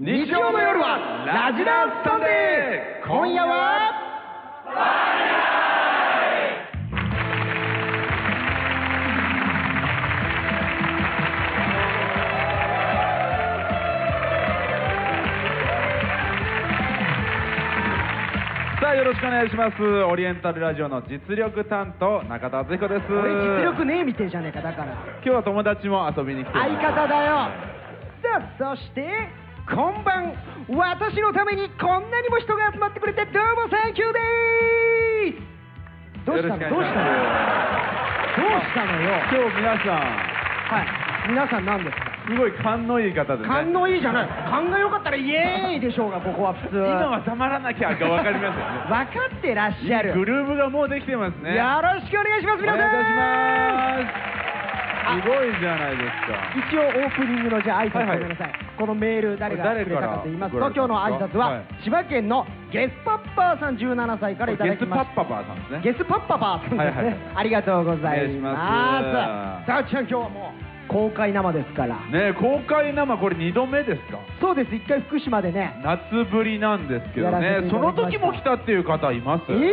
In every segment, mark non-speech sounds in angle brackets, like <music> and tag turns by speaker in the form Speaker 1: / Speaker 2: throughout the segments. Speaker 1: 日曜の夜はラジラーサンデー今夜は
Speaker 2: さあよろしくお願いしますオリエンタルラジオの実力担当中田敦彦です
Speaker 3: 俺実力ねえみてえじゃねえかだから
Speaker 2: 今日は友達も遊びに来て
Speaker 3: 相方だよさあそしてこんばん私のためにこんなにも人が集まってくれてどうもサンキューでーすどうしたのどうしたのどうしたのよ
Speaker 2: 今日皆さ
Speaker 3: はい皆さん何ですか
Speaker 2: んすごい勘のいい方でね
Speaker 3: 勘のいいじゃない勘が良かったらイエーイでしょうがここは普通
Speaker 2: 今は黙らなきゃが分かり
Speaker 3: <laughs>
Speaker 2: ますよね
Speaker 3: 分かってらっしゃる
Speaker 2: グルーブがもうできてますね
Speaker 3: よろしくお願いします
Speaker 2: お
Speaker 3: 皆さん
Speaker 2: 願いいたしますすごいじゃないです
Speaker 3: 一応オープニングのじゃあ挨拶
Speaker 2: はいはい
Speaker 3: ごめんなさい、このメール誰が
Speaker 2: 誰
Speaker 3: く
Speaker 2: か
Speaker 3: れ
Speaker 2: ら
Speaker 3: たかと言いますと
Speaker 2: ご覧
Speaker 3: 今
Speaker 2: にな
Speaker 3: 日の挨
Speaker 2: ったんです
Speaker 3: 拶
Speaker 2: か
Speaker 3: は、
Speaker 2: はい
Speaker 3: 千葉県のゲスパッパーさん17歳からい
Speaker 2: か
Speaker 3: ただ
Speaker 2: ゲ
Speaker 3: き
Speaker 2: ス
Speaker 3: ま
Speaker 2: パ
Speaker 3: し
Speaker 2: ッパパーさんです
Speaker 3: た
Speaker 2: ね
Speaker 3: ゲスパッパパーさんですね、
Speaker 2: はいはい
Speaker 3: ありがとうござい
Speaker 2: お願いしま
Speaker 3: ますすさあちゃん今日はもう公開生ですから
Speaker 2: ね公開生これ2度目ですか
Speaker 3: そうです一回福島でね
Speaker 2: 夏ぶりなんですけど
Speaker 3: やらせ
Speaker 2: ね
Speaker 3: てい
Speaker 2: そ
Speaker 3: ただ
Speaker 2: の
Speaker 3: き
Speaker 2: 時も
Speaker 3: ました
Speaker 2: 来たっていう方います
Speaker 3: えー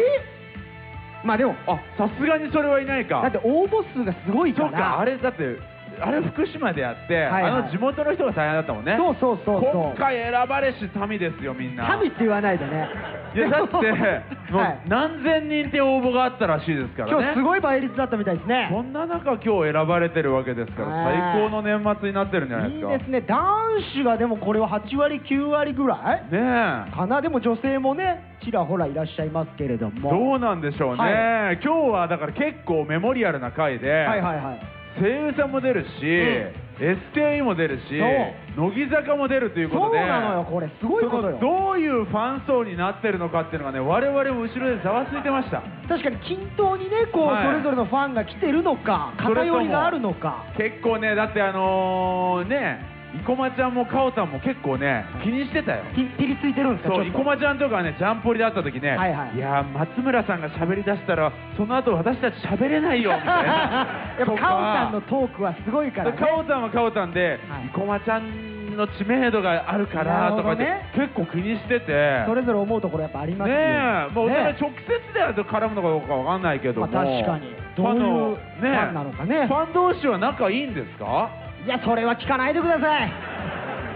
Speaker 3: まあでも
Speaker 2: あさすがにそれはいないか
Speaker 3: だって応募数がすごいか
Speaker 2: そ
Speaker 3: ら
Speaker 2: うかあれだってあれ福島でやって、
Speaker 3: はいはい
Speaker 2: あの地元の人が大変だったもんね
Speaker 3: そうそうそうそう
Speaker 2: 今回選ばれし民ですよみんな
Speaker 3: 神って言わないでね
Speaker 2: いや
Speaker 3: <laughs>
Speaker 2: だっても
Speaker 3: はいう
Speaker 2: 何千人って応募があったらしいですからね
Speaker 3: 今日す
Speaker 2: い
Speaker 3: ごい倍率だったみたいですね
Speaker 2: そんな中今日選ばれてるわけですか
Speaker 3: はい
Speaker 2: ら最高の年末になってるんじゃないです
Speaker 3: いい
Speaker 2: か
Speaker 3: ですね男子がでもこれは8割9割ぐらい
Speaker 2: ねえ
Speaker 3: かなでも女性もねちらほらいらっしゃいますけれども
Speaker 2: どうなんでしょうね、
Speaker 3: は
Speaker 2: 今日はだから結構メモリアルな回で、
Speaker 3: はいはいはい
Speaker 2: 声優さんも出るし、SKE も出るし乃木坂も出るという
Speaker 3: そ
Speaker 2: こと
Speaker 3: う
Speaker 2: で
Speaker 3: なのよこれすごいことよ
Speaker 2: そのどういうファン層になってるのかっていうのがね我々も後ろでざわついてました
Speaker 3: 確かに均等にねこう、
Speaker 2: はい
Speaker 3: それぞれのファンが来てるのか
Speaker 2: それとも
Speaker 3: 偏りがあるのか
Speaker 2: 結構ねだってあのー、ね生駒ちゃんもかおたんも結構ね気にしてたよ
Speaker 3: ピピリついてるんですか
Speaker 2: そう
Speaker 3: ち
Speaker 2: 生
Speaker 3: ょっと
Speaker 2: 駒ちゃんとかはねジャンポリで会った時ね、
Speaker 3: はいはい
Speaker 2: やー松村さんが喋りだしたらその後私たち喋れないよみたいな
Speaker 3: <laughs> やっぱカオさんの
Speaker 2: と
Speaker 3: トークはすごいからね
Speaker 2: かおたんはかおたんで、
Speaker 3: はい
Speaker 2: 生駒ちゃんの知名度があるからとかって、
Speaker 3: なる
Speaker 2: 結構気にしてて
Speaker 3: それぞれ思うところやっぱありますよ
Speaker 2: ねえ、まあ、お互い
Speaker 3: ね
Speaker 2: 直接では絡むのかどうかわかんないけども、
Speaker 3: まあ確かにどう
Speaker 2: ファン
Speaker 3: いう
Speaker 2: のね
Speaker 3: ファンなのかね
Speaker 2: ファン同士は仲いいんですか
Speaker 3: いやそれは聞かないでください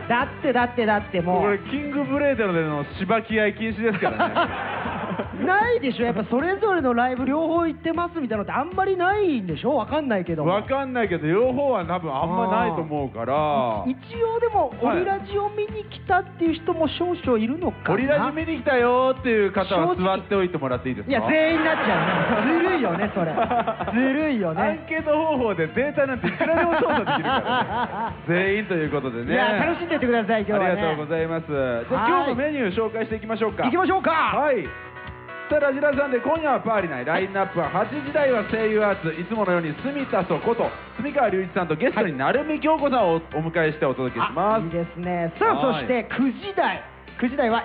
Speaker 3: だってだってだってもう
Speaker 2: これキングブレードでのしばき合い禁止ですからね
Speaker 3: <laughs> ないでしょやっぱそれぞれのライブ両方行ってますみたいなのってあんまりないんでしょわかんないけども
Speaker 2: わかんないけど両方は多分あんまないと思うから
Speaker 3: 一応でもオ
Speaker 2: はい
Speaker 3: リラジを見に来たっていう人も少々いるのかな
Speaker 2: オリラジ見に来たよーっていう方は
Speaker 3: 正
Speaker 2: 座
Speaker 3: 直
Speaker 2: っておいてもらっていいですか
Speaker 3: いや全員なっちゃうねずるいよねそ
Speaker 2: <laughs>
Speaker 3: れずるいよ
Speaker 2: ア
Speaker 3: ね
Speaker 2: ンケート方法でデータなんていくらでも操作できるから
Speaker 3: <laughs>
Speaker 2: ね全員ということでね
Speaker 3: いや楽しんでってください今日はね
Speaker 2: ありがとうございますじゃあ
Speaker 3: はい
Speaker 2: 今日のメニュー紹介していきましょうか
Speaker 3: 行きましょうか
Speaker 2: はいさあラジラさんで今夜はパーリナイラインナップは8時台は声優アーツいつものように住田そこと住川隆一さんとゲストに成海京子さんをおお迎えしてお届けしま
Speaker 3: あいい
Speaker 2: す
Speaker 3: ですねさあ
Speaker 2: は
Speaker 3: そ
Speaker 2: い
Speaker 3: して9時台9時台は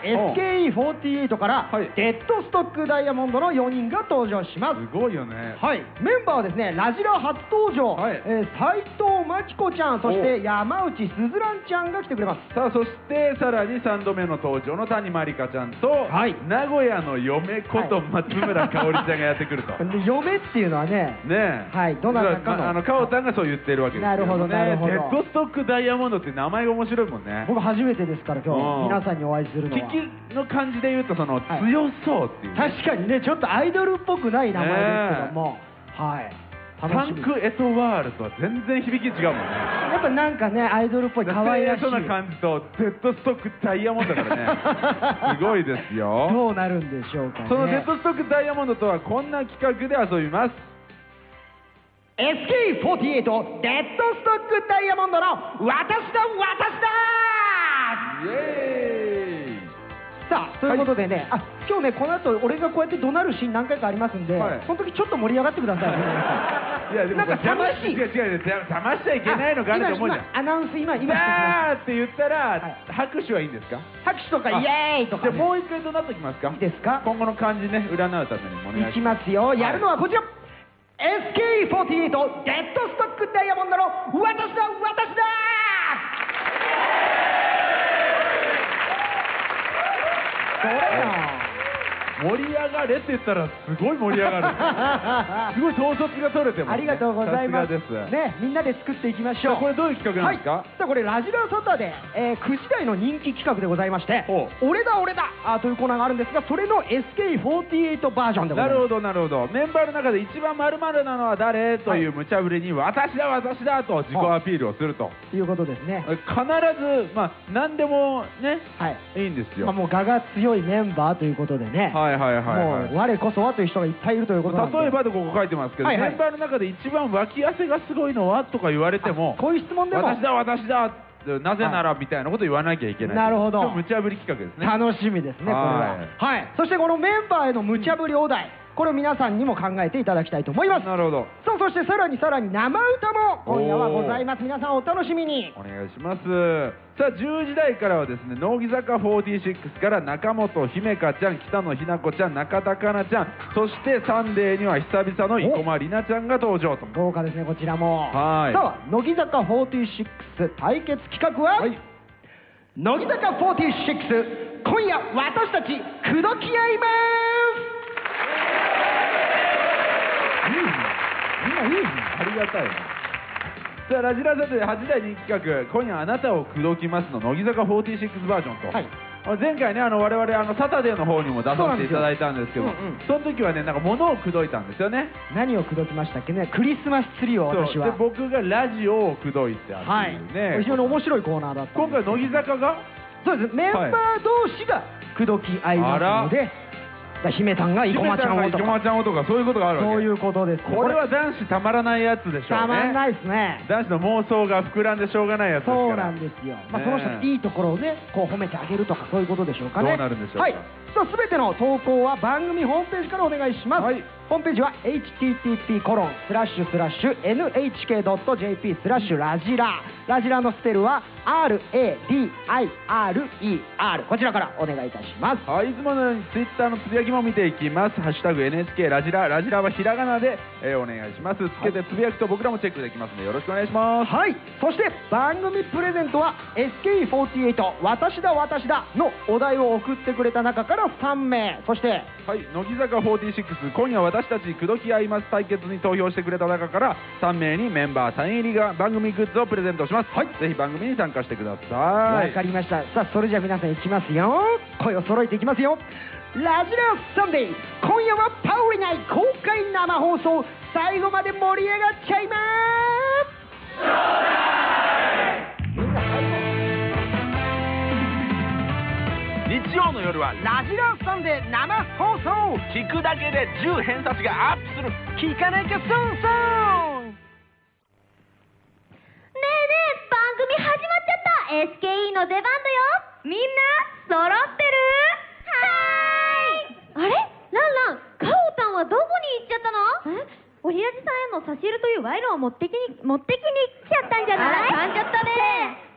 Speaker 3: SKE48 から
Speaker 2: はい
Speaker 3: デッドストックダイヤモンドの4人が登場します
Speaker 2: すごいよね
Speaker 3: はい、メンバーはですねラジラ初登場、
Speaker 2: はい
Speaker 3: えー斉藤真希子ちゃんそし
Speaker 2: お
Speaker 3: て山内すずらんちゃんが来てくれます
Speaker 2: さあそしてさらに3度目の登場の谷まりかちゃんと、
Speaker 3: はい
Speaker 2: 名古屋の嫁こと
Speaker 3: はい
Speaker 2: 松村香織ちゃんがやってくると、
Speaker 3: で嫁っていうのはね
Speaker 2: ねえ
Speaker 3: はいどなたかの
Speaker 2: まああのかおたんがそう言ってるわけですけどね
Speaker 3: なるほどな
Speaker 2: デッ
Speaker 3: るほ
Speaker 2: ド
Speaker 3: ど
Speaker 2: ストックダイヤモンドって名前が面白いもんね
Speaker 3: 僕初めてですから今
Speaker 2: うん
Speaker 3: 日皆さんにお会いするのは
Speaker 2: 聞きの感じで言うとその、
Speaker 3: はい
Speaker 2: 強そうっていう
Speaker 3: 確かにねちょっとアイドルっぽくない名前ですけども、はい
Speaker 2: サ
Speaker 3: 楽し
Speaker 2: ン
Speaker 3: み
Speaker 2: クエトワールとは全然響き違うもんね
Speaker 3: やっぱなんかねアイドルっぽい可愛らしい
Speaker 2: そうな感じとデッドストックダイヤモンドだ
Speaker 3: <laughs>
Speaker 2: からねすごいですよ
Speaker 3: どうなるんでしょうかね
Speaker 2: そのデッドストックダイヤモンドとはこんな企画で遊びます
Speaker 3: SK48 デッドストックダイヤモンドの私だ私だ
Speaker 2: イエーイ
Speaker 3: さあということでね、あ今日ねこの後俺がこうやって怒鳴るシーン何回かありますんで、
Speaker 2: はい
Speaker 3: その時ちょっと盛り上がってくださいね、
Speaker 2: <laughs> いやでも
Speaker 3: なんか
Speaker 2: 邪魔し
Speaker 3: 寂しい
Speaker 2: 違う違う違う邪魔しちゃいけないのか
Speaker 3: あ
Speaker 2: なって思うじゃん
Speaker 3: 今今アナウンス今今してきま
Speaker 2: わーって言ったら、
Speaker 3: はい
Speaker 2: 拍手はいいんですか
Speaker 3: す拍手とか
Speaker 2: あ
Speaker 3: イエーイと
Speaker 2: じ
Speaker 3: か
Speaker 2: ゃあ
Speaker 3: ね、
Speaker 2: もう一回となってきますか
Speaker 3: いいですか
Speaker 2: 今後の漢字ね占うためにもお願い
Speaker 3: い
Speaker 2: し
Speaker 3: き
Speaker 2: ます
Speaker 3: ますよやるのはこちら、SK48 デッドストックダイヤモンドの私だ私だ
Speaker 2: 盛り上がれって言ったらすごい盛り上がるすごい統率が取れてます、ね、
Speaker 3: <laughs> ありがとうございます
Speaker 2: さすがです、
Speaker 3: ね、みんなで作っていきましょう
Speaker 2: これどういう企画なんですか、
Speaker 3: はい、これラジラサタで、えー、9時台の人気企画でございまして
Speaker 2: ほ
Speaker 3: 「俺だ俺だあ」というコーナーがあるんですがそれの SK48 バージョンでご
Speaker 2: ない
Speaker 3: ざます
Speaker 2: るほどなるほどメンバーの中で一番〇〇なのは誰という無茶ぶりに、私だ私だと自己アピールをすると
Speaker 3: ということですね
Speaker 2: 必ずまあ何でもね
Speaker 3: はい
Speaker 2: いいんですよ、
Speaker 3: まあ、もう我が強いメンバーということでね、
Speaker 2: はいはいはいはい
Speaker 3: もう我こそはという人がいっぱいいるということなんで
Speaker 2: 例えばでここ書いてますけど、
Speaker 3: はいはい
Speaker 2: メンバーの中で一番脇汗がすごいのはとか言われても
Speaker 3: あこういう質問でも
Speaker 2: 私だ私だなぜならみたいなこと言わなきゃいけない
Speaker 3: なるほど
Speaker 2: ちょっと無茶ぶり企画ですね
Speaker 3: 楽しみですねこれは
Speaker 2: はい
Speaker 3: はいそしてこのメンバーへの無茶ぶりお題これを皆さんにも考えていただきたいと思います
Speaker 2: なるほど
Speaker 3: さあそしてさらにさらに生歌も今夜はございます皆さんお楽しみに
Speaker 2: お願いしますさあ10時台からはですね乃木坂46から中本姫香ちゃん北野日な子ちゃん中田香菜ちゃんそしてサンデーには久々の生駒里奈ちゃんが登場と
Speaker 3: 豪華ですねこちらも
Speaker 2: はい
Speaker 3: さあ乃木坂46対決企画は、
Speaker 2: はい
Speaker 3: 乃木坂46今夜私たち口説き合いますいいねみんないいね
Speaker 2: ありがたいなさあラジラサで8台人気企画「今夜あなたを口説きます」の乃木坂46バージョンと、
Speaker 3: はい
Speaker 2: 前回ねあの我々あのサタデーの方にも出させていただいたんですけど
Speaker 3: そ
Speaker 2: そう
Speaker 3: なん
Speaker 2: の
Speaker 3: です
Speaker 2: 時はねなんか物を口説いたんですよね
Speaker 3: 何を口説きましたっけねクリスマスツリーを
Speaker 2: そう
Speaker 3: 私は
Speaker 2: で僕がラジオを口説いてあ
Speaker 3: は
Speaker 2: る
Speaker 3: い
Speaker 2: っていうね、
Speaker 3: 非常に面白いコーナーだったん
Speaker 2: 今
Speaker 3: です
Speaker 2: 回乃木坂が
Speaker 3: そうですメンバー同士が口説き合いますので、
Speaker 2: あ
Speaker 3: だから姫たんが生駒ちゃんをと
Speaker 2: ひま
Speaker 3: か
Speaker 2: ちゃんをとかそういうことがあるわけ
Speaker 3: そういうことです
Speaker 2: これは男子たまらないやつでしょうね
Speaker 3: たまんないですね
Speaker 2: 男子の妄想が膨らんでしょうがないやつですから
Speaker 3: そうなんですよ、まあ、
Speaker 2: ね
Speaker 3: その人のいいところをねこう褒めてあげるとかそういうことでしょうかね
Speaker 2: どうなるんでしょうか
Speaker 3: はいさあ全ての投稿は番組ホームページからお願いします、
Speaker 2: はい
Speaker 3: ホームページは http コロンスラッシュスラッシュ nhk.jp スラッシュラジララジラのスペルは RADIRER こちらからお願いいたします
Speaker 2: はい、いつものようにツイッターのつぶやきも見ていきます。ハッシュタグ NHK ラジラ、ラジラはひらがなで、えーお願いします。つけてつぶやくと僕らもチェックできますのでよろしくお願いします。
Speaker 3: はいそして番組プレゼントは SKE48 私だ私だのお題を送ってくれた中から3名そして
Speaker 2: はい、乃木坂46、今夜私たち口説き合います対決に投票してくれた中から3名にメンバーサイン入りが番組グッズをプレゼントします。はい、ぜひ番組に参加してくださ
Speaker 3: わ
Speaker 2: い。
Speaker 3: かりました。さあ、それじゃあ皆さんいきますよ。声を揃えていきますよ。ラジラサンデー、今夜はパウリ内公開生放送、最後まで盛り上がっちゃいま
Speaker 2: 日曜の夜は
Speaker 3: すラジラサンデー生放送
Speaker 2: 聞くだけで10偏差値がアップする。
Speaker 3: 聞かなきゃ損損
Speaker 4: ねえねえ番組始まっちゃった SKE の出番だよみんな揃ってるはーいあれランランカオタンはどこに行っちゃったのえおひやじさんへの差し入れという賄賂を持ってきに持ってきに来ちゃったんじゃないあら噛んじゃったね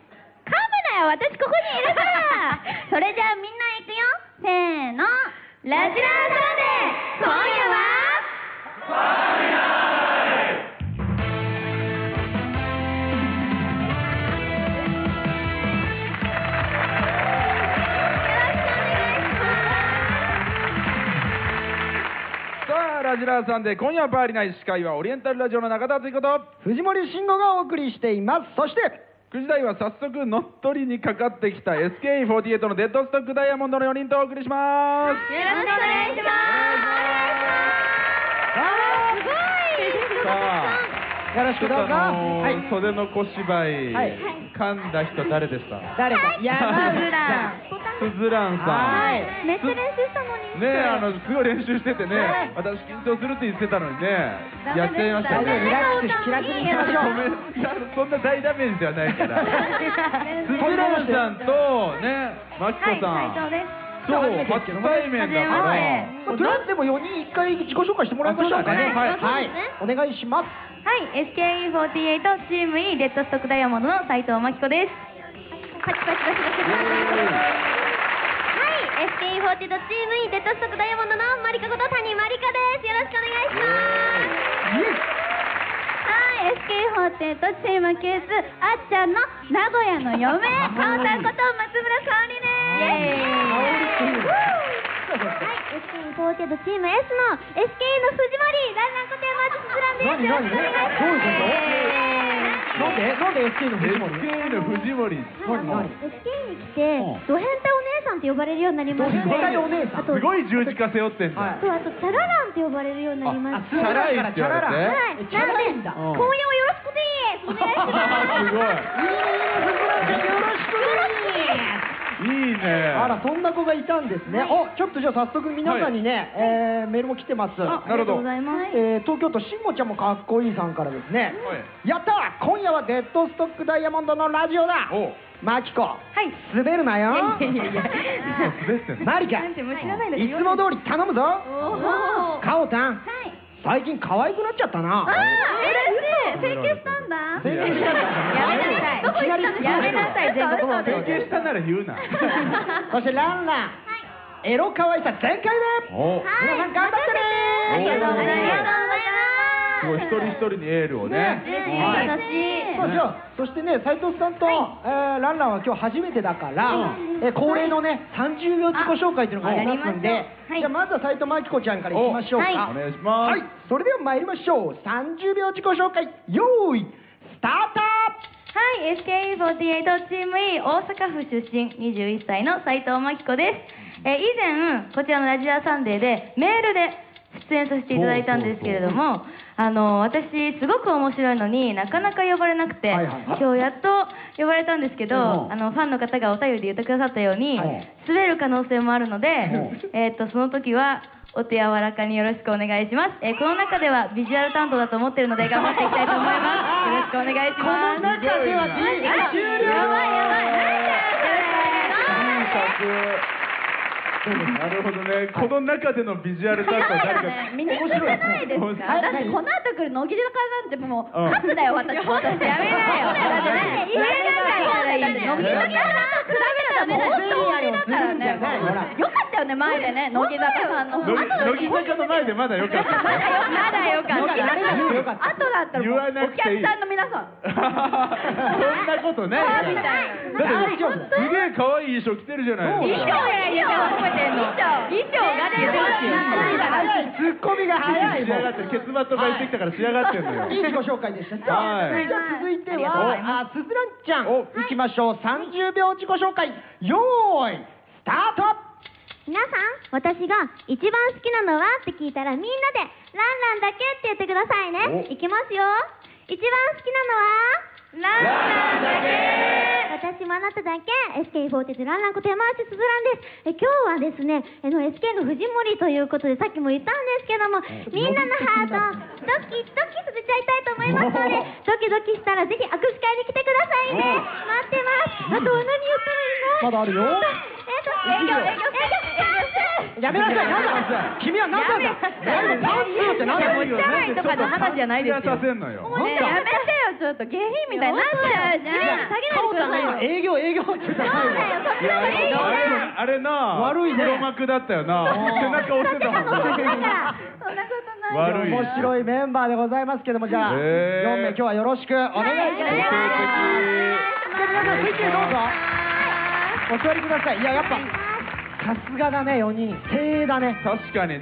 Speaker 4: 噛むなよ私ここにいるから <laughs> それじゃあみんな行くよせーのラジラーサンデー今夜は
Speaker 2: さあ、ラジラーさんで今夜はバーリナイ司会はオリエンタルラジオの中田ということ。
Speaker 3: 藤森慎吾がお送りしています。そして、
Speaker 2: 9時台は早速乗っ取りにかかってきた SKE48 のデッドストックダイヤモンドの4人とお送りしま
Speaker 4: よろしくお願いします。すごい。
Speaker 2: す
Speaker 3: よろしくどうぞ。
Speaker 2: あのー
Speaker 3: はい。
Speaker 2: 袖の小芝居、
Speaker 3: はい
Speaker 2: 噛んだ人誰でした
Speaker 3: 誰か、山口
Speaker 2: スズランさん、
Speaker 3: はい
Speaker 4: めっちゃ練習したのに。
Speaker 2: ねえあのすごい練習しててね、
Speaker 4: はい
Speaker 2: 私緊張するって言ってたのにね
Speaker 4: ダ
Speaker 2: や
Speaker 4: メ
Speaker 2: っ
Speaker 4: で
Speaker 2: ち
Speaker 4: す
Speaker 2: ゃいました
Speaker 3: さん。
Speaker 4: ダ
Speaker 3: リ
Speaker 4: メ
Speaker 2: ね
Speaker 3: ラックスして気楽に行きまし
Speaker 2: ご
Speaker 3: ょ
Speaker 2: めんいやそん
Speaker 3: う。
Speaker 2: な大ダメージではないから
Speaker 4: <laughs>
Speaker 2: スズ
Speaker 4: は
Speaker 2: ランさんとねマキコ
Speaker 4: い、
Speaker 2: さん、
Speaker 4: 斉藤です。
Speaker 2: そう
Speaker 3: 初めてですけ
Speaker 2: 初対
Speaker 3: どね
Speaker 2: 面だか
Speaker 4: 初
Speaker 2: ら
Speaker 4: めまし
Speaker 3: とりあえずで
Speaker 4: て
Speaker 3: も4人1回自己紹介してもらいましょうかね。
Speaker 2: あ
Speaker 4: そ
Speaker 3: お
Speaker 4: うだねはい
Speaker 3: 願いします。
Speaker 4: はい、SKE48 チーム E レッドストックダイヤモンドの斉藤真希子です。パチパチパチパチパチはい、SKE48 チーム E レッドストックダイヤモンドのマリカこと谷マリカです。よろしくお願いします。はい、SK48 チームキューズあっちゃんの名古屋の嫁かおたんこと松村かおりです
Speaker 3: イエーイ
Speaker 4: イエーイ
Speaker 3: かおりちゃん
Speaker 4: はい、チーム東京都チーム S の SKE の藤森ランナンコテーマーズスランです。
Speaker 3: 何何
Speaker 4: よろしくお願いします。
Speaker 3: どういうことなんでなんで SK の藤森
Speaker 2: SK の藤森
Speaker 3: 何何
Speaker 4: SK に来て、ド変態お姉さんって呼ばれるようになりました
Speaker 3: ド変態お姉さん
Speaker 4: あと
Speaker 2: すごい十字架背負ってんだ
Speaker 3: はい
Speaker 2: よ
Speaker 4: そうあとチャラランって呼ばれるようになりま
Speaker 3: あチ
Speaker 4: した。
Speaker 3: ャ
Speaker 4: は
Speaker 3: ラランから
Speaker 2: チ
Speaker 3: チ
Speaker 2: ャラ
Speaker 3: ャラ
Speaker 2: ランって言われ
Speaker 3: ラ
Speaker 2: て
Speaker 3: ンえチ
Speaker 4: い。
Speaker 3: ャラランだ
Speaker 4: なので今夜をよろしくです。お願いしま
Speaker 2: す
Speaker 4: す。
Speaker 2: ごいいいね
Speaker 3: あら、そんな子がいたんですね。お、ちょっとじゃあ早速皆さんにね、えーメールも来てます。
Speaker 2: なる
Speaker 4: あ
Speaker 2: ほど
Speaker 4: ありがとうございます。
Speaker 3: えー東京都しんごちゃんもかっこいいさんからですね。
Speaker 2: は
Speaker 3: やったー今夜はデッドストックダイヤモンドのラジオだ
Speaker 2: おう
Speaker 3: マキコ、
Speaker 5: い
Speaker 3: 滑るなよ
Speaker 2: 滑ってんの
Speaker 3: マリカ、
Speaker 5: なんてもう知らないの
Speaker 3: いつも通り頼むぞ
Speaker 4: おー
Speaker 3: カオタン、
Speaker 4: はい。
Speaker 3: 最近可愛くなっちゃったな
Speaker 4: あ
Speaker 2: <laughs>
Speaker 4: え、嬉しい。整形したんだ。
Speaker 3: 整形
Speaker 4: <laughs>
Speaker 3: したんだ
Speaker 5: やめなさい
Speaker 4: どこ行ったんですか
Speaker 5: やめなさい全国放送
Speaker 2: 整形したなら言うな
Speaker 3: そしてランラン、エロ可愛さ全開で
Speaker 2: おう
Speaker 3: 皆さん頑張ってね
Speaker 4: ありがとうござい
Speaker 2: すごい
Speaker 4: ます。
Speaker 2: 一人一人にエールをね
Speaker 3: ね
Speaker 2: はい
Speaker 4: 嬉しい。
Speaker 3: まあじゃあそしてね斉藤さんと、えーランランは今日初めてだから、えー恒例のね30秒自己紹介っていうのがありますんで、
Speaker 5: あやりましょうはい
Speaker 3: じゃあまずは斉藤真希子ちゃんからいきましょうか、
Speaker 2: お願いしま
Speaker 3: は
Speaker 2: す
Speaker 3: い、それでは参りましょう。30秒自己紹介、よーい、スター
Speaker 5: はい、SKE48 チーム E 大阪府出身21歳の斉藤真希子です。えー以前、こちらのラジアサンデーでメールで出演させていただいたんですけれども、あの、私、すごく面白いのになかなか呼ばれなくて、
Speaker 3: はいはい
Speaker 5: 今日やっと呼ばれたんですけど、
Speaker 3: うん
Speaker 5: あの、ファンの方がお便りで言ってくださったように、
Speaker 3: はい
Speaker 5: 滑る可能性もあるので、
Speaker 3: う
Speaker 5: えっと、その時は、お手柔らかによろしくお願いします。えーこの中ではビジュアル担当だと思ってるので頑張っていきたいと思います。よろしくお願いします。
Speaker 3: この中では
Speaker 5: 終了
Speaker 3: 終了
Speaker 5: やばいやばい
Speaker 2: なるほどねこの中でのビジュアル担当誰か
Speaker 4: みんな聞いてないです
Speaker 2: 面
Speaker 4: か
Speaker 3: 白い
Speaker 4: だってこの後来る乃木坂なんても
Speaker 2: う
Speaker 4: うんカツだよ私私やめ
Speaker 5: やめなよ
Speaker 4: だってね
Speaker 5: や
Speaker 4: だってね乃木
Speaker 5: めなよ
Speaker 4: 坂と比べたらもう本当終わりだからねもうよかったよね前でね乃木坂さんの
Speaker 2: 乃木乃木坂の前でまだよかったね
Speaker 5: まだよかった。
Speaker 3: 誰だってよかっ
Speaker 4: あとだったら
Speaker 2: 言
Speaker 4: もう
Speaker 2: わな
Speaker 4: お
Speaker 2: く
Speaker 4: 客
Speaker 2: ていい
Speaker 4: さんの皆さん
Speaker 2: <laughs> そんなことない
Speaker 4: みたい
Speaker 2: だってすげえ可愛い衣装着てるじゃないですか
Speaker 5: 衣装や衣装覚えてんの。衣装が出てますよ。
Speaker 3: トツッコミが早い
Speaker 2: 仕
Speaker 3: も
Speaker 2: 上が
Speaker 3: ん
Speaker 2: ってる結末とか言ってきたから仕上がってんのよ
Speaker 3: いい自己紹介でした。じ
Speaker 2: はい
Speaker 3: ゃあ続いては、あ、すずらんちゃん、
Speaker 2: お
Speaker 3: 行きましょう。30秒自己紹介、よーい、スタート
Speaker 4: 皆さん私が一番好きなのはって聞いたらみんなで「ランランだけ」って言ってくださいね
Speaker 2: お
Speaker 4: いきますよ一番好きなのはランランだけ私もあなただけ SK48 ランランコテマーチスズランですえ今日はですねあの SK の藤森ということでさっきも言ったんですけ
Speaker 3: <laughs>
Speaker 4: どもみんなのハートをドキドキさせちゃいたいと思います
Speaker 3: <laughs>
Speaker 4: のでドキドキしたらぜひ握手会に来てくださいね待ってますあとは何言ったらいいの
Speaker 3: まだあるよ
Speaker 4: えっと営業営業営業
Speaker 3: やめなさい、なんだ君は何なんだ何だパンツって何だ
Speaker 5: いや汚いとかの話じゃないですよ
Speaker 2: させんのよ
Speaker 5: ねやめてよちょっと下品みたいになっちゃうじゃん。
Speaker 3: 今営業営業って言った
Speaker 4: そうだよ、そっちの方がいいよ。
Speaker 2: あれな
Speaker 3: 悪いね
Speaker 2: 黒幕だったよな背中押せたもん
Speaker 4: だから。
Speaker 5: そんなことない。
Speaker 2: 悪い
Speaker 3: 面白いメンバーでございますけども、じゃあ、
Speaker 2: へー
Speaker 3: 4名今日はよろしくお願いします。じゃあ皆さん席へどうぞお座りくださいいややっぱさすがだね4人精鋭だね
Speaker 2: 確かに
Speaker 3: こ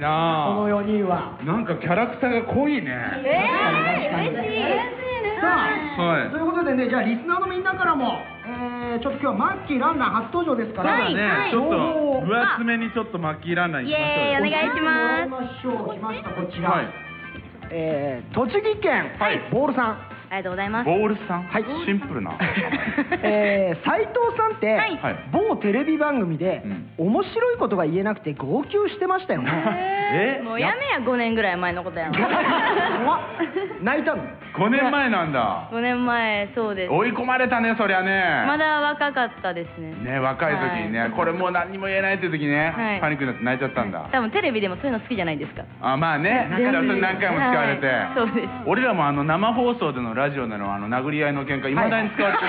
Speaker 2: な
Speaker 3: の4人は
Speaker 2: なんかキャラクターが濃いね
Speaker 4: えー、嬉しい。
Speaker 3: さあ、
Speaker 2: はい
Speaker 3: ということでねじゃあリスナーのみんなからも、えー、ちょっと今日はマッキーランナー初登場ですから
Speaker 2: そうだねちょっと分厚めにちょっと巻き入らない
Speaker 5: イエーイお願いし
Speaker 3: 参り
Speaker 5: ます。
Speaker 3: ましょう来ましたこちら、
Speaker 2: はい
Speaker 3: えー、栃木県、
Speaker 2: はい
Speaker 3: ボールさ
Speaker 2: <laughs>
Speaker 3: ん
Speaker 5: ありがとうございます。
Speaker 2: ボールさん
Speaker 3: はい
Speaker 2: シンプルな
Speaker 3: えー、斉藤さんって、
Speaker 5: はい
Speaker 2: はい
Speaker 3: 某テレビ番組で、
Speaker 2: うん
Speaker 3: 面白いことが言えなくて号泣してましたよね
Speaker 2: え
Speaker 5: もうやめや5年ぐらい前のことやな。
Speaker 3: <laughs> 怖っ <laughs> 泣いたの
Speaker 2: 5年前なんだ
Speaker 5: 5年前そうです。
Speaker 2: 追い込まれたねそりゃね
Speaker 5: まだ若かったですね。
Speaker 2: ね若い時にね、これもう何にも言えないって時ね、
Speaker 5: はい
Speaker 2: パニックになって泣いちゃったんだ、
Speaker 5: 多分テレビでもそういうの好きじゃないですか。
Speaker 2: あまあねだからそれ何回も使われて、
Speaker 5: はいそうです
Speaker 2: 俺らもあの生放送でのラジオでのあの殴り合いの喧嘩いまだに使われて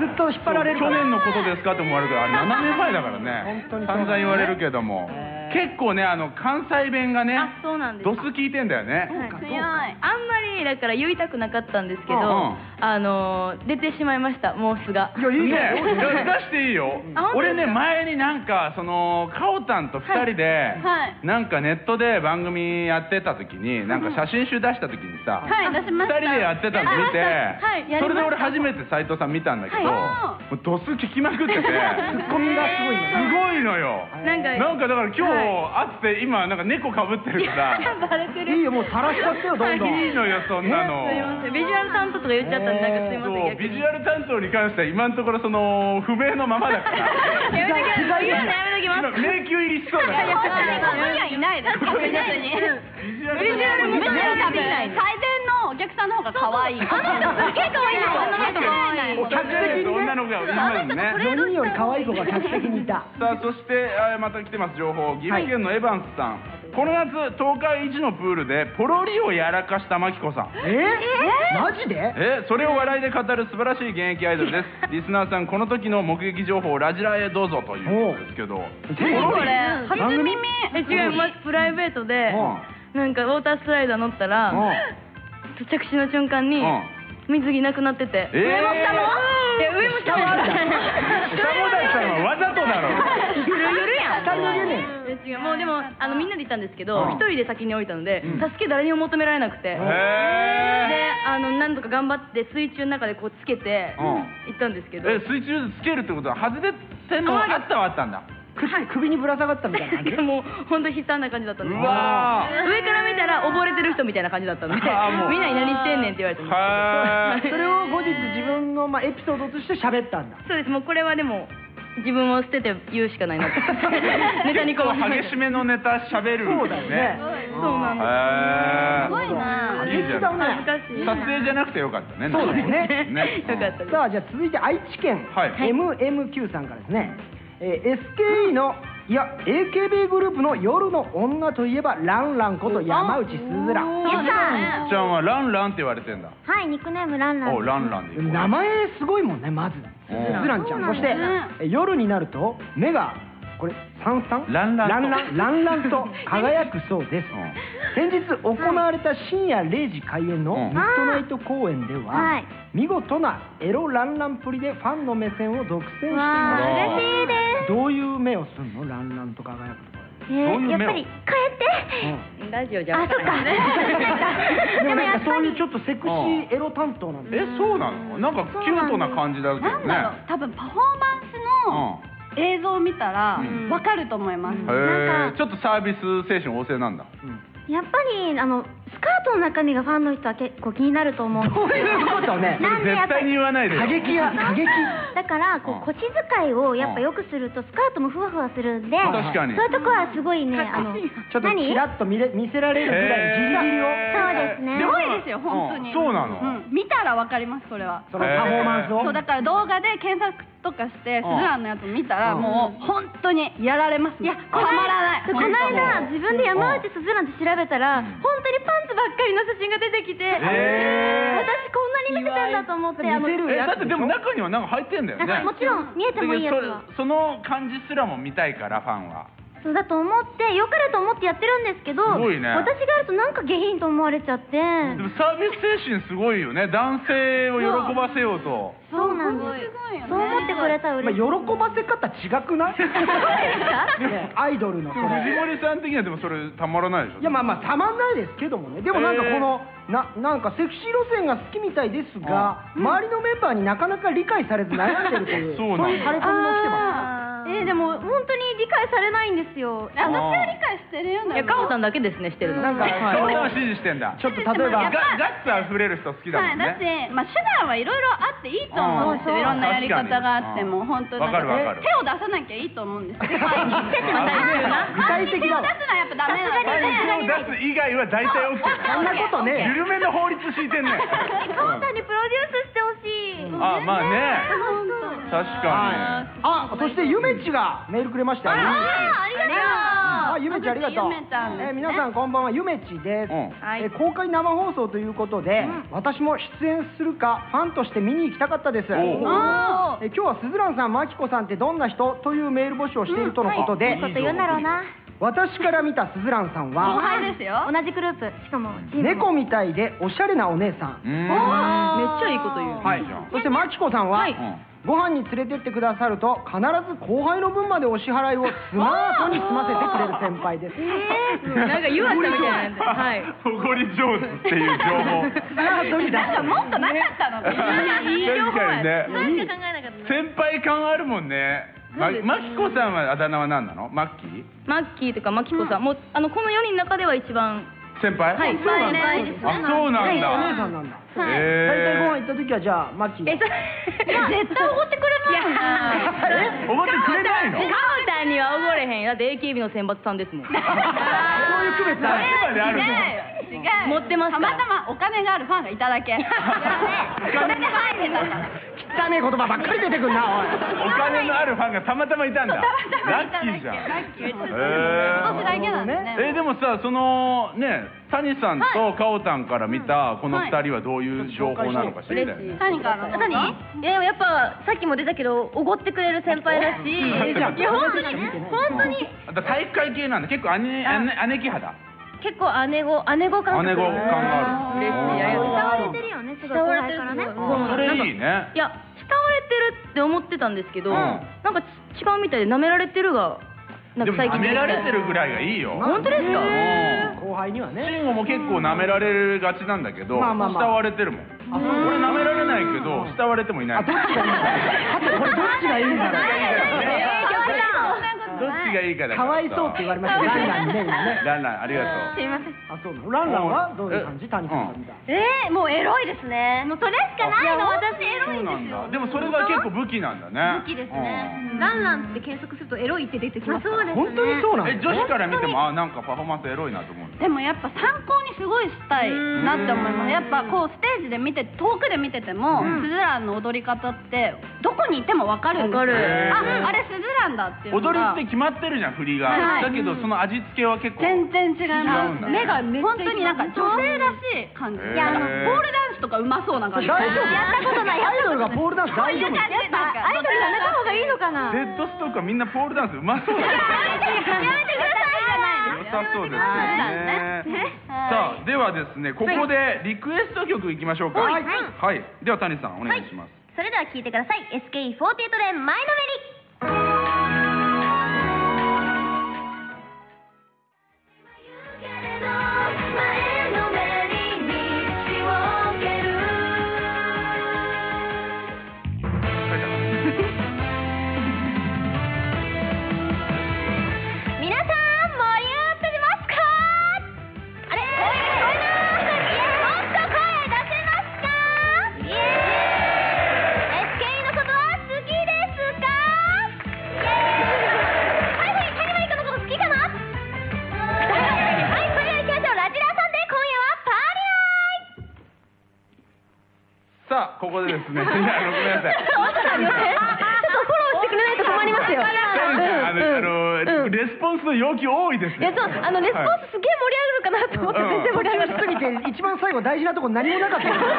Speaker 2: る、
Speaker 3: ずっと引っ張られる
Speaker 2: 去年のことですかって思われるけどあれ7年前だからね
Speaker 3: 本当にそう
Speaker 2: 散々言われるけども、
Speaker 3: え
Speaker 2: 結構ねあの関西弁がね
Speaker 6: あそうなんです
Speaker 2: ドス聞いてんだよね、
Speaker 6: はいあんまりだから言いたくなかったんですけど、
Speaker 2: うん
Speaker 6: あのー出てしまいましたもうすが
Speaker 2: いや、いい
Speaker 6: <laughs>
Speaker 2: ね。出していいよ
Speaker 6: あ本。当です
Speaker 2: 俺
Speaker 6: か
Speaker 2: ね、前になんか、その、かおたんと二人で、
Speaker 7: はいはい
Speaker 2: なんかネットで番組やってた時に、なんか写真集出した時にさ、
Speaker 7: はい、出しま
Speaker 2: 二
Speaker 7: した。
Speaker 2: 人でやってたの見て、
Speaker 7: はい、やりました
Speaker 2: それで俺初めて斉藤さん見たんだけど、
Speaker 7: は
Speaker 2: もうドス聞きまくってて、
Speaker 3: ツッコミがすごいね
Speaker 2: すごいのよ。
Speaker 6: なんか
Speaker 2: なんかだから今日会って、今なんか猫かぶってるから、
Speaker 6: バレてる
Speaker 3: いいよもう晒しちゃってよどんどん
Speaker 2: いいのよ、そんなの。
Speaker 6: すいませんビジュアル担当とか言っちゃったんでなんかすいま
Speaker 2: そ
Speaker 6: せん
Speaker 2: う
Speaker 6: 逆
Speaker 2: ビ
Speaker 6: に
Speaker 2: ジュアル担当に関しては今のところその不明のままだから
Speaker 6: やめときます言うのやめときます
Speaker 2: 今迷宮入りしそうだ
Speaker 7: いや、こ
Speaker 2: か
Speaker 7: こにここにはいないです。確実に。
Speaker 2: ビジュアル
Speaker 6: ビジュアルも
Speaker 7: むしろ多分、最善のお客さんの方が可愛い。あの人すげえ可愛いの。あの人可愛い。
Speaker 2: お客さんの女の子がいますね
Speaker 3: 4人より可愛い子が客席にいた
Speaker 2: さあそしてあまた来てます情報岐阜県のエヴァンスさん、この夏東海一のプールでポロリをやらかしたマキコさん
Speaker 3: えマジで
Speaker 2: えそれを笑いで語る素晴らしい現役アイドルですリスナーさんこの時の目撃情報をラジラへどうぞということですけど
Speaker 7: これ、初耳。
Speaker 6: え違いますプライベートでなんかウォータースライダー乗ったら着地の瞬間に
Speaker 2: うん
Speaker 6: 水着なくなってて
Speaker 2: えー
Speaker 6: 上も下もえ上も下も
Speaker 2: 下もださんはわざとだろ
Speaker 6: ゆるゆるやん
Speaker 3: 下の湯ね
Speaker 6: え違うもうでもあのみんなで行ったんですけど
Speaker 2: うん
Speaker 6: 一人で先に降りたので助け誰にも求められなくてで
Speaker 2: へえ
Speaker 6: あのなんとか頑張って水中の中でこうつけて
Speaker 2: うん
Speaker 6: 行ったんですけど
Speaker 2: え水中でつけるってことは外れてんのはあったはあったんだ
Speaker 3: 首首にぶら下がったみたいな感じ
Speaker 6: なんかもう本当に悲惨な感じだったん
Speaker 2: う
Speaker 6: です
Speaker 2: わ
Speaker 6: 上から見たら溺れてる人みたいな感じだったので
Speaker 2: あーもう
Speaker 6: みんなに何してんねんって言われて
Speaker 2: ー
Speaker 6: ました
Speaker 2: は <laughs>
Speaker 3: <laughs> それを後日自分のまあエピソードとして喋ったんだ
Speaker 6: そうですもうこれはでも自分を捨てて言うしかない
Speaker 5: <laughs>
Speaker 6: なってネタに
Speaker 2: 結
Speaker 6: こう
Speaker 2: 構激しめのネタ喋るん
Speaker 3: そうだよね
Speaker 6: そうなんです
Speaker 2: へえ
Speaker 7: すごいな。
Speaker 2: いいじゃん
Speaker 6: 恥ずかしい
Speaker 2: 撮影じゃなくてよかったね
Speaker 3: そうだよね
Speaker 2: ね
Speaker 6: よかったです
Speaker 3: さあじゃあ続いて愛知県、
Speaker 2: はい
Speaker 3: MMQ さんからですね、えー SKE のいや AKB グループの夜の女といえばランランこと山内すずら
Speaker 4: や
Speaker 2: ちゃんはランランって言われてんだ
Speaker 4: ったはいニックネームランラン
Speaker 2: おランランで行こう
Speaker 3: 名前すごいもんねまずす
Speaker 2: うん
Speaker 3: ずらんちゃんそしてえー夜になると目がこれサンサン
Speaker 2: ランランと
Speaker 3: ランランランラン
Speaker 2: <laughs>
Speaker 3: と輝くそうです先日行われた深夜0時開演の
Speaker 2: うん
Speaker 3: ミッドナイト公演では、
Speaker 4: はい
Speaker 3: 見事なエロランランプリでファンの目線を独占してい
Speaker 4: わ
Speaker 3: ま
Speaker 2: あら
Speaker 4: あ嬉しいです
Speaker 3: すどういう目をすんのランランと輝くとか、
Speaker 4: えー
Speaker 2: ういう
Speaker 4: やっ
Speaker 2: 目を
Speaker 4: ぱり帰って
Speaker 2: <laughs>
Speaker 6: ラジオじゃ
Speaker 4: あそっか
Speaker 3: で
Speaker 4: で
Speaker 5: <laughs>
Speaker 3: も
Speaker 4: も
Speaker 3: な
Speaker 4: や
Speaker 3: ん
Speaker 4: っ
Speaker 3: か
Speaker 4: ぱ
Speaker 3: そう
Speaker 4: り
Speaker 3: いうちょっとセクシーエロ担当なんだ
Speaker 2: えそうなのなんかキュートな感じだけど
Speaker 7: なん
Speaker 2: ね
Speaker 7: だろう、多分パフォーマンスの映像を見たら
Speaker 2: うん
Speaker 7: わかると思います。
Speaker 2: うんへえちょっとサービス精神旺盛なんだ
Speaker 4: やっぱりあのスカートの中身がファンの人は結構気になると思うんです
Speaker 3: そういうことね
Speaker 4: なんでや
Speaker 2: 絶
Speaker 4: っぱ
Speaker 2: 対に
Speaker 4: り
Speaker 2: 言わないでよ
Speaker 3: 過激や過激
Speaker 4: だからこう小遣いをやっぱよくするとスカートもふわふわするんで
Speaker 2: ん確かに
Speaker 4: そういうとこはすごいねあの
Speaker 3: ちょっと
Speaker 4: 何
Speaker 3: ちらっと見れ見せられるぐらいギリギリを
Speaker 4: そうですね
Speaker 7: すごいですよ、本当に。
Speaker 2: うんそうなの
Speaker 7: うん見たらわかります、それは。
Speaker 3: そのパフォーマンスを
Speaker 7: そうだから動画で検索とかして、ス
Speaker 2: うん
Speaker 7: ズランのやつ見たら、
Speaker 3: うん
Speaker 7: もう本当にやられます、ね。いや、
Speaker 4: こ
Speaker 7: た
Speaker 4: の間
Speaker 7: まらない。
Speaker 4: この間自分で山内すずらんって調べたら
Speaker 2: ん
Speaker 4: 本当にパンツばっかりの写真が出てきて
Speaker 2: えー
Speaker 4: 私こんなに見てたんだと思ってあの
Speaker 3: 見せる
Speaker 2: えだってでも中にはなんか入ってんだよ
Speaker 4: あ
Speaker 2: ね
Speaker 4: もちろん見えてもいいやつは
Speaker 2: そその感じすらも見たいからファンは
Speaker 4: そうだと思ってよかれと思ってやってるんですけど
Speaker 2: すごいね
Speaker 4: 私がやるとなんか下品と思われちゃって
Speaker 2: でもサービス精神すごいよね男性を喜ばせようと
Speaker 4: そうなんですそう思ってくれたら
Speaker 3: まあ、
Speaker 4: 嬉しい
Speaker 3: 喜ばせ方違くないねアイドルのそ
Speaker 2: 藤
Speaker 3: れ
Speaker 2: 森さん的にはでもそれたまらないでしょ
Speaker 3: いやまあまあたまんないですけどもねでもなんかこの、ななんかセクシー路線が好きみたいですが、周りのメンバーになかなか理解されず悩んでるという
Speaker 2: そうなんだ
Speaker 3: いうタレコミも来てま
Speaker 4: えーでも本当に理解されないんですよ
Speaker 7: 私は理解してるよう
Speaker 6: いや
Speaker 7: な
Speaker 6: カオさんだけですねしてるの
Speaker 3: なんか
Speaker 2: あそういうのを支持してんだ
Speaker 3: すちょっと例えば
Speaker 2: ガガッツあふれる人好きだもん
Speaker 7: はい、だっ
Speaker 2: ね
Speaker 7: て、まあ、手段はいろいろあっていいと思うんですよ
Speaker 2: うん
Speaker 7: いろんなやり方があっても
Speaker 2: 確かに
Speaker 7: 本当
Speaker 2: わ
Speaker 7: なん
Speaker 2: かるわかる
Speaker 7: 手を出さなきゃいいと思うんですよ手
Speaker 3: 具体的だわ
Speaker 7: 手を出すのはやっぱダメ
Speaker 2: ファ
Speaker 7: なの
Speaker 2: ンに手を出す以外は大体 OK
Speaker 3: そんなことね
Speaker 2: 緩めの法律敷いてんね
Speaker 4: えカオさんにプロデュースしてほしい
Speaker 2: あまあね確
Speaker 4: 本当
Speaker 2: かに
Speaker 3: あそしてゆめちがメールくれましたよ
Speaker 4: ああり
Speaker 3: あゆ
Speaker 4: がと
Speaker 3: めちありがとう
Speaker 7: ゆめちゃんですね
Speaker 3: えー皆さんこんばんはゆめちです、
Speaker 2: うん
Speaker 6: はい
Speaker 3: えー公開生放送ということで、私も出演するかファンとして見に行きたかったです
Speaker 2: おう
Speaker 7: あ
Speaker 3: えー今日はすずらんさんまきこさんってどんな人というメール募集をしているとのことで、
Speaker 4: うちょっと言うなろうな
Speaker 3: 私から見たスズランさん
Speaker 7: 後
Speaker 3: は
Speaker 7: 輩ですよ
Speaker 4: 同じグループしかもチームも
Speaker 3: 猫みたいでおしゃれなお姉さ
Speaker 8: う
Speaker 3: ん
Speaker 8: ーん
Speaker 7: あー
Speaker 5: めっちゃいいこと言う
Speaker 2: はいじゃん
Speaker 3: そしてマキコさんは、
Speaker 5: はい
Speaker 3: ご飯に連れてってくださると必ず後輩の分までお支払いをスマートに済ませてくれる先輩です
Speaker 5: なんか言わしたみたいなんで、はい。
Speaker 2: おごり上手っていう情報
Speaker 7: なんかもっとなかったのって
Speaker 5: いい情報や。
Speaker 2: 確かにね
Speaker 5: 考えなかった。
Speaker 2: 先輩感あるもんねまマキコさんはあだ名は何なのマッキー
Speaker 5: マッキーとかマキコさん、もうあのこの4人の中では一番
Speaker 2: 先輩
Speaker 5: はい
Speaker 2: あ
Speaker 5: 先輩ですね
Speaker 2: そうなん
Speaker 3: お姉さん
Speaker 2: だ
Speaker 3: なんだ大体ご
Speaker 2: え
Speaker 3: 飯行った時はじゃあマキ
Speaker 5: えそ絶対おごってくれないな
Speaker 2: えおごってくれないの
Speaker 5: カオさんにはおごれへんだって AKB の選抜さんです <laughs> もん
Speaker 3: そういう区別ある
Speaker 2: 今であるの
Speaker 7: 違う
Speaker 5: 持ってます
Speaker 7: た
Speaker 5: から
Speaker 7: またまお金があるファンがいただけそれで
Speaker 3: 汚
Speaker 7: 入ってたから
Speaker 3: ねえ言葉ばっかり出てくんなおい
Speaker 2: お金のあるファンがたまたまいたんだラッキーじゃん
Speaker 7: ラッキー
Speaker 2: へ
Speaker 7: 今年だけなんですね
Speaker 2: えでもさそのね谷さんとカオタンから見たこの2人はどういう情報なのか知りたいよね
Speaker 7: 何から
Speaker 5: 何いややっぱさっきも出たけどおごってくれる先輩だしいや本当に本当に
Speaker 2: あと体育会系なんで結構姉姉姉貴肌
Speaker 5: 結構姉子姉子感覚
Speaker 2: 姉子感がある
Speaker 4: 慕われてるよねすごい
Speaker 5: 慕われてる
Speaker 4: 後輩からね
Speaker 5: すごい
Speaker 2: それいいね
Speaker 5: いや慕われてるって思ってたんですけど、
Speaker 2: うん
Speaker 5: なんかち違うみたいで舐められてるがなん
Speaker 2: で
Speaker 5: か
Speaker 2: も
Speaker 5: 最
Speaker 2: 舐
Speaker 5: 近
Speaker 2: められてるぐらいがいいよ
Speaker 5: 本当ですか
Speaker 2: うん
Speaker 3: 後輩にはね
Speaker 2: 慎吾も結構舐められがちなんだけど
Speaker 3: まあまあまあ
Speaker 2: 慕われてるもん俺舐められないけど慕われてもいな
Speaker 3: あ
Speaker 2: い
Speaker 3: どっちがいいんだこれどっちがいいんだ
Speaker 2: どっちがいいかだ
Speaker 3: かわいそうって言われましたランランにね今ね
Speaker 2: ランランありがとう
Speaker 3: あそうなのランランはどういう
Speaker 2: え
Speaker 3: 感じ谷さんが見た
Speaker 4: えー、もうエロいですねもうそれしかないの私エロ
Speaker 2: そう
Speaker 4: い
Speaker 2: ん
Speaker 4: で
Speaker 2: なんだでもそれが結構武器なんだね武器ですね
Speaker 5: ランランって検索するとエロいって出てき
Speaker 4: すまあそうですね
Speaker 3: 本当にそうなの
Speaker 2: え女子から見てもあなんかパフォーマンスエロいなと思う
Speaker 7: でもやっぱ参考にすごいしたいなって思いますやっぱこうステージで見て遠くで見てても、スズランの踊り方ってどこにいても分かるんですよ
Speaker 5: わかる
Speaker 7: ああれスズランだっていう
Speaker 2: 踊
Speaker 7: の
Speaker 2: り
Speaker 7: が
Speaker 2: って決まってるじゃん振りが、
Speaker 7: はい
Speaker 2: だけどその味付けは結構
Speaker 7: 全然違い
Speaker 2: 違
Speaker 7: ま
Speaker 2: うん
Speaker 7: す
Speaker 2: だ
Speaker 7: 目がめっちゃ本当になんか女性らしい感じ
Speaker 2: へー
Speaker 7: いやなんかボールダンスとかうまそうな感じ
Speaker 3: 大丈夫
Speaker 7: やったことない
Speaker 3: アイドルがポールダンス大丈夫
Speaker 7: やっぱアイドルやめた方がいいのかな
Speaker 2: デッドストックはみんなポールダンスうまそうだね
Speaker 4: <laughs>
Speaker 7: やめてください
Speaker 2: 良さそうですよねさあではですねここでリクエスト曲いきましょうか
Speaker 4: はい
Speaker 2: はいでは谷さんお願いします、
Speaker 4: それでは聞いてください SKE48 で前のめり皆さん盛り上がってますかあれ声が聞こえないもっと声出せますか SKE のことは好きですかはいはいカリマリコのこと好きかなはいそれでは行きましょうラジラーさんで今夜
Speaker 2: <laughs> さ
Speaker 4: はパーリライ
Speaker 2: あここでですね <laughs> いやごめんなさいあの、あのレスポンスの要求多いですね
Speaker 5: あのレスポンスすげえ盛り上がるかなと思って全然盛り上がらな
Speaker 3: すぎて一番最後大事なとこ何もなかった
Speaker 5: 本当で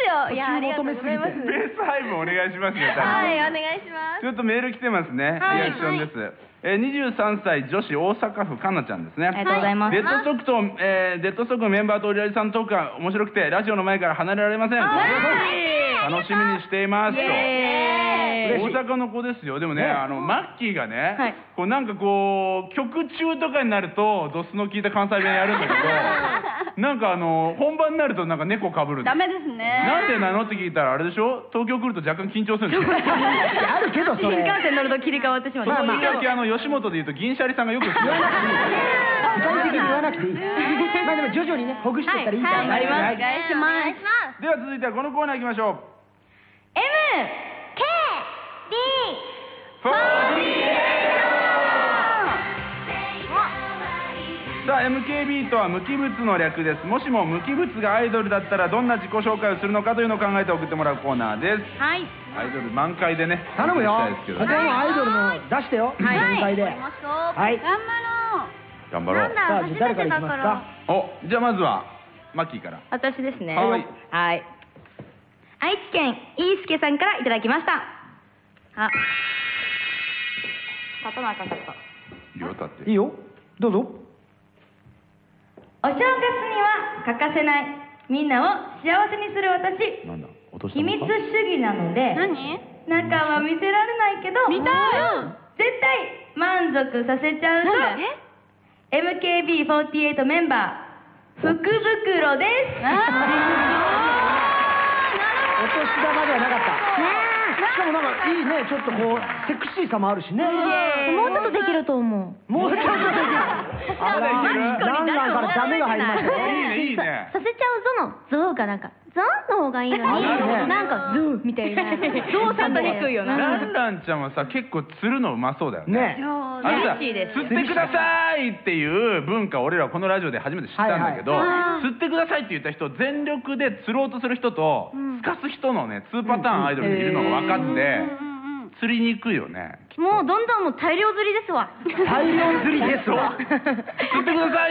Speaker 5: すよいやありがとうございます
Speaker 2: ベース配分お願いしますね谷さん
Speaker 5: はいお願いします
Speaker 2: ちょっとメール来てますね、リアクションです、えー、23歳女子大阪府かなちゃんですねあ
Speaker 5: りがとうございます
Speaker 2: デッドストックと、えーデッドストックのメンバーとオリラジさんのトークが面白くてラジオの前から離れられません楽しみにしていますと
Speaker 5: え
Speaker 2: 大阪の子ですよでもね、あのマッキーがね、
Speaker 5: はい
Speaker 2: こうなんかこう曲中とかになるとドスの効いた関西弁やるんだけ
Speaker 7: <laughs>
Speaker 2: どなんかあの本番になるとなんか猫かぶるんだ
Speaker 7: ダメですね
Speaker 2: なんでなのって聞いたらあれでしょ東京来ると若干緊張するんですよ
Speaker 3: あるけどそ
Speaker 5: 新
Speaker 3: れ
Speaker 5: 幹線乗ると切り替わってしまう
Speaker 2: まあまあ、あの吉本でいうと銀シャリさんがよく言って
Speaker 7: <laughs>
Speaker 3: 具体的に言わなくていいまあでも徐々にねほぐしていったらいいから
Speaker 2: はいはい
Speaker 7: お願いします
Speaker 2: では続いてはこのコーナー行きましょう
Speaker 4: MKB
Speaker 2: さあ MKB とは無機物の略ですもしも無機物がアイドルだったらどんな自己紹介をするのかというのを考えて送ってもらうコーナーです
Speaker 5: はい
Speaker 2: アイドル満開でね
Speaker 3: 頼むよ
Speaker 2: お願いしたいですけど
Speaker 3: ここもアイドルの出してよ全体ではい
Speaker 7: 頑張
Speaker 2: 頑
Speaker 7: ろう
Speaker 2: 張ろう
Speaker 3: さあじゃあ誰からいきますか
Speaker 2: おじゃあまずはマッキーから
Speaker 5: 私ですね
Speaker 2: はい
Speaker 5: はい愛知県いいすけさんからいただきましたあ立たなあかんかった
Speaker 2: いいよ歌って
Speaker 3: いいよどうぞ
Speaker 6: お正月には欠かせないみんなを幸せにする私
Speaker 2: なんだ落とした
Speaker 6: 秘密
Speaker 2: の
Speaker 6: 主
Speaker 2: か
Speaker 6: 義なので
Speaker 7: 何
Speaker 6: 中は見せられないけど
Speaker 7: 見たい
Speaker 6: うん絶対満足させちゃうぞ
Speaker 7: なんで
Speaker 6: MKB48 メンバー福袋です
Speaker 3: お年玉ではなかったしかもなんかいいねちょっとこうセクシーさもあるしね
Speaker 4: もうちょっとできると思う。
Speaker 3: もうちょっとでき <laughs> るあらランランからダメが入りましたね
Speaker 2: いいねいいね
Speaker 4: させちゃうぞのゾウがなんか、ゾウの方がいいのに、なんかゾウみたいな。ゾウさんと低いよ
Speaker 2: ランランちゃんはさ結構釣るのうまそうだよね
Speaker 3: ね
Speaker 2: あれさ釣ってくださいっていう文化を俺らこのラジオで初めて知ったんだけど
Speaker 4: はいはい
Speaker 2: 釣ってくださいって言った人全力で釣ろうとする人とすかす人のね2パターンアイドルでいるのが分かって釣りにくいよね
Speaker 4: もうどんどんもう大量釣りですわ。
Speaker 3: 大量釣り <laughs> ですわ
Speaker 2: 釣ってくださいって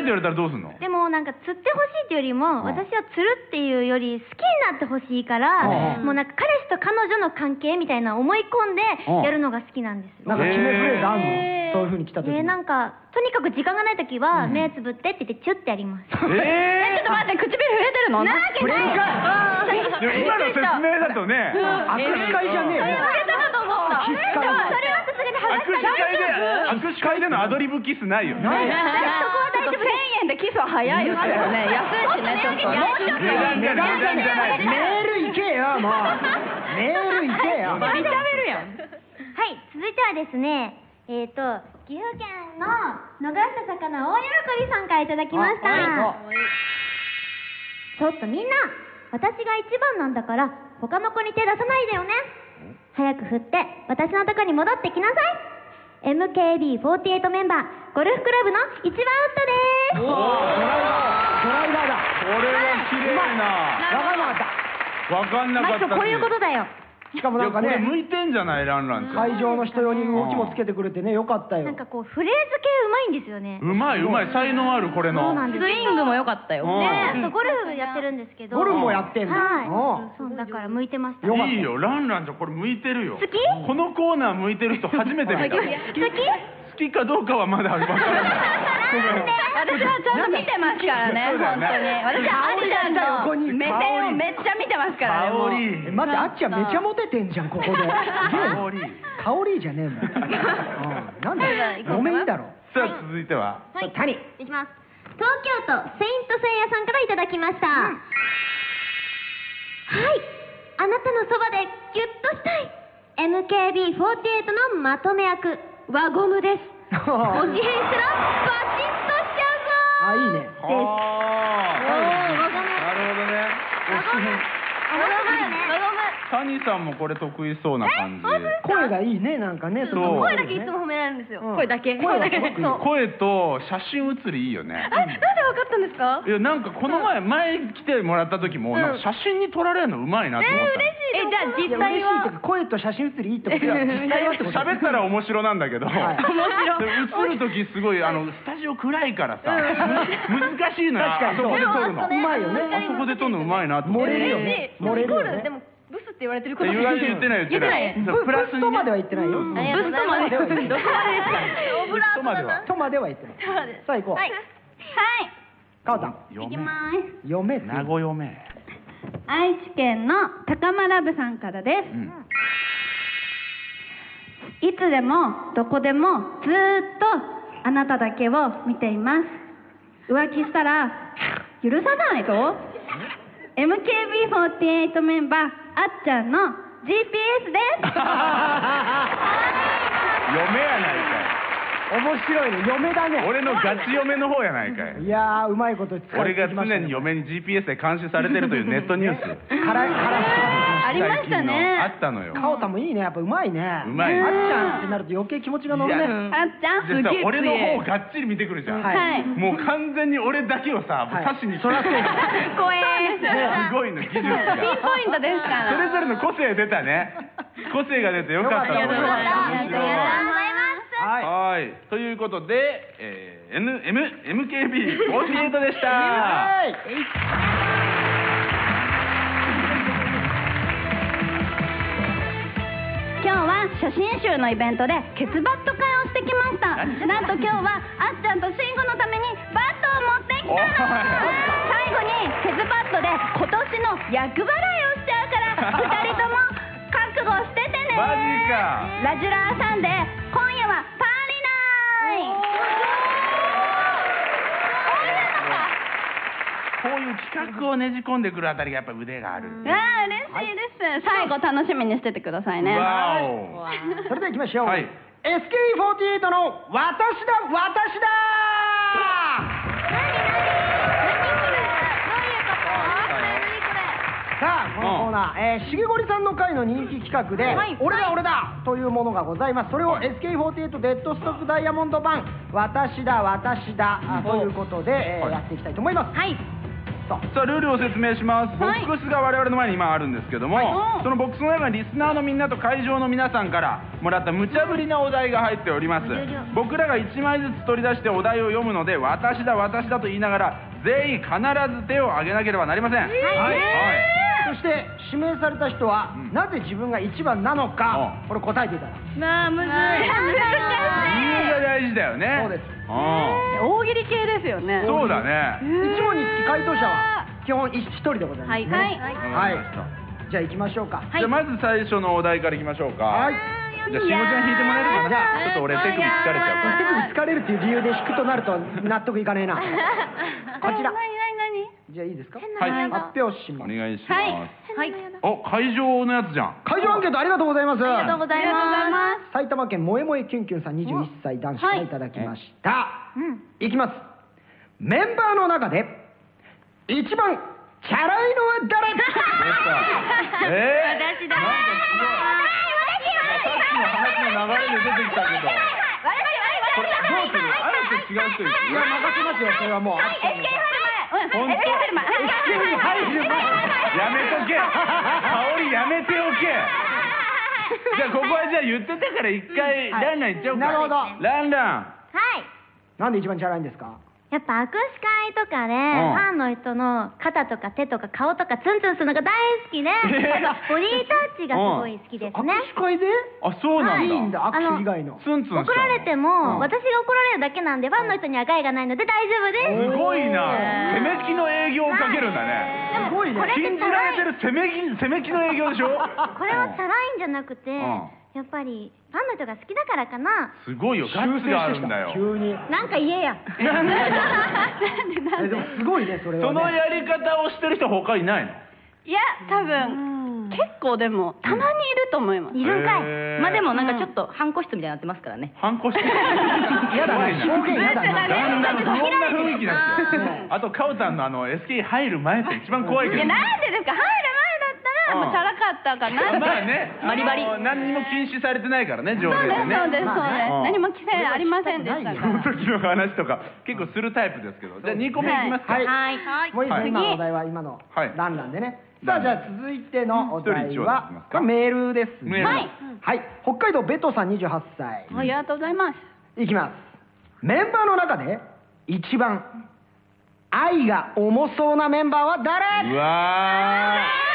Speaker 2: 言われたらどうすんの
Speaker 4: でもなんか釣ってほしいっていうよりも、私は釣るっていうより好きになってほしいから、もうなんか彼氏と彼女の関係みたいな思い込ん
Speaker 2: うん
Speaker 4: でやるのが好きなんですよ。
Speaker 3: なんか決めフレーズあんのそういう風に来た時
Speaker 4: で、
Speaker 3: に
Speaker 4: なんか、とにかく時間がないときは、目つぶってって言ってチュッてやります。
Speaker 2: え
Speaker 7: ちょっと待って唇触れてるのなわけない
Speaker 2: ー、でも今の説明だとね
Speaker 3: 握手会じゃねえよキスか
Speaker 4: それはさすがに
Speaker 2: 握手会で握手会でのアドリブキスないよね
Speaker 7: ちょっと1000円でキスは早いですよね安いしねちょっとね
Speaker 2: 値段じゃない値段じゃない
Speaker 3: メールいけよもうメールいけよ
Speaker 7: 見た目るやん
Speaker 4: はい、続いてはですね、えっ、と、岐阜県の逃した魚大喜びさんからいただきました。ちょっとみんな、私が一番なんだから、他の子に手出さないでよね。早く振って、私のとこに戻ってきなさい。MKB48 メンバー、ゴルフクラブの一番ウッドで
Speaker 3: ドライバードラ
Speaker 2: これは綺麗な
Speaker 3: イバーだわかんな
Speaker 2: 分かんなか
Speaker 3: かっ
Speaker 4: す。マ
Speaker 2: っ
Speaker 4: ッチ
Speaker 2: た
Speaker 4: ョ、こういうことだよ。
Speaker 3: たしかも
Speaker 2: い
Speaker 3: な
Speaker 2: や
Speaker 3: んか
Speaker 2: これ向
Speaker 3: ね
Speaker 2: いてんじゃないランランちゃん
Speaker 3: 会場の人用に動きもつけてくれてねよかったよ
Speaker 4: なんかこう、フレーズ系うまいんですよね。
Speaker 2: うまいうまい才能あるこれ
Speaker 4: そう
Speaker 2: の
Speaker 4: なんです
Speaker 7: スイングも良かったよ
Speaker 4: ねそうゴルフやってるんですけど。
Speaker 3: ゴルフもやってんだ
Speaker 4: は
Speaker 3: う
Speaker 4: い。そう、だから向いてました。
Speaker 3: よかった
Speaker 2: いいよランランちゃんこれ向いてるよ
Speaker 4: 好き
Speaker 2: このコーナー向いてる人初めて見た好
Speaker 4: 好き
Speaker 2: きかどうかはまだ分からない
Speaker 7: 私はちゃんと見てますからね
Speaker 2: そうだよね
Speaker 7: 本当に私はアリちゃん
Speaker 3: 横に
Speaker 7: の目線をめっちゃ見てますからねも
Speaker 2: 香
Speaker 7: うい
Speaker 3: え
Speaker 2: り
Speaker 3: 待ってあっちゃんめちゃモテてんじゃんここで
Speaker 2: 香り
Speaker 3: 香りじゃねえもん、うん、なんだよごめんいいだろ
Speaker 2: さあ続いては
Speaker 4: はい、いきます。東京都セイントセイヤさんからいただきました。はい、あなたのそばでギュッとしたい。MKB48 のまとめ役、輪ゴムです。お支援したらバチッとしちゃ
Speaker 3: <laughs> あいいね
Speaker 2: おーなるほどね谷さんもこれ得意そうな感じ
Speaker 3: 声がいいねなんかね
Speaker 2: そう
Speaker 3: の
Speaker 2: 声だ
Speaker 3: けいつ
Speaker 5: 褒められるんですよ。
Speaker 3: 声だけ声だけそう
Speaker 2: 声と写真写りいいよね
Speaker 5: なんでわかったんですか
Speaker 2: いやなんかこの前前来てもらった時もなんか写真に撮られるのうまいなって思ったの
Speaker 7: えじゃあ
Speaker 3: いや嬉しい
Speaker 7: 実際
Speaker 3: って
Speaker 7: は
Speaker 3: か声と写真写りいいってことだよ実際はってことだよ
Speaker 2: 喋ったら面白なんだけど、
Speaker 3: い
Speaker 2: でも映るときすごいあのスタジオ暗いからさ、む難しいのよ
Speaker 3: 確かにそう
Speaker 2: あそこで撮るの
Speaker 3: うまいよね
Speaker 2: あそこで撮るのうまいなって
Speaker 3: 漏れるよ
Speaker 2: い
Speaker 3: ね
Speaker 5: でも
Speaker 3: 漏れるよね
Speaker 5: でもブスって言われてるこ
Speaker 2: や
Speaker 5: と
Speaker 2: 言われ言ってない言ってない
Speaker 3: ブ
Speaker 2: そうプラス
Speaker 3: ブスとまでは言ってないよ
Speaker 5: ありがとうございます
Speaker 3: ブスとまでは言ってない
Speaker 5: オブラート
Speaker 2: とまで
Speaker 5: だ
Speaker 2: は
Speaker 5: な。
Speaker 3: とまでは言ってないさあ行こう
Speaker 5: はい。
Speaker 7: はい
Speaker 3: かおたん
Speaker 2: 読
Speaker 4: いき
Speaker 2: め
Speaker 4: ます。
Speaker 3: 読めって
Speaker 2: 名護読め
Speaker 7: 愛知県の高間ラブさんからです、いつでもどこでもずーっとあなただけを見ています浮気したら許さないぞ MKB48 メンバーあっちゃんの GPS
Speaker 4: <laughs>
Speaker 7: です
Speaker 2: 読めやない
Speaker 3: 面白いね嫁だ
Speaker 2: かい
Speaker 3: ね
Speaker 2: 俺のガチ嫁の方やないかい
Speaker 3: いやーうまいこと使って
Speaker 2: 俺が
Speaker 3: き
Speaker 2: 常
Speaker 3: ましたね
Speaker 2: に嫁に GPS で監視されてるというネットニュース
Speaker 3: からから
Speaker 7: ありましたね
Speaker 2: あったのよ
Speaker 3: かおたんもいいねやっぱうまいね
Speaker 2: うまいね
Speaker 3: あっちゃんってなると余計気持ちが乗る
Speaker 2: いや
Speaker 3: ね
Speaker 7: あっちゃんすげ
Speaker 2: でさ
Speaker 7: え強い
Speaker 2: 俺の方がっちり見てくるじゃん、
Speaker 7: はい
Speaker 2: もう完全に俺だけをさ、
Speaker 3: はい
Speaker 2: 刺しにそらそう
Speaker 7: 怖え
Speaker 2: すごいの技術
Speaker 7: ピン
Speaker 2: が
Speaker 7: ポイントですから
Speaker 2: それぞれの個性出たね個性が出てよかったと思います
Speaker 4: ありがとうございます。
Speaker 3: はい
Speaker 2: はいということで、えー、N M MKB48 でした
Speaker 4: 今
Speaker 7: 今日は初心集のイベントでケツバット会をしてきましたなんと今日はあっちゃんとしんごのためにバットを持ってきたの
Speaker 2: おい
Speaker 7: 最後にケツバットで今年の厄払いをしちゃうから2人とも覚悟しててね
Speaker 2: マジか
Speaker 7: ラジラーサンデー今夜はパーリナイ
Speaker 2: こういう企画をねじ込んでくるあたりがやっぱ腕がある。
Speaker 7: わあ嬉しいです、最後楽しみにしててくださいね
Speaker 2: わお。
Speaker 3: それでは行きましょう。
Speaker 2: はい
Speaker 3: SK48 の私だ私だ
Speaker 4: 何何何これどういうこと何こ
Speaker 3: さ
Speaker 4: れ
Speaker 3: あこのコーナー、えー、しげごりさんの回の人気企画で、
Speaker 4: はい
Speaker 3: 俺だ俺だというものがございますそれを SK48 デッドストックダイヤモンド版私だ私だ、あということで、えー
Speaker 2: はい
Speaker 3: やっていきたいと思います
Speaker 4: はい
Speaker 3: さあ
Speaker 2: さあルールを説明します、
Speaker 4: はい
Speaker 2: ボックスが我々の前に今あるんですけども、そのボックスの中にリスナーのみんなと会場の皆さんからもらった無茶ぶりなお題が入っております僕らが1枚ずつ取り出してお題を読むので私だ私だと言いながら全員必ず手を挙げなければなりません、はい
Speaker 3: そして指名された人は、
Speaker 2: うん
Speaker 3: なぜ自分が一番なのか、
Speaker 2: うん
Speaker 3: これ答えていただく
Speaker 5: なあむずい
Speaker 2: 理由が大事だよね
Speaker 3: そうです
Speaker 2: うん
Speaker 5: 大喜利系ですよね
Speaker 2: そうだね
Speaker 3: 1問につき回答者は基本一一人でございます、ね、
Speaker 5: はいはい
Speaker 3: はいじゃあ行きましょうか
Speaker 2: じゃあまず最初のお題からいきましょうか、
Speaker 3: はい
Speaker 2: じゃあしもちゃん引いてもらえるか
Speaker 3: じゃ
Speaker 2: なち
Speaker 3: あ
Speaker 2: ょっと俺手首疲れちゃうから
Speaker 3: 手首疲れるっていう理由で引くとなると納得いかねえなこちらじゃあいいですか
Speaker 2: はい
Speaker 3: 発表し
Speaker 2: お
Speaker 3: ます
Speaker 2: 願いします、
Speaker 4: はい
Speaker 2: お会場のやつじゃん
Speaker 3: 会場アンケートありがとうございます
Speaker 5: ありがとうございま
Speaker 3: 埼玉県萌え萌えキュンキュンさん21歳男子からいただきました、い、きますメンバーの中で一番チャラいのは誰
Speaker 2: えー、私ださっきの話の流れで出てきたけどこれどうするあえて違う人いる
Speaker 3: いや任せますよそれはもう、
Speaker 2: 本当
Speaker 3: 入る
Speaker 2: やめ <laughs> とけ香りやめておけじゃあここはじゃあ言ってたから一回
Speaker 3: はい
Speaker 2: ランランいっちゃおうか
Speaker 3: なるほど
Speaker 2: ランラン
Speaker 4: はい
Speaker 3: なんで一番チャラいんですか
Speaker 4: やっぱ握手会とかで、
Speaker 2: ん
Speaker 4: ファンの人の肩とか手とか顔とかツンツンするのが大好きで、ボディータッチがすごい好きです
Speaker 3: 握
Speaker 4: ね。
Speaker 3: 手会で
Speaker 2: あそうなんだ、
Speaker 3: いいんだ
Speaker 4: あの
Speaker 3: 握手以外の
Speaker 2: ツンツンしちゃうの
Speaker 4: 怒られて
Speaker 2: うん
Speaker 4: も、私が怒られるだけなんで、ファンの人には害がないので大丈夫です
Speaker 2: す。ごいな攻めきの営業をかけるんだね
Speaker 3: すごいね
Speaker 4: これって
Speaker 2: 禁じられてる攻めき攻めきの営業でしょ
Speaker 4: これはチャラいんじゃなくて、
Speaker 2: ん
Speaker 4: やっぱりファンの人が好きだからかな。
Speaker 2: すごいよガッツがあるんだよ
Speaker 3: 急に
Speaker 4: なんか言えや。
Speaker 3: <laughs> えでもすごいねそれは、ね、
Speaker 2: そのやり方をしてる人他いないの
Speaker 7: いや多分結構でもたまにいると思います
Speaker 4: いるんかい。
Speaker 2: へー
Speaker 5: まあでもなんかちょっと半個室みたいになってますからね
Speaker 2: 反抗してる
Speaker 3: 嫌だね表現嫌だ
Speaker 2: だ
Speaker 3: ね
Speaker 2: んだん不穏な雰囲気なんですよあとカオタンのあの SK 入る前って一番怖いけど
Speaker 7: いやなんでですか入る前だったらもうチャラかったかな
Speaker 2: まあね
Speaker 5: バリバリ
Speaker 2: あの何にも禁止されてないからね上
Speaker 7: そう
Speaker 2: 下
Speaker 7: で
Speaker 2: です
Speaker 7: そうです
Speaker 2: ね
Speaker 7: そうです
Speaker 2: うん
Speaker 7: 何も規制ありませんでした
Speaker 3: そ
Speaker 2: そ
Speaker 7: か
Speaker 3: う
Speaker 2: の時の話とか結構するタイプですけどじゃあ2個目いきますか
Speaker 3: はい
Speaker 7: はい
Speaker 3: もういいです
Speaker 2: はい
Speaker 3: 今のお題は今の
Speaker 2: はい
Speaker 3: ランランでねさ
Speaker 2: ラ
Speaker 3: あ
Speaker 2: ン
Speaker 3: じ
Speaker 2: ラ
Speaker 3: ゃあ続いてのお
Speaker 2: 一人
Speaker 3: 題
Speaker 2: 一話でいきま
Speaker 3: は
Speaker 2: すか
Speaker 3: これメールですね
Speaker 2: メールはい
Speaker 3: はい北海道ベトさん28歳
Speaker 7: ありがとうございます
Speaker 3: いきますメンバーの中で一番愛が重そうなメンバーは誰
Speaker 2: うわー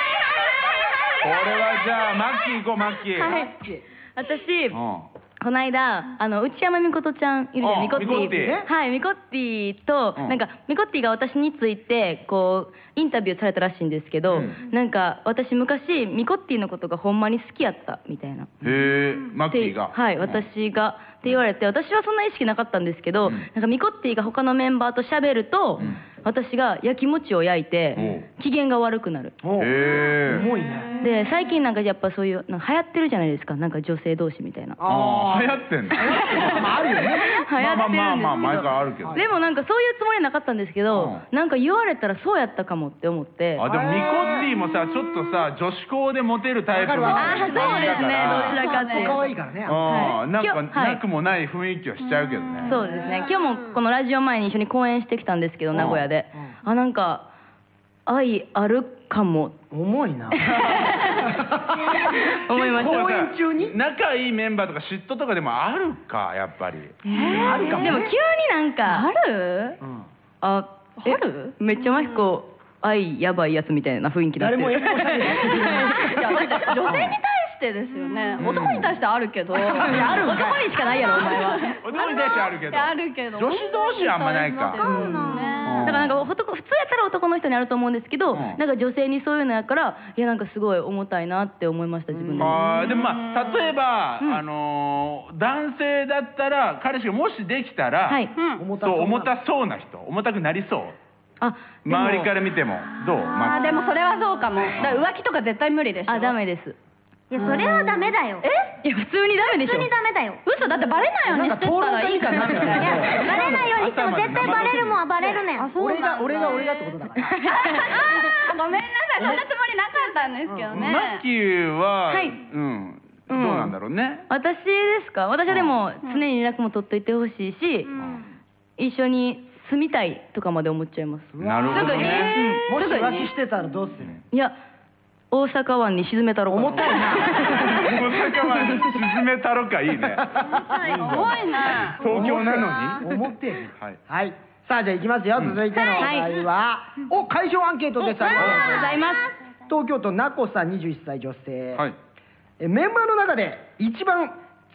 Speaker 2: これはじゃあマッキー行こうマッキー
Speaker 5: 私
Speaker 2: う
Speaker 5: この間あの内山みことちゃんいるじゃ
Speaker 2: あ
Speaker 5: んみこって
Speaker 2: みこってぃね
Speaker 5: ぃはいみこってぃと、
Speaker 2: うん
Speaker 5: なんかみこってぃが私についてこうインタビューされたらしいんですけど、
Speaker 2: うん
Speaker 5: なんか私昔みこってぃのことがほんまに好きやったみたいな。
Speaker 2: んへえマッキーが
Speaker 5: はい、私が、って言われて私はそんな意識なかったんですけど、
Speaker 2: うん
Speaker 5: なんかミコッティが他のメンバーと喋ると、
Speaker 2: うん
Speaker 5: 私がやきもちを焼いて、機嫌が悪くなる
Speaker 3: おう
Speaker 2: へえ
Speaker 3: 重いね
Speaker 5: で最近なんかやっぱそういうなんか流行ってるじゃないですかなんか女性同士みたいな
Speaker 2: あー流行ってんの
Speaker 3: まああるよね
Speaker 5: 流行ってるんですけど
Speaker 2: <laughs> まあまあまあまあ毎回あるけど
Speaker 5: でもなんかそういうつもりはなかったんですけど、
Speaker 2: う
Speaker 5: なんか言われたらそうやったかもって思って
Speaker 2: あでもミコッティもさちょっとさ女子校でモテるタイプの
Speaker 3: わかるわかる
Speaker 2: だから
Speaker 5: あそうですねどちらかっていう
Speaker 3: 可愛いからね
Speaker 2: うんなん
Speaker 5: 今
Speaker 2: か
Speaker 5: 日はい
Speaker 2: なくもない雰囲気はしちゃうけどね
Speaker 5: そうですね今日もこのラジオ前に一緒に公演してきたんですけど名古屋で、あなんか愛あるかも
Speaker 3: 重いな
Speaker 5: 思いました
Speaker 3: 公演中に
Speaker 2: 仲いいメンバーとか嫉妬とかでもあるかやっぱり
Speaker 3: あるかも
Speaker 5: でも急になんかある
Speaker 2: うん
Speaker 5: ああるめっちゃマヒコ愛やばいやつみたいな雰囲気だっ
Speaker 3: 誰
Speaker 5: て
Speaker 3: もや
Speaker 5: る
Speaker 3: りもしない
Speaker 5: 女性に対し
Speaker 7: してですよね、
Speaker 8: うん
Speaker 7: 男に対してはあるけど
Speaker 3: やあるんか
Speaker 7: 男にしかないやろお前は
Speaker 2: 男に対してはあるけど
Speaker 7: いやあるけど
Speaker 2: 女子同士はあんまないか
Speaker 7: うん
Speaker 2: うん
Speaker 5: だからなんか男普通やったら男の人にあると思うんですけど、
Speaker 2: うん
Speaker 5: なんか女性にそういうのやからいやなんかすごい重たいなって思いました自分で。
Speaker 2: あーでもまあ例えば、あのー男性だったら彼氏がもしできたら、
Speaker 5: はい
Speaker 7: うん
Speaker 3: 重た
Speaker 2: そう
Speaker 3: そう
Speaker 2: 重
Speaker 3: な
Speaker 2: たそうな人重たくなりそう
Speaker 5: あでも
Speaker 2: 周りから見てもどう
Speaker 7: あーでもそれはそうかもだから浮気とか絶対無理でしょ
Speaker 5: あダメです。
Speaker 4: いや、それはダメだよ。
Speaker 5: え？いや普通にダメでし
Speaker 4: 普
Speaker 5: ょ
Speaker 4: 通。にダメだよ。
Speaker 7: 嘘だってバレないようにしてったらいいから
Speaker 3: なんか討論会みたいになってる
Speaker 4: いや、バレないようにしても絶対バレるもんはバレるねん。
Speaker 3: 俺が俺が俺がってことだから
Speaker 7: あ <laughs> ごめんなさいそんなつもりなかったんですけどね
Speaker 2: マッキーは、
Speaker 5: はい
Speaker 2: うんどうなんだろうね、
Speaker 5: 私ですか私はでも常に連絡も取っといてほしいし、一緒に住みたいとかまで思っちゃいます
Speaker 2: なるほどね
Speaker 3: もし浮気してたらどうする
Speaker 5: いや大阪湾に沈めたろう
Speaker 3: 重たいな
Speaker 2: 大阪湾に沈めたろかいいね
Speaker 7: 重いな
Speaker 2: 東京なのに
Speaker 3: 思ってる
Speaker 2: はい
Speaker 3: はいさあじゃあいきますよ続いてのお題はお会場アンケートですありがとうございます東京都なこさん21歳女性
Speaker 2: はい
Speaker 3: えメンバーの中で一番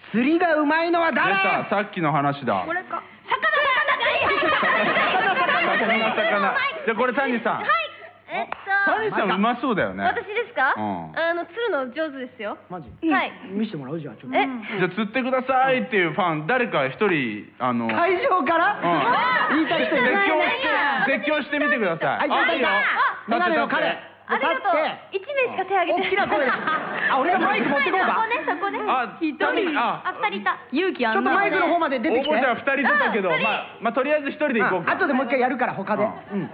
Speaker 3: 釣りがうまいのは
Speaker 2: 出た
Speaker 3: 誰
Speaker 2: さっきの話だ
Speaker 4: これか。
Speaker 2: 魚魚じゃあこれ谷さん
Speaker 5: えっ
Speaker 2: 谷さんうまそうだよね
Speaker 5: 私ですか、
Speaker 2: うん
Speaker 5: あの釣るの上手ですよ
Speaker 3: マジ
Speaker 5: はい
Speaker 3: 見せてもらうじゃあちょっと
Speaker 5: え
Speaker 2: じゃあ釣ってくださいっていうファン誰か一人あの
Speaker 3: 会場から
Speaker 2: うん
Speaker 3: 言いたい人い
Speaker 2: 絶
Speaker 3: る
Speaker 2: 叫して絶叫してみてください
Speaker 3: はいいたメガネの彼
Speaker 2: 立
Speaker 5: ありがとう一名しか手挙げ
Speaker 3: 立って大きな
Speaker 5: て
Speaker 3: 声であ俺がマイク持ってこうか
Speaker 4: そこね、そこね。
Speaker 2: あ一人あ
Speaker 4: あ、二人いた。
Speaker 5: <laughs> 勇気あ
Speaker 3: ちょっと
Speaker 5: ん
Speaker 3: マイクの方まで出て
Speaker 2: 応
Speaker 3: きて
Speaker 2: 募者2人出たけどまあまあとりあえず一人で行こうか
Speaker 3: あとでもう一回やるから他で
Speaker 2: う
Speaker 3: うん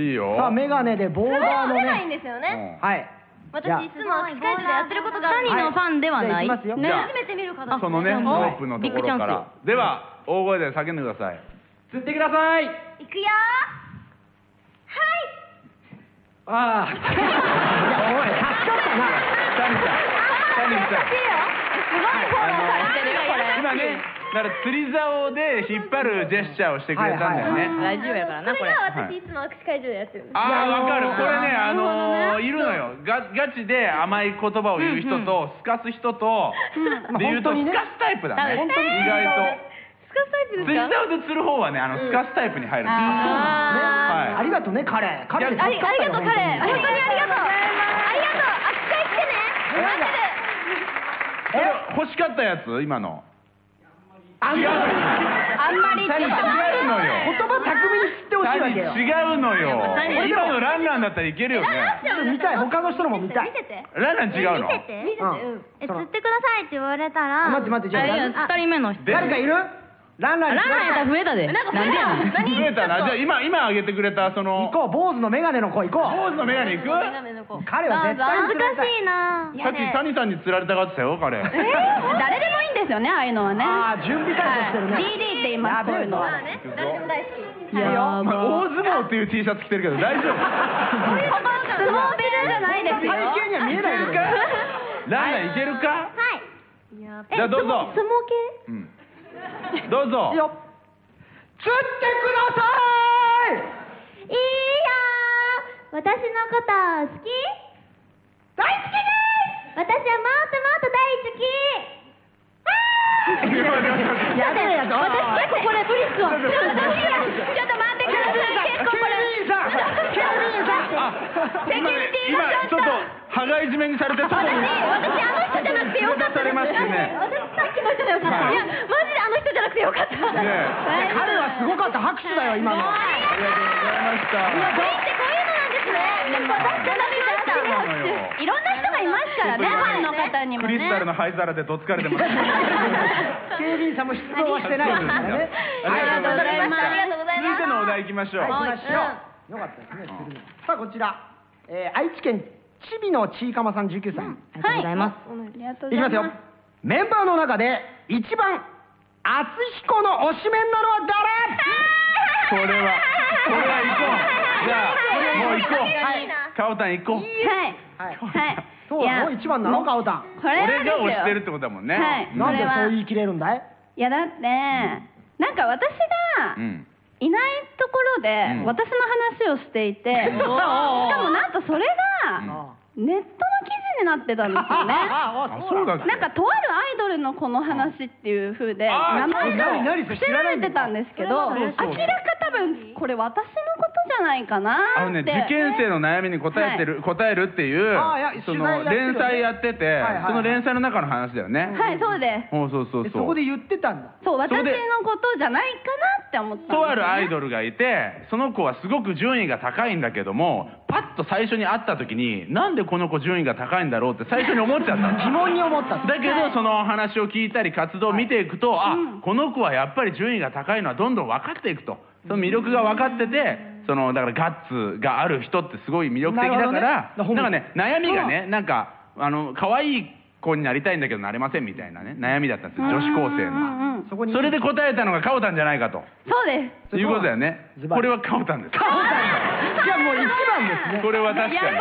Speaker 2: いいよ
Speaker 3: さあメガネでボーダーの
Speaker 5: 出ないん
Speaker 3: ね
Speaker 5: ですよ
Speaker 2: う
Speaker 5: ね
Speaker 2: ん
Speaker 3: はい
Speaker 5: 私
Speaker 3: じゃあ
Speaker 5: いつもスカイプでやってることがある
Speaker 3: はい
Speaker 5: のファンではない
Speaker 3: じゃあいきますよ
Speaker 5: ね
Speaker 2: じゃあ
Speaker 5: 初めて見る方
Speaker 2: そのねロープのところか
Speaker 5: ビッグチャ
Speaker 2: らでは大声で叫んでください
Speaker 3: 釣ってください
Speaker 4: いくよはい
Speaker 3: ああ
Speaker 2: <laughs>
Speaker 3: いやおい助かったな
Speaker 2: 谷さん谷さん
Speaker 7: すごいフォローされてるよこれ
Speaker 2: 今ねだから釣り竿で引っ張るジェスチャーをしてくれたんだよね、
Speaker 3: はいはい
Speaker 5: ラジオやからなこれ
Speaker 2: はい
Speaker 5: いつも握手会場でやってる
Speaker 2: ああわかるこれね
Speaker 7: な
Speaker 2: あ
Speaker 7: るほどね
Speaker 2: のーいるのよガガチで甘い言葉を言う人と、すかす人と、で言うと、
Speaker 3: 本当にね
Speaker 2: すかすタイプだね
Speaker 5: 本
Speaker 2: 当に意外
Speaker 5: スカサイズ
Speaker 2: と釣り竿で釣る方はねあの、すかすタイプに入るんですよ
Speaker 3: ありがとうね彼彼助かったよ
Speaker 5: ありがと
Speaker 3: 本当
Speaker 5: う彼本
Speaker 3: に
Speaker 5: 当にありがとうありがとう
Speaker 2: これ欲しかったやつ今の
Speaker 3: あんま
Speaker 7: あんまり
Speaker 3: り
Speaker 2: 違うのよ
Speaker 3: 言葉巧みに知ってほしいわけよ
Speaker 2: 違うのよ今のランランだったらいけるよね
Speaker 3: 見たい他の人のも見たい
Speaker 4: 見てて。
Speaker 2: ランラン違うの
Speaker 4: 見てて。
Speaker 3: うん
Speaker 4: え、釣ってくださいって言われたら。
Speaker 3: 待って待ってじゃあ
Speaker 5: あいや二人目の人
Speaker 2: で
Speaker 3: 誰かいるランラン
Speaker 5: ラ
Speaker 3: に
Speaker 5: ンランやったら増えたで
Speaker 7: なんか
Speaker 5: なんでやねん
Speaker 7: 何
Speaker 2: 増えたなじゃあ今今あげてくれたその
Speaker 3: 行こう坊主のメガネの子行こ
Speaker 2: 坊主のメガネいく
Speaker 3: う彼は絶対
Speaker 4: 恥ず
Speaker 3: 釣れ
Speaker 4: か
Speaker 3: たい
Speaker 4: しいな
Speaker 2: さっき谷さんに釣られたがってたよ彼
Speaker 7: えー誰でもいいんですよねああいうのはね
Speaker 3: ああ準備体操してるね
Speaker 7: DD って言いますそういうのは
Speaker 3: や
Speaker 2: 行
Speaker 3: べ
Speaker 2: くぞ
Speaker 3: い
Speaker 2: お
Speaker 3: や
Speaker 2: 前大相撲っていう T シャツ着てるけど大丈夫
Speaker 7: <laughs> 相撲ビルじゃないですよ
Speaker 3: 体型には見えないけどね
Speaker 2: <laughs> ランランいけるか
Speaker 4: はい。じ
Speaker 2: じゃあどうぞ
Speaker 4: 相撲系
Speaker 2: うんどうぞ
Speaker 3: いいよ釣ってください
Speaker 4: いいよー私のこと好き大好きです私はもっともっと大好き
Speaker 2: <laughs>
Speaker 3: やべえやつおい
Speaker 4: 私結構これ無理
Speaker 7: <laughs>
Speaker 4: っすわ私
Speaker 7: ちょっと待ってください結構これ
Speaker 3: 警備員さん警備員さん
Speaker 2: あ
Speaker 7: セキュリティ
Speaker 2: 今ね
Speaker 7: がち
Speaker 2: 今ちょ
Speaker 7: ょっと
Speaker 2: っと羽がいじめにされて外に
Speaker 4: 私あの人じゃなくてよかった
Speaker 2: されましたね
Speaker 4: 私さっきの人じゃよかった
Speaker 2: はい
Speaker 4: いやマジであの人じゃなくてよかった
Speaker 2: ねえ
Speaker 3: 彼はすごかった拍手だよ
Speaker 7: <laughs>
Speaker 3: 今の
Speaker 2: ありがとうございましたそうなのよ
Speaker 7: いろんな人がいますからねファンの方にも
Speaker 2: クリスタルの灰皿でどつかれてます
Speaker 3: 警備員さんも出動はしてないですからね
Speaker 2: ありがとうございます
Speaker 4: ありがとうござい
Speaker 2: 続い
Speaker 4: ます
Speaker 2: てのお題いきましょう
Speaker 3: はい、行きましょう。よかったですね、釣るのさあ、こちら、えー愛知県ちびのちいかまさん19歳。
Speaker 5: ありがとうございます
Speaker 3: いきますよ。メンバーの中で一番厚彦の推しメンなのは
Speaker 2: これはこれは行こうじゃあもう行こうかおたん行こう
Speaker 7: はい
Speaker 3: 誰？はい。
Speaker 7: はい
Speaker 3: そう
Speaker 7: い
Speaker 3: な
Speaker 7: や
Speaker 3: の一番なのかおたん。
Speaker 7: これは
Speaker 2: 俺
Speaker 7: です
Speaker 2: が
Speaker 7: よ
Speaker 2: 押してるってことだもんね
Speaker 7: はい
Speaker 2: うん
Speaker 7: こ
Speaker 3: なんで
Speaker 7: れは
Speaker 3: そう言い切れるんだい？
Speaker 7: いやだってなんか私が
Speaker 2: うん
Speaker 7: いないところで
Speaker 2: うん
Speaker 7: 私の話をしていてしかもなんとそれ
Speaker 2: う
Speaker 7: が
Speaker 2: ん
Speaker 7: ネットの記事になってたんですよね
Speaker 2: <laughs> あそうだっけ
Speaker 7: なんかとあるアイドルのこの話っていう風で
Speaker 2: あー
Speaker 7: 名前が
Speaker 2: 何
Speaker 3: 何そ
Speaker 7: 伏
Speaker 3: れ
Speaker 7: せられてたんですけど
Speaker 2: 知らない
Speaker 7: 明
Speaker 2: ん
Speaker 7: らか
Speaker 2: だ
Speaker 7: 多分これ私のことじゃないかな
Speaker 2: あのね
Speaker 7: って
Speaker 2: 受験生の悩みに答えてる、答えるっていう
Speaker 3: あーいや
Speaker 2: そ
Speaker 3: 取材や
Speaker 2: の
Speaker 3: ってるよね
Speaker 2: 連載やってて、
Speaker 3: いはいはい
Speaker 2: その連載の中の話だよね、
Speaker 7: はいそうです
Speaker 2: おうそうそう
Speaker 3: でそ
Speaker 2: そう
Speaker 3: こで言ってたんだ
Speaker 7: そう私
Speaker 2: そ
Speaker 7: の
Speaker 2: れで
Speaker 7: ことじゃないかなって思ったんですよね
Speaker 2: とあるアイドルがいてその子はすごく順位が高いんだけどもパッと最初に会った時になんでこの子順位が高いんだろうって最初に思っちゃったの
Speaker 3: 疑問に思ったんだ
Speaker 2: だけどその話を聞いたり活動を見ていくと、あこの子はやっぱり順位が高いのはどんどん分かっていくとその魅力が分かっててそのだからガッツがある人ってすごい魅力的だか
Speaker 3: な
Speaker 2: ら
Speaker 3: る
Speaker 2: な,、
Speaker 3: ほどね
Speaker 2: んかね悩みがねなんかあの可愛い子になりたいんだけどなれませんみたいなね悩みだったんですよ女子高生の。
Speaker 7: うんうん
Speaker 3: そこに
Speaker 2: それで答えたのがカオタンじゃないかと。
Speaker 7: そうです
Speaker 2: いうことだよね
Speaker 3: ズ。バ
Speaker 2: こ
Speaker 3: リ
Speaker 2: れはカオタンで
Speaker 3: <laughs>
Speaker 2: す。
Speaker 3: じゃあもう一番ですね
Speaker 2: これは確かに。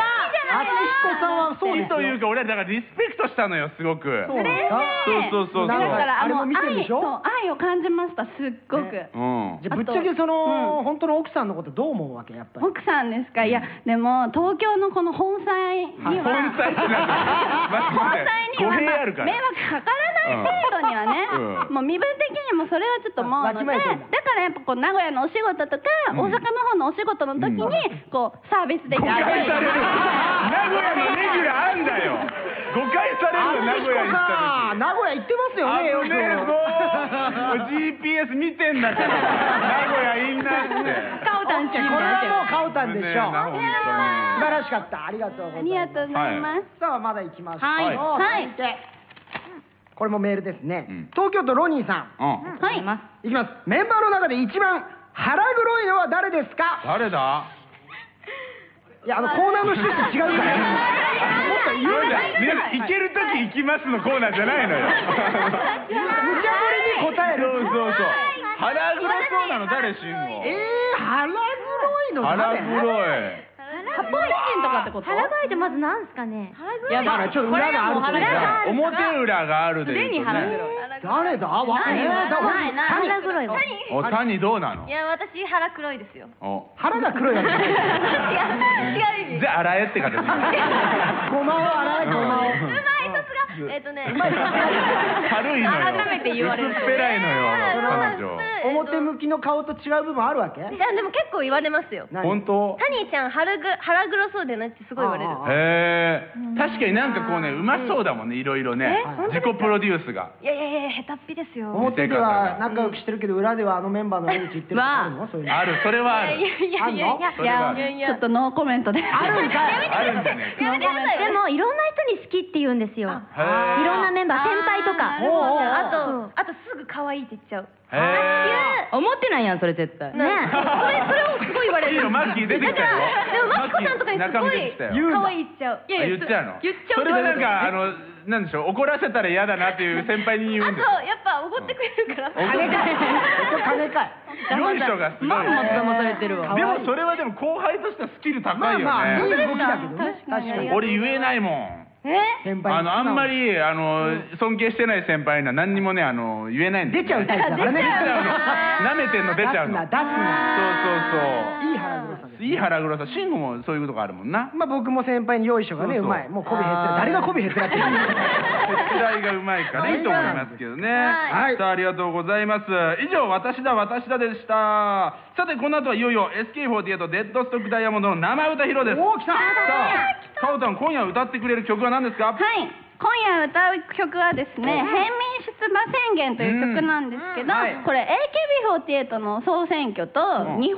Speaker 3: 厚彦さんはそうですよ
Speaker 2: というか、俺はだからリスペクトしたのよ、すごく。
Speaker 3: そうなん
Speaker 2: そうそうそうそう。
Speaker 3: な
Speaker 7: だ
Speaker 3: るほど
Speaker 7: から
Speaker 3: あれも
Speaker 7: う
Speaker 3: 見てるで
Speaker 7: 愛
Speaker 3: しょ
Speaker 7: そう愛を感じましたすっごく、
Speaker 3: ね
Speaker 2: うん。
Speaker 3: じゃあぶっちゃけその、本当の奥さんのことどう思うわけやっぱり
Speaker 7: 奥さんですかいやでも東京のこの本妻
Speaker 2: 本妻っ
Speaker 7: には
Speaker 2: てなんだ
Speaker 7: 本
Speaker 2: 語
Speaker 7: 妻には
Speaker 2: 弊
Speaker 7: まあ
Speaker 2: あるから
Speaker 7: 迷惑かからない程度にはね、
Speaker 2: うん
Speaker 7: もう身分的にもそれはちょっと思うので
Speaker 3: わきまえて
Speaker 7: だか
Speaker 3: んだ
Speaker 7: らやっぱこう名古屋のお仕事とか、大阪の方のお仕事の時
Speaker 2: う
Speaker 7: に、
Speaker 2: ん
Speaker 7: こうサービスでき
Speaker 2: 誤解される。名古屋のレギュラーあんだよ。誤解されるよ、名
Speaker 3: 厚
Speaker 2: 古屋
Speaker 3: 彦
Speaker 2: に行った
Speaker 3: さん名古屋行ってますよね
Speaker 2: 時。
Speaker 3: よ
Speaker 2: 危ねえぞ
Speaker 3: <laughs>
Speaker 2: ー GPS 見てんだから名古屋いいなって
Speaker 7: カオタンち
Speaker 3: これはも
Speaker 7: ゃん
Speaker 3: う買うたんでし
Speaker 2: ね
Speaker 3: ょう
Speaker 2: えな本
Speaker 3: 素
Speaker 2: 当に
Speaker 3: 晴らしかったありがとうござ
Speaker 7: あ
Speaker 3: います
Speaker 7: りがとうございます、
Speaker 3: さあまだ行きましょう、
Speaker 2: はい
Speaker 7: はい
Speaker 3: 続いてこれもメールですね、
Speaker 2: うん
Speaker 3: 東京都ロニーさん
Speaker 2: うん
Speaker 7: はい、
Speaker 3: いきますメンバーの中で一番腹黒いのは誰ですか
Speaker 2: 誰だ
Speaker 3: いやあのコーナーの趣旨違うから
Speaker 2: もっといろいろ行けるとき行きますのコーナーじゃないのよ。
Speaker 3: 無茶ぶりに答え
Speaker 2: そうそ
Speaker 3: る
Speaker 2: うそう。腹黒そうなの誰信
Speaker 3: え
Speaker 2: 号。
Speaker 3: ー、腹黒いの
Speaker 2: 腹
Speaker 3: 誰
Speaker 2: 黒い。
Speaker 4: 発泡一とかってこと腹黒いってまずなんすかね
Speaker 3: いやだからちょっと裏があると
Speaker 2: じゃあ
Speaker 3: 思う
Speaker 2: 表裏があるで言うとね。
Speaker 3: 誰だわかんない
Speaker 4: ないない腹黒いは
Speaker 2: お谷どうなの
Speaker 6: い？や私腹黒いですよ
Speaker 2: お。
Speaker 3: 腹が黒いわけ
Speaker 6: 違う違う意味
Speaker 2: じゃあ洗えって形。
Speaker 3: ごまを洗えご
Speaker 6: うま
Speaker 3: まを
Speaker 6: い卒がえっとね
Speaker 2: 軽いのよ。
Speaker 6: 改めて言われる
Speaker 2: 薄っぺらいのよ彼女。
Speaker 3: 表向きの顔と違う部分あるわけ
Speaker 6: いやでも結構言われますよ
Speaker 3: 何
Speaker 2: 本当。
Speaker 6: 谷ちゃん腹ぐ腹黒そうだよねってすごい言われる
Speaker 3: あ
Speaker 2: へえ。確かになんかこうねうまそうだもんねいろいろね。自己プロデュースが。
Speaker 6: いやいやいや下手っぴですよ
Speaker 3: 表では仲良くしてるけど裏ではあのメンバーの悪口言ってるのあるのそういうの
Speaker 2: あるそれはある。
Speaker 6: いやいやいや
Speaker 2: それはあ
Speaker 6: い
Speaker 2: る
Speaker 6: やい
Speaker 7: ちょ
Speaker 6: や
Speaker 7: っとノーコメントであるんかい
Speaker 2: あるんじゃねえか。
Speaker 6: やめてください
Speaker 4: でもいろんな人に好きって言うんですよ
Speaker 2: へえ
Speaker 4: いろんなメンバー先輩とか
Speaker 6: あーなるほどね
Speaker 4: あと
Speaker 6: あとあとすぐ可愛いって言っちゃう
Speaker 2: へえ。
Speaker 5: 思ってないやんそれ絶
Speaker 6: ね
Speaker 5: 対
Speaker 6: そ
Speaker 5: <laughs>
Speaker 6: れそれをすごい言われ
Speaker 2: いい
Speaker 6: る
Speaker 2: よ、マッキー出てきたよ。
Speaker 6: でもマキコさんとかにすごい
Speaker 2: 中身出てきたよ。
Speaker 6: 可愛い言っちゃういやいや
Speaker 2: 言っちゃうの
Speaker 6: 言っちゃう
Speaker 2: それはなんか、あの、なんでしょう、怒らせたら嫌だなっていう先輩に言う
Speaker 6: あ
Speaker 2: ん
Speaker 6: と
Speaker 2: ですよ。
Speaker 6: やっぱ怒ってくれるから
Speaker 2: うん怒ってくれる
Speaker 3: これ金かい
Speaker 2: 良い人がすごい。
Speaker 5: まんまと騙されてるわ
Speaker 2: でもそれはでも後輩としてはスキル高
Speaker 3: まあ
Speaker 2: いよ
Speaker 3: まあいい動
Speaker 2: ね。
Speaker 3: きだけどね確かに
Speaker 2: 俺言えないもん。
Speaker 6: え
Speaker 3: 先輩
Speaker 2: あの、あんまり、あの、尊敬してない先輩には何にもね、あの、言えないんだよね
Speaker 3: 出ちゃうタイプだからね
Speaker 2: 出ちゃ
Speaker 3: <laughs>
Speaker 2: うの。舐めてんの出ちゃう
Speaker 3: 出す
Speaker 2: の。そう
Speaker 3: な出すな
Speaker 2: そう
Speaker 3: いい腹黒さで
Speaker 2: そう。いい腹黒さ。慎吾もそういうことがあるもんな。
Speaker 3: まあ僕も先輩に用意しようがね
Speaker 2: そう
Speaker 3: う
Speaker 2: そう
Speaker 3: まいもう媚び減ってる誰が媚び減ってるって言うの
Speaker 2: <laughs> 手伝いがうまいからいいと思いますけどね。
Speaker 3: はい
Speaker 2: さあ、ありがとうございます。以上、私だ、私だでした。さて、この後はいよいよ SK48 デッドストックダイヤモンドの生歌披露です。
Speaker 3: おー来た
Speaker 2: さあ、かおたん、今夜歌ってくれる曲は何ですか
Speaker 7: はい今夜歌う曲はですね「変民出馬宣言」という曲なんですけど、これ AKB48 の総選挙と
Speaker 2: うん
Speaker 7: 日本の総選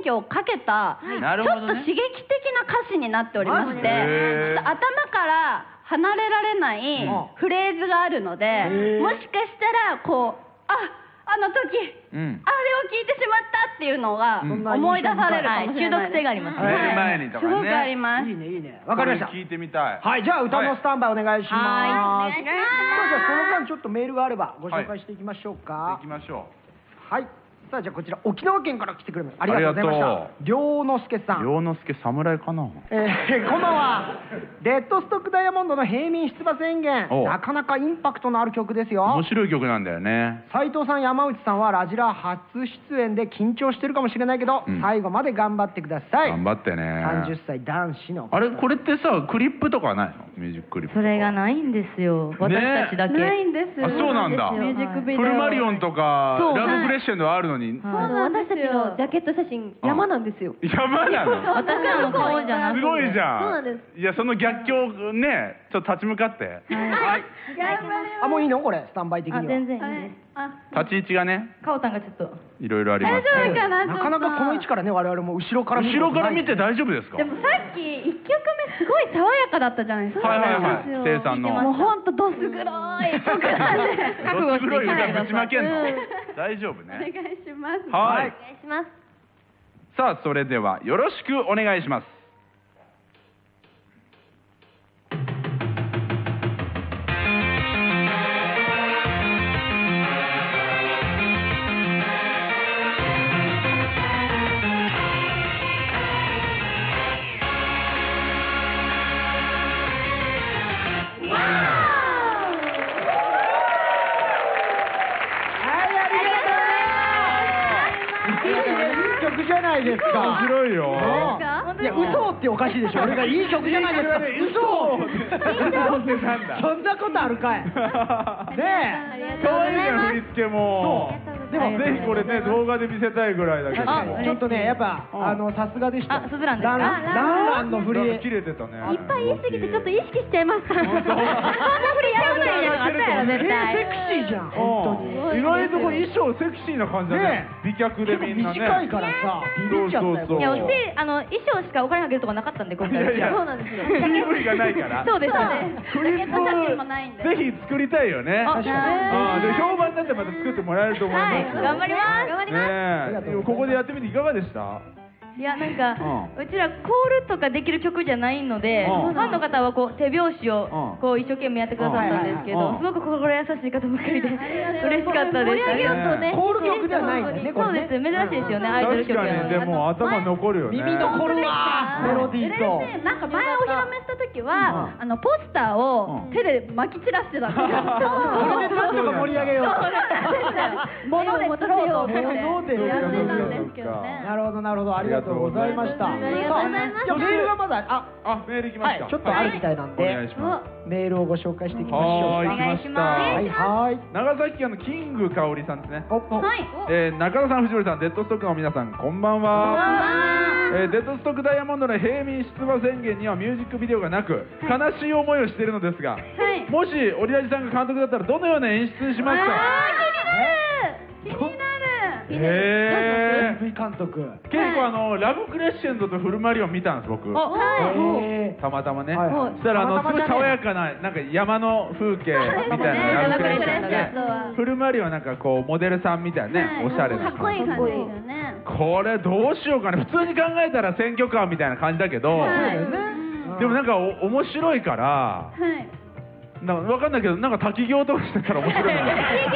Speaker 7: 挙をかけた、
Speaker 2: なる
Speaker 7: ちょ
Speaker 2: ほ
Speaker 7: っ
Speaker 2: ど
Speaker 7: と
Speaker 2: ね
Speaker 7: 刺激的な歌詞になっておりまして
Speaker 2: ジで
Speaker 7: ちょっと頭から離れられない
Speaker 3: うん
Speaker 7: フレーズがあるので
Speaker 3: へー
Speaker 7: もしかしたらこう「ああの時、
Speaker 2: うん
Speaker 7: あれを聞いてしまった」っていうのが
Speaker 2: ん
Speaker 7: 思い出されるかもしれないで
Speaker 5: はい中毒
Speaker 7: す、
Speaker 5: 性があります
Speaker 2: ね寝る前にとかね
Speaker 7: すごくあります
Speaker 3: いいねいいねわかりました
Speaker 2: これ聞いてみたい。
Speaker 3: はいじゃあ歌のスタンバイお願いします
Speaker 4: いお願いしま
Speaker 3: じ
Speaker 4: す
Speaker 3: ゃあその間ちょっとメールがあればご紹介していきましょうか
Speaker 2: 行きましょ
Speaker 3: はいさあじゃあこちら沖縄県から来てくれましたありがとうござ
Speaker 2: あ
Speaker 3: い
Speaker 2: り
Speaker 3: ま
Speaker 2: がと
Speaker 3: した涼之介さん
Speaker 2: 洋之助侍かな
Speaker 3: えー <laughs> こんばんはレッドストックダイヤモンドの平民出馬宣言
Speaker 2: おう
Speaker 3: なかなかインパクトのある曲ですよ
Speaker 2: 面白い曲なんだよね
Speaker 3: 斉藤さん山内さんはラジラ初出演で緊張してるかもしれないけど、
Speaker 2: うん
Speaker 3: 最後まで頑張ってください
Speaker 2: 頑張ってね
Speaker 3: 30歳男子の
Speaker 2: あれこれってさクリップとかはないのミュージッククリップ
Speaker 5: それがないんですよ私たちだけ、
Speaker 7: ないんです
Speaker 2: あそうなんだ
Speaker 7: ミュージックビ
Speaker 2: フ
Speaker 7: デオ
Speaker 2: ルマリオンとか
Speaker 7: そう
Speaker 2: ラブクレッシェンドはあるのに
Speaker 5: はい
Speaker 7: あの私たちのジャケット写真山なんですよ
Speaker 2: 山なの
Speaker 5: 私らの顔じゃなくて
Speaker 2: すごいじゃん
Speaker 7: そうなんで
Speaker 2: いやその逆境ねちょっと立ち向かって、はい、
Speaker 3: あもういいのこれスタンバイ的に
Speaker 5: あ
Speaker 3: は
Speaker 5: 全然いいです
Speaker 2: 立ち位置がね
Speaker 5: かおたんがちょっと
Speaker 2: いろいろあります
Speaker 7: 大丈夫かな
Speaker 3: なかなかこの位置からね我々も後ろから見
Speaker 2: 後
Speaker 3: る
Speaker 2: ろ
Speaker 3: こと
Speaker 2: か
Speaker 3: な
Speaker 2: ら
Speaker 3: い
Speaker 2: 見て大丈夫ですか
Speaker 7: でもさっき1曲目すごい爽やかだったじゃないですか
Speaker 2: はいはいはい
Speaker 7: そうなん
Speaker 2: 生産の
Speaker 7: もうほんとどす黒い曲なんで覚
Speaker 2: どっ
Speaker 7: 悟
Speaker 2: ち
Speaker 7: して
Speaker 2: 黒い
Speaker 7: きて
Speaker 2: 歌ぶちまけんの、
Speaker 7: うん
Speaker 2: 大丈夫
Speaker 7: お願い
Speaker 2: ね
Speaker 7: します
Speaker 2: はい、
Speaker 7: お願いします
Speaker 2: さあそれではよろしくお願いします
Speaker 3: はいありがとういい曲じゃないですか
Speaker 2: 面白いよ <laughs>
Speaker 3: いや嘘っておかしいでしょ俺がいい曲じゃないですか嘘そんなことあるかいねえ
Speaker 2: 可愛いね振り付けも
Speaker 3: でも
Speaker 2: ぜひこれね動画で見せたいぐらいだけど
Speaker 3: あちょっとねやっぱあのさすがでした
Speaker 5: あスズランですか
Speaker 3: ランランランの振
Speaker 2: なんか切
Speaker 3: り
Speaker 2: れてたね
Speaker 4: いっぱい言いすぎてちょっと意識しちゃいました。そんなふりやらないであったやろ、
Speaker 3: え
Speaker 4: 絶
Speaker 3: ー
Speaker 4: 対。
Speaker 3: セクシーじゃん本
Speaker 2: うん意外とこれ衣装セクシーな感じだね
Speaker 3: ね
Speaker 2: 美脚
Speaker 3: 当
Speaker 2: で
Speaker 3: に
Speaker 2: み
Speaker 3: 結
Speaker 2: んな
Speaker 3: 構
Speaker 2: ね
Speaker 3: 短いからさビビっちゃったよ
Speaker 2: そうそうそう
Speaker 5: いやうちあの衣装しかお金あげるとこなかったんで今
Speaker 2: い
Speaker 5: 回
Speaker 2: やいや
Speaker 5: そう
Speaker 7: なん
Speaker 5: <laughs>
Speaker 7: ですよ
Speaker 2: 身振りがないから
Speaker 5: そうです
Speaker 2: クリップ
Speaker 7: ジャケット写真もないんで
Speaker 2: ぜひ作りたいよね
Speaker 5: あ確かに
Speaker 2: うんで評判になってまた作ってもらえると思います
Speaker 5: はい
Speaker 2: よ
Speaker 5: 頑張ります頑張り
Speaker 3: がとうござい
Speaker 2: ねえ
Speaker 3: ます
Speaker 2: ここでやってみていかがでした
Speaker 5: いやなんか、
Speaker 2: う
Speaker 5: うちらコールとかできる曲じゃないので、
Speaker 2: うん
Speaker 5: ファンの方はこう手拍子を
Speaker 2: うん
Speaker 5: こう一生懸命やってくださったんですけ
Speaker 2: うん
Speaker 5: ど、すごく心優しい方ばかりで、嬉しかったです。
Speaker 7: 盛り上げようとね
Speaker 3: コール曲ではないんだよねこ
Speaker 5: そう
Speaker 3: れ
Speaker 5: で
Speaker 3: ね
Speaker 5: す、珍しいですよね、アイドル
Speaker 2: 確
Speaker 5: 曲
Speaker 2: かにでも頭残るよね
Speaker 3: 耳残るわメロディーと
Speaker 7: 嬉しいなんか前お披露目した時は、あのポスターを
Speaker 2: うん
Speaker 7: 手で撒き散らしてたんですよ、
Speaker 2: <laughs>
Speaker 3: それでなんとか盛り上げよう物で取ろうと
Speaker 7: 物で取ろうと思ってやってたんですけどね
Speaker 3: なるほどなるほどありがとうございました
Speaker 7: ありがとうございました
Speaker 3: さあじゃあメールがまだあ
Speaker 2: あメールいきま
Speaker 3: は
Speaker 2: す
Speaker 3: い
Speaker 2: か
Speaker 3: ちょっとあるみたいなんで
Speaker 2: お願いします
Speaker 3: メールをご紹介していきましょ
Speaker 2: は
Speaker 3: う
Speaker 2: ーい
Speaker 3: か
Speaker 2: 行きました
Speaker 3: はいはい
Speaker 2: 長崎県のキング香織さんですね
Speaker 3: おお
Speaker 7: はい
Speaker 2: えー中田さん藤森さんデッドストックの皆さんこんばんはえーデッドストックダイヤモンドの平民出馬宣言にはミュージックビデオがなく悲しい思いをしているのですが、
Speaker 7: い
Speaker 2: もし折ラジさんが監督だったらどのような演出にしますか
Speaker 7: 気になる気になる
Speaker 2: へえ
Speaker 3: AV 監督
Speaker 2: 結構あのラブクレッシェンドとフルマリオン見たんです僕
Speaker 5: あ
Speaker 3: え
Speaker 2: たまたまね、
Speaker 3: はいはい
Speaker 2: そしたらあの
Speaker 3: た
Speaker 2: す
Speaker 3: また
Speaker 2: ごい
Speaker 3: ま
Speaker 2: 爽やかななんか山の風景みたいなラブクレッシェンド
Speaker 7: ラブクレッシェンドは
Speaker 2: ねフルマリオンはなんかこうモデルさんみたいなねおしゃれな
Speaker 7: かっこいい感じですよね
Speaker 2: これどうしようかね普通に考えたら選挙カーみたいな感じだけど、
Speaker 7: はい
Speaker 2: でもなんかお面白いから
Speaker 7: はい
Speaker 2: なんか分かんないけどなんか滝行とかしてたら面白いな
Speaker 7: <laughs>
Speaker 3: え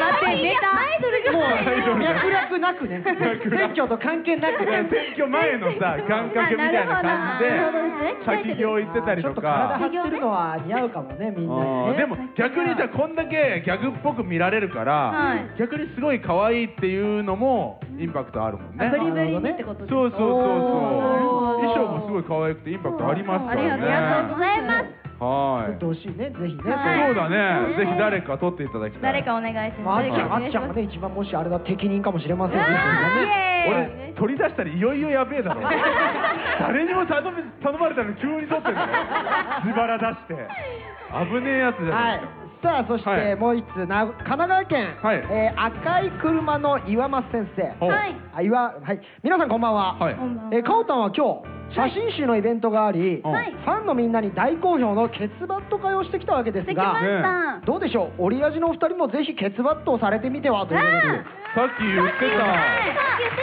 Speaker 3: もう
Speaker 2: 大丈夫
Speaker 3: 脈絡なくね選挙と関係なくね
Speaker 2: 選挙前のさ願掛けみたいな感じで滝行行ってたり
Speaker 3: ち
Speaker 2: と
Speaker 3: ょっと体張
Speaker 2: か。
Speaker 3: ってるのは似合うかもねみんな
Speaker 2: うん
Speaker 3: にね
Speaker 2: でも逆にさこんだけギャグっぽく見られるから、
Speaker 5: はい
Speaker 2: 逆にすごい可愛いっていうのもインパクトあるもんね
Speaker 5: ブリブリにってこと
Speaker 2: そう
Speaker 5: です。
Speaker 2: そうそうそう
Speaker 3: おー
Speaker 2: 衣装もすごい可愛くてインパクトありますか
Speaker 7: ありが
Speaker 2: らね
Speaker 7: とうございます
Speaker 2: はい
Speaker 3: 撮ってほしいねぜひね
Speaker 2: そうだね、ぜひ誰か撮っていただきたい。
Speaker 5: 誰かお願いし
Speaker 3: まあ、あ
Speaker 5: ま
Speaker 3: っ
Speaker 5: す。
Speaker 3: ちゃん、あっちゃんがね、一番もしあれだ、適任かもしれませんね。
Speaker 2: 俺、取り出したらいよいよやべえだろ。誰にも頼み頼まれたのに急に撮ってるの。自腹出して。危ねえやつじゃな
Speaker 3: はいい
Speaker 2: ですか。。
Speaker 3: さあ、そし
Speaker 2: は
Speaker 3: て、
Speaker 2: い
Speaker 3: もう一つ、な、神奈川県、
Speaker 2: はい
Speaker 3: えー赤い車の岩松先生。
Speaker 2: ほう
Speaker 7: はい
Speaker 3: あ、岩、はい、皆さん、こんばんは。
Speaker 2: はい
Speaker 3: えー、かおたんは今日、写真集のイベントがあり、
Speaker 2: はい
Speaker 3: ファンのみんなに大好評のケツバット会をしてきたわけです
Speaker 7: できま
Speaker 3: が。
Speaker 7: した
Speaker 3: どうでしょう、折り味のお二人もぜひケツバットをされてみてはということで。
Speaker 2: さっき言ってた。
Speaker 7: さっき言っ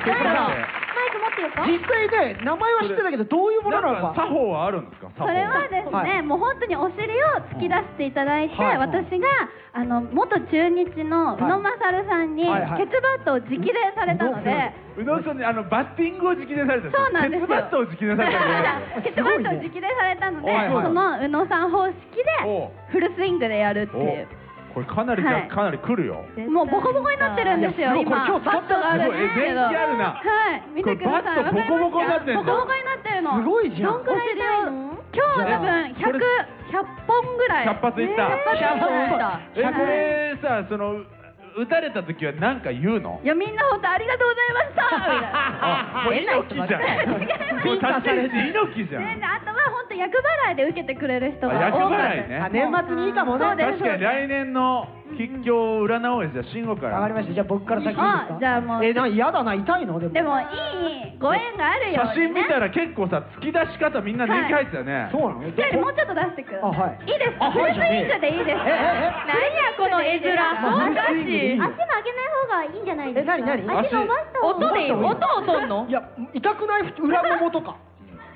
Speaker 7: てたじゃん
Speaker 3: だから
Speaker 7: マイク持っ
Speaker 4: ていうか
Speaker 3: 実際ね名前は知ってたけどどういうものなの
Speaker 2: なんか
Speaker 3: か
Speaker 2: 作法はあるんですか作法
Speaker 7: それはですね、
Speaker 3: はい
Speaker 7: もう本当にお尻を突き出していただいて、
Speaker 3: はい
Speaker 7: 私があの元中日の宇野勝さんに
Speaker 3: はいはい
Speaker 7: ケツバットを直伝されたので、
Speaker 2: 宇野さんにあのバッティングを直伝された
Speaker 7: そうなんですよ
Speaker 2: 鉄バットを直伝されたんですよ
Speaker 7: <laughs> ケツバットを直伝されたので、
Speaker 2: はいはい
Speaker 7: その宇野さん方式
Speaker 2: おう
Speaker 7: でフルスイングでやるっていう。
Speaker 2: これかなりじゃ、
Speaker 7: はい
Speaker 2: かなり来るよ
Speaker 7: もうボコボコになってるんです
Speaker 3: いや
Speaker 7: よ、
Speaker 3: すごい
Speaker 7: 今。
Speaker 3: これ今日使
Speaker 7: バ
Speaker 3: っ
Speaker 7: ッ
Speaker 3: た
Speaker 7: トがあるんですけど。
Speaker 2: これえ電気あるな
Speaker 7: はい、見てください。
Speaker 2: これバットボコボコになってんの
Speaker 7: ボコボコになってるの。
Speaker 3: すごいじゃん
Speaker 7: どんくらい痛いの今日多分100、
Speaker 2: これ
Speaker 7: 100本ぐらい。
Speaker 2: 100発いった
Speaker 7: 100発いった。
Speaker 2: えこれさそのう打たれた時は何か言うの
Speaker 7: いや、みんな本当ありがとうございましたみたいな。
Speaker 2: <laughs> あこれ猪木じゃん
Speaker 7: 違います <laughs>
Speaker 2: これ立ち位置猪木じゃん
Speaker 7: 全然あとは本当厄払いで受けてくれる人が
Speaker 2: あ厄
Speaker 7: 多かった
Speaker 2: 払い
Speaker 7: です。
Speaker 2: ね
Speaker 3: あ年末にいいかもね
Speaker 7: そうです
Speaker 2: 確かに来年の吉凶を占おうよじゃあ慎吾から
Speaker 3: わかりましたじゃあ僕から先いいですか
Speaker 7: あじゃあもう
Speaker 3: えな嫌だな痛いのでも
Speaker 7: でも、いいご縁があるよ、ね。
Speaker 2: 写真見たら結構さ突き出し方みんな年季入ってたよね、
Speaker 3: そうなの
Speaker 7: じゃあもうちょっと出してく。
Speaker 3: あはい
Speaker 7: いです
Speaker 3: あ
Speaker 7: か。フ
Speaker 3: は
Speaker 7: ル
Speaker 3: い
Speaker 7: スイングでいいですか。
Speaker 3: ええ
Speaker 7: 何やこの絵面。
Speaker 3: あ
Speaker 7: 本当
Speaker 3: フルスイングでいい
Speaker 4: 足も上げない方がいいんじゃないですか
Speaker 3: え何何
Speaker 4: 足伸ばした方が
Speaker 9: 音でいい音を取んの
Speaker 3: いや痛くない裏ももとか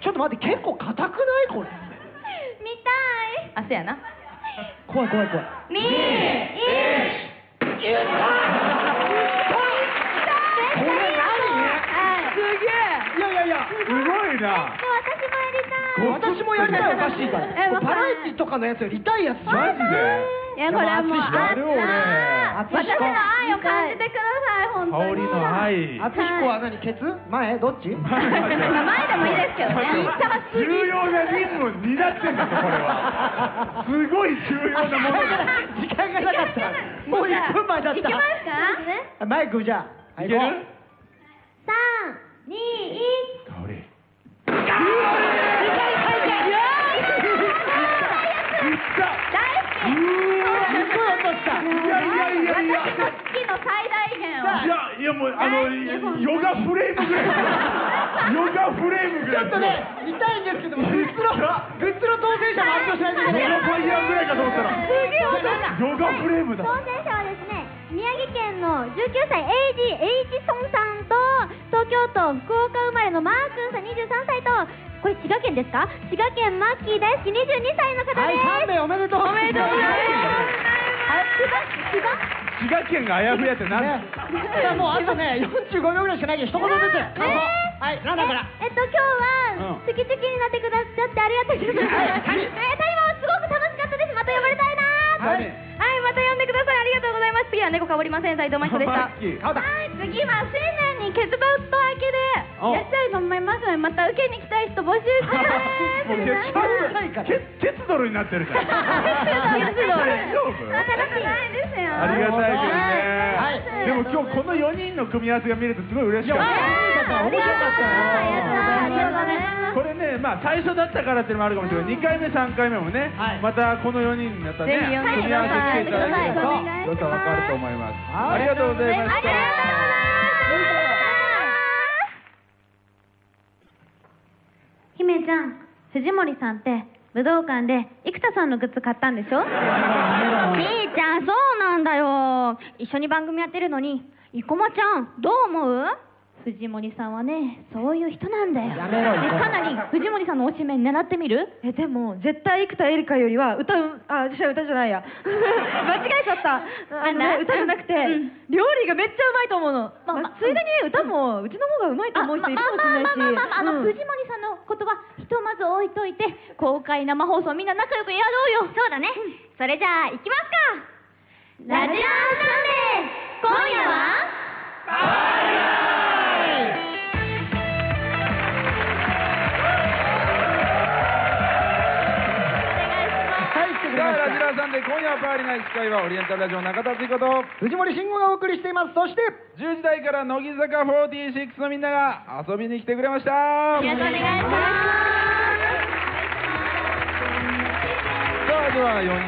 Speaker 3: ちょっと待って結構硬くないこれ
Speaker 4: 見たい
Speaker 9: あそうやな
Speaker 3: 怖い怖い怖い
Speaker 7: に、い、
Speaker 3: これ何
Speaker 7: はい。
Speaker 3: いやいやいや
Speaker 2: すごいな
Speaker 4: で私もやりたい
Speaker 3: 私もやりたいおかしいから
Speaker 7: えわかる
Speaker 3: バラエティとかのやつより痛いやつ
Speaker 2: マジで
Speaker 7: いやこれはもう
Speaker 2: やる俺
Speaker 7: あ私の愛を感じてください本当
Speaker 2: 香
Speaker 7: に。
Speaker 2: りの愛
Speaker 7: <laughs>
Speaker 3: あつ彦は何ケツ前どっち
Speaker 7: 前でもいいですけどね。
Speaker 2: 重要な任務を担ってんだぞこれはすごい重要なものだ
Speaker 3: 時間がなかったもう1分前だっ
Speaker 7: 行きま
Speaker 3: た
Speaker 7: すか？
Speaker 3: マイクじゃあ
Speaker 2: いける
Speaker 3: 行こう
Speaker 4: 三二一
Speaker 2: 香りいやいやいやいやいや
Speaker 7: 大好き。私の好きの最大限を。
Speaker 2: いやもうあのヨガフレームぐらいヨガフレームぐらい
Speaker 3: ちょっとね痛いんですけどもグッズのグッズの当選者も発表しないといけ
Speaker 2: ヨガ
Speaker 3: ない
Speaker 2: ファイヤーぐらいかと思ったら
Speaker 7: すげえ音だ。
Speaker 2: ヨガフレームだ
Speaker 4: 当選者はですね宮城県の19歳 AG エイジソンさんと東京都福岡生まれのマー君さん23歳とこれ滋賀県ですか滋賀県マッキー大好き22歳の方です、
Speaker 3: はい3名おめでとうおめでとうござい
Speaker 4: 滋賀
Speaker 2: 滋賀県があやふやってなん
Speaker 3: いやもうあとね45秒ぐらいしかないけど一言ずつ感想はいランナーから
Speaker 4: ええっと今日は
Speaker 2: うん
Speaker 4: 好き好きになってくださってありがとうございます、えー、タイマーすごく楽しかったですまた呼ばれたいなー
Speaker 2: はい
Speaker 9: はいまた呼んでくださいありがとうございます次は猫かぶりません斉藤真
Speaker 2: マ
Speaker 9: 彦でし
Speaker 2: <laughs>
Speaker 9: た
Speaker 2: ッキー
Speaker 3: 顔だ
Speaker 7: はい、次は新年にケツバット明け
Speaker 2: お
Speaker 7: でやりたいと思いますのでまた受けに来たい人募集
Speaker 2: <laughs>
Speaker 7: 中
Speaker 2: もう
Speaker 7: で
Speaker 2: ケツ
Speaker 7: す
Speaker 3: バットない
Speaker 4: <laughs>
Speaker 3: から
Speaker 2: ケツドルになってるじゃん
Speaker 7: ケツバ
Speaker 2: 大丈夫
Speaker 7: 新しいないですよ
Speaker 2: ありがたい
Speaker 3: は
Speaker 2: けどね、でも今日この4人の組み合わせが見れてすごい嬉しかっ
Speaker 3: 面白かったよ
Speaker 2: たこれね、まあ、最初だったからっていうのもあるかもしれない2回目3回目もね、
Speaker 3: はい
Speaker 2: またこの4人になったね
Speaker 9: ぜひ
Speaker 2: 組み合わせしていただけると
Speaker 7: はい
Speaker 2: どうか分かると思います
Speaker 3: はい
Speaker 2: ありがとうございま
Speaker 4: あ
Speaker 2: した
Speaker 4: りがとうございます姫ちゃん藤森さんって武道館で生田さんのグッズ買ったんでしょみーちゃんそうなんだよ一緒に番組やってるのに生駒ちゃんどう思う藤森さんはねそういう人なんだよ
Speaker 3: やめろよ
Speaker 4: ねかなり藤森さんの推しメン狙ってみる
Speaker 5: えでも絶対生田絵梨花よりは歌うあ私は歌じゃ
Speaker 7: <laughs>
Speaker 5: ないや間違えちゃったあの、ね、歌じゃなくて、料理がめっちゃうまいと思うの、
Speaker 4: まあ
Speaker 5: まあついでに歌も、うちの方がうまいと
Speaker 4: あ
Speaker 5: 思
Speaker 4: ま
Speaker 5: う
Speaker 4: あ
Speaker 5: 人い
Speaker 4: ま
Speaker 5: るかもしれないし
Speaker 4: あまあまあまああの
Speaker 5: うん
Speaker 4: 藤森さんの言葉ひとまず置いといて公開生放送みんな仲良くやろうよそうだね、それじゃあ行きますかラジオサンデー今夜は
Speaker 2: じゃあラジ
Speaker 3: はい来てくれました
Speaker 2: ラーさんで今夜はパーリーナイス司会はオリエンタルラジオ中田ということ
Speaker 3: 藤森慎吾がお送りしていますそして
Speaker 2: 10時台から乃木坂46のみんなが遊びに来てくれました
Speaker 4: よろしくお願いします
Speaker 2: さあでは4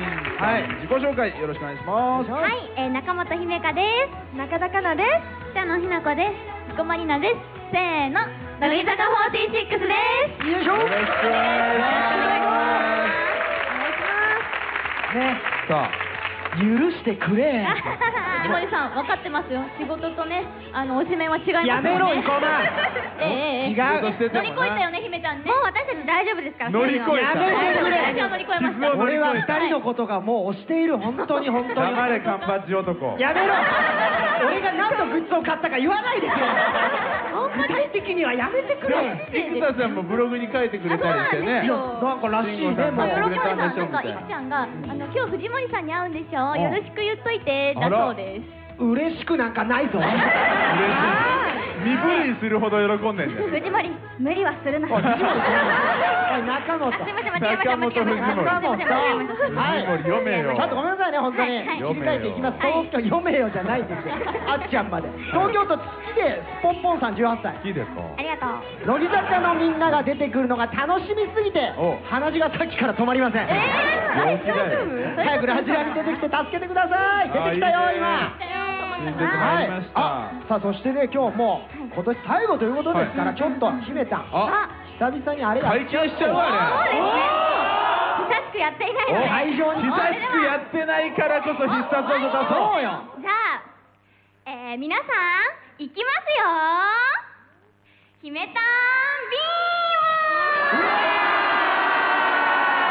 Speaker 2: 人、はい、自己紹介よろしくお願いします
Speaker 4: はい、えー、中本姫香です中田香奈です北野ひな子です生駒里奈ですせーの乃木坂46です
Speaker 3: よいしょ
Speaker 2: よろしくお願いします
Speaker 4: お願いします
Speaker 2: さあ
Speaker 3: 許してくれ
Speaker 10: <laughs> 藤森さん分かってますよ仕事とねあのおしめは違います
Speaker 3: やめろ生駒
Speaker 10: <laughs> ええええ
Speaker 3: 違う
Speaker 10: 乗り越えたよね姫ちゃんね
Speaker 4: もう私たち大丈夫ですから
Speaker 2: 乗り越えた
Speaker 3: やめてくれ
Speaker 10: 私は乗り越えました
Speaker 3: 俺は二人のことがもう押している本当に本当に
Speaker 2: 黙れカンパチ男
Speaker 3: やめろ俺が何のグッズを買ったか言わないで <laughs> よ具体的にはやめてくれ
Speaker 2: 生田さんもブログに書いてくれたりしてね
Speaker 10: あそうなんですよ
Speaker 2: 慎
Speaker 3: なんからしい
Speaker 2: 吾さん
Speaker 3: ねも
Speaker 2: も
Speaker 3: う
Speaker 2: 遅れたんでしょ
Speaker 10: と
Speaker 2: み
Speaker 10: か
Speaker 2: た
Speaker 10: い
Speaker 2: い
Speaker 10: くち
Speaker 2: な
Speaker 10: ゃんがあの今日藤森さんに会うんでしょよろしく言っといてだ
Speaker 2: あら
Speaker 10: そうです
Speaker 3: 嬉しくなんかないぞ
Speaker 2: 身振りするほど喜んでんだよ
Speaker 10: 藤森無理はするな
Speaker 2: あ
Speaker 10: <laughs>
Speaker 2: 藤森
Speaker 3: おい中野と
Speaker 10: すいません間違えました間違えました
Speaker 2: 中
Speaker 3: 本と
Speaker 10: 間違えました間違えました
Speaker 2: 藤
Speaker 3: はい
Speaker 2: 森読めよ
Speaker 3: ちょっとごめんなさいね本当に
Speaker 10: はいはい
Speaker 3: 切り替えていきます東京読めよじゃないですよあっちゃんまで東京都月でスポンポンさん18歳
Speaker 2: 好きですか
Speaker 4: ありがとう
Speaker 3: 乃木坂のみんなが出てくるのが楽しみすぎて
Speaker 2: お
Speaker 3: 鼻血がさっきから止まりません
Speaker 2: 陽気だよ
Speaker 3: 早くラジラに出てきて助けてください出てきた
Speaker 2: あい
Speaker 3: よ
Speaker 2: いね
Speaker 3: 今
Speaker 2: 出てまいりました
Speaker 3: あさあそしてね今日もう今年最後ということですから、
Speaker 2: はい
Speaker 3: ちょっと姫たん
Speaker 2: あ
Speaker 3: 久々にあれだ
Speaker 2: 解禁しちゃうわね
Speaker 4: 久しくやっていないので
Speaker 3: 会場に
Speaker 2: 久しくやってないからこそ必殺技出そう
Speaker 3: そうよ
Speaker 4: じゃあ、えー、皆さん、行きますよー姫たんビーム
Speaker 2: イ
Speaker 4: ありがとうございます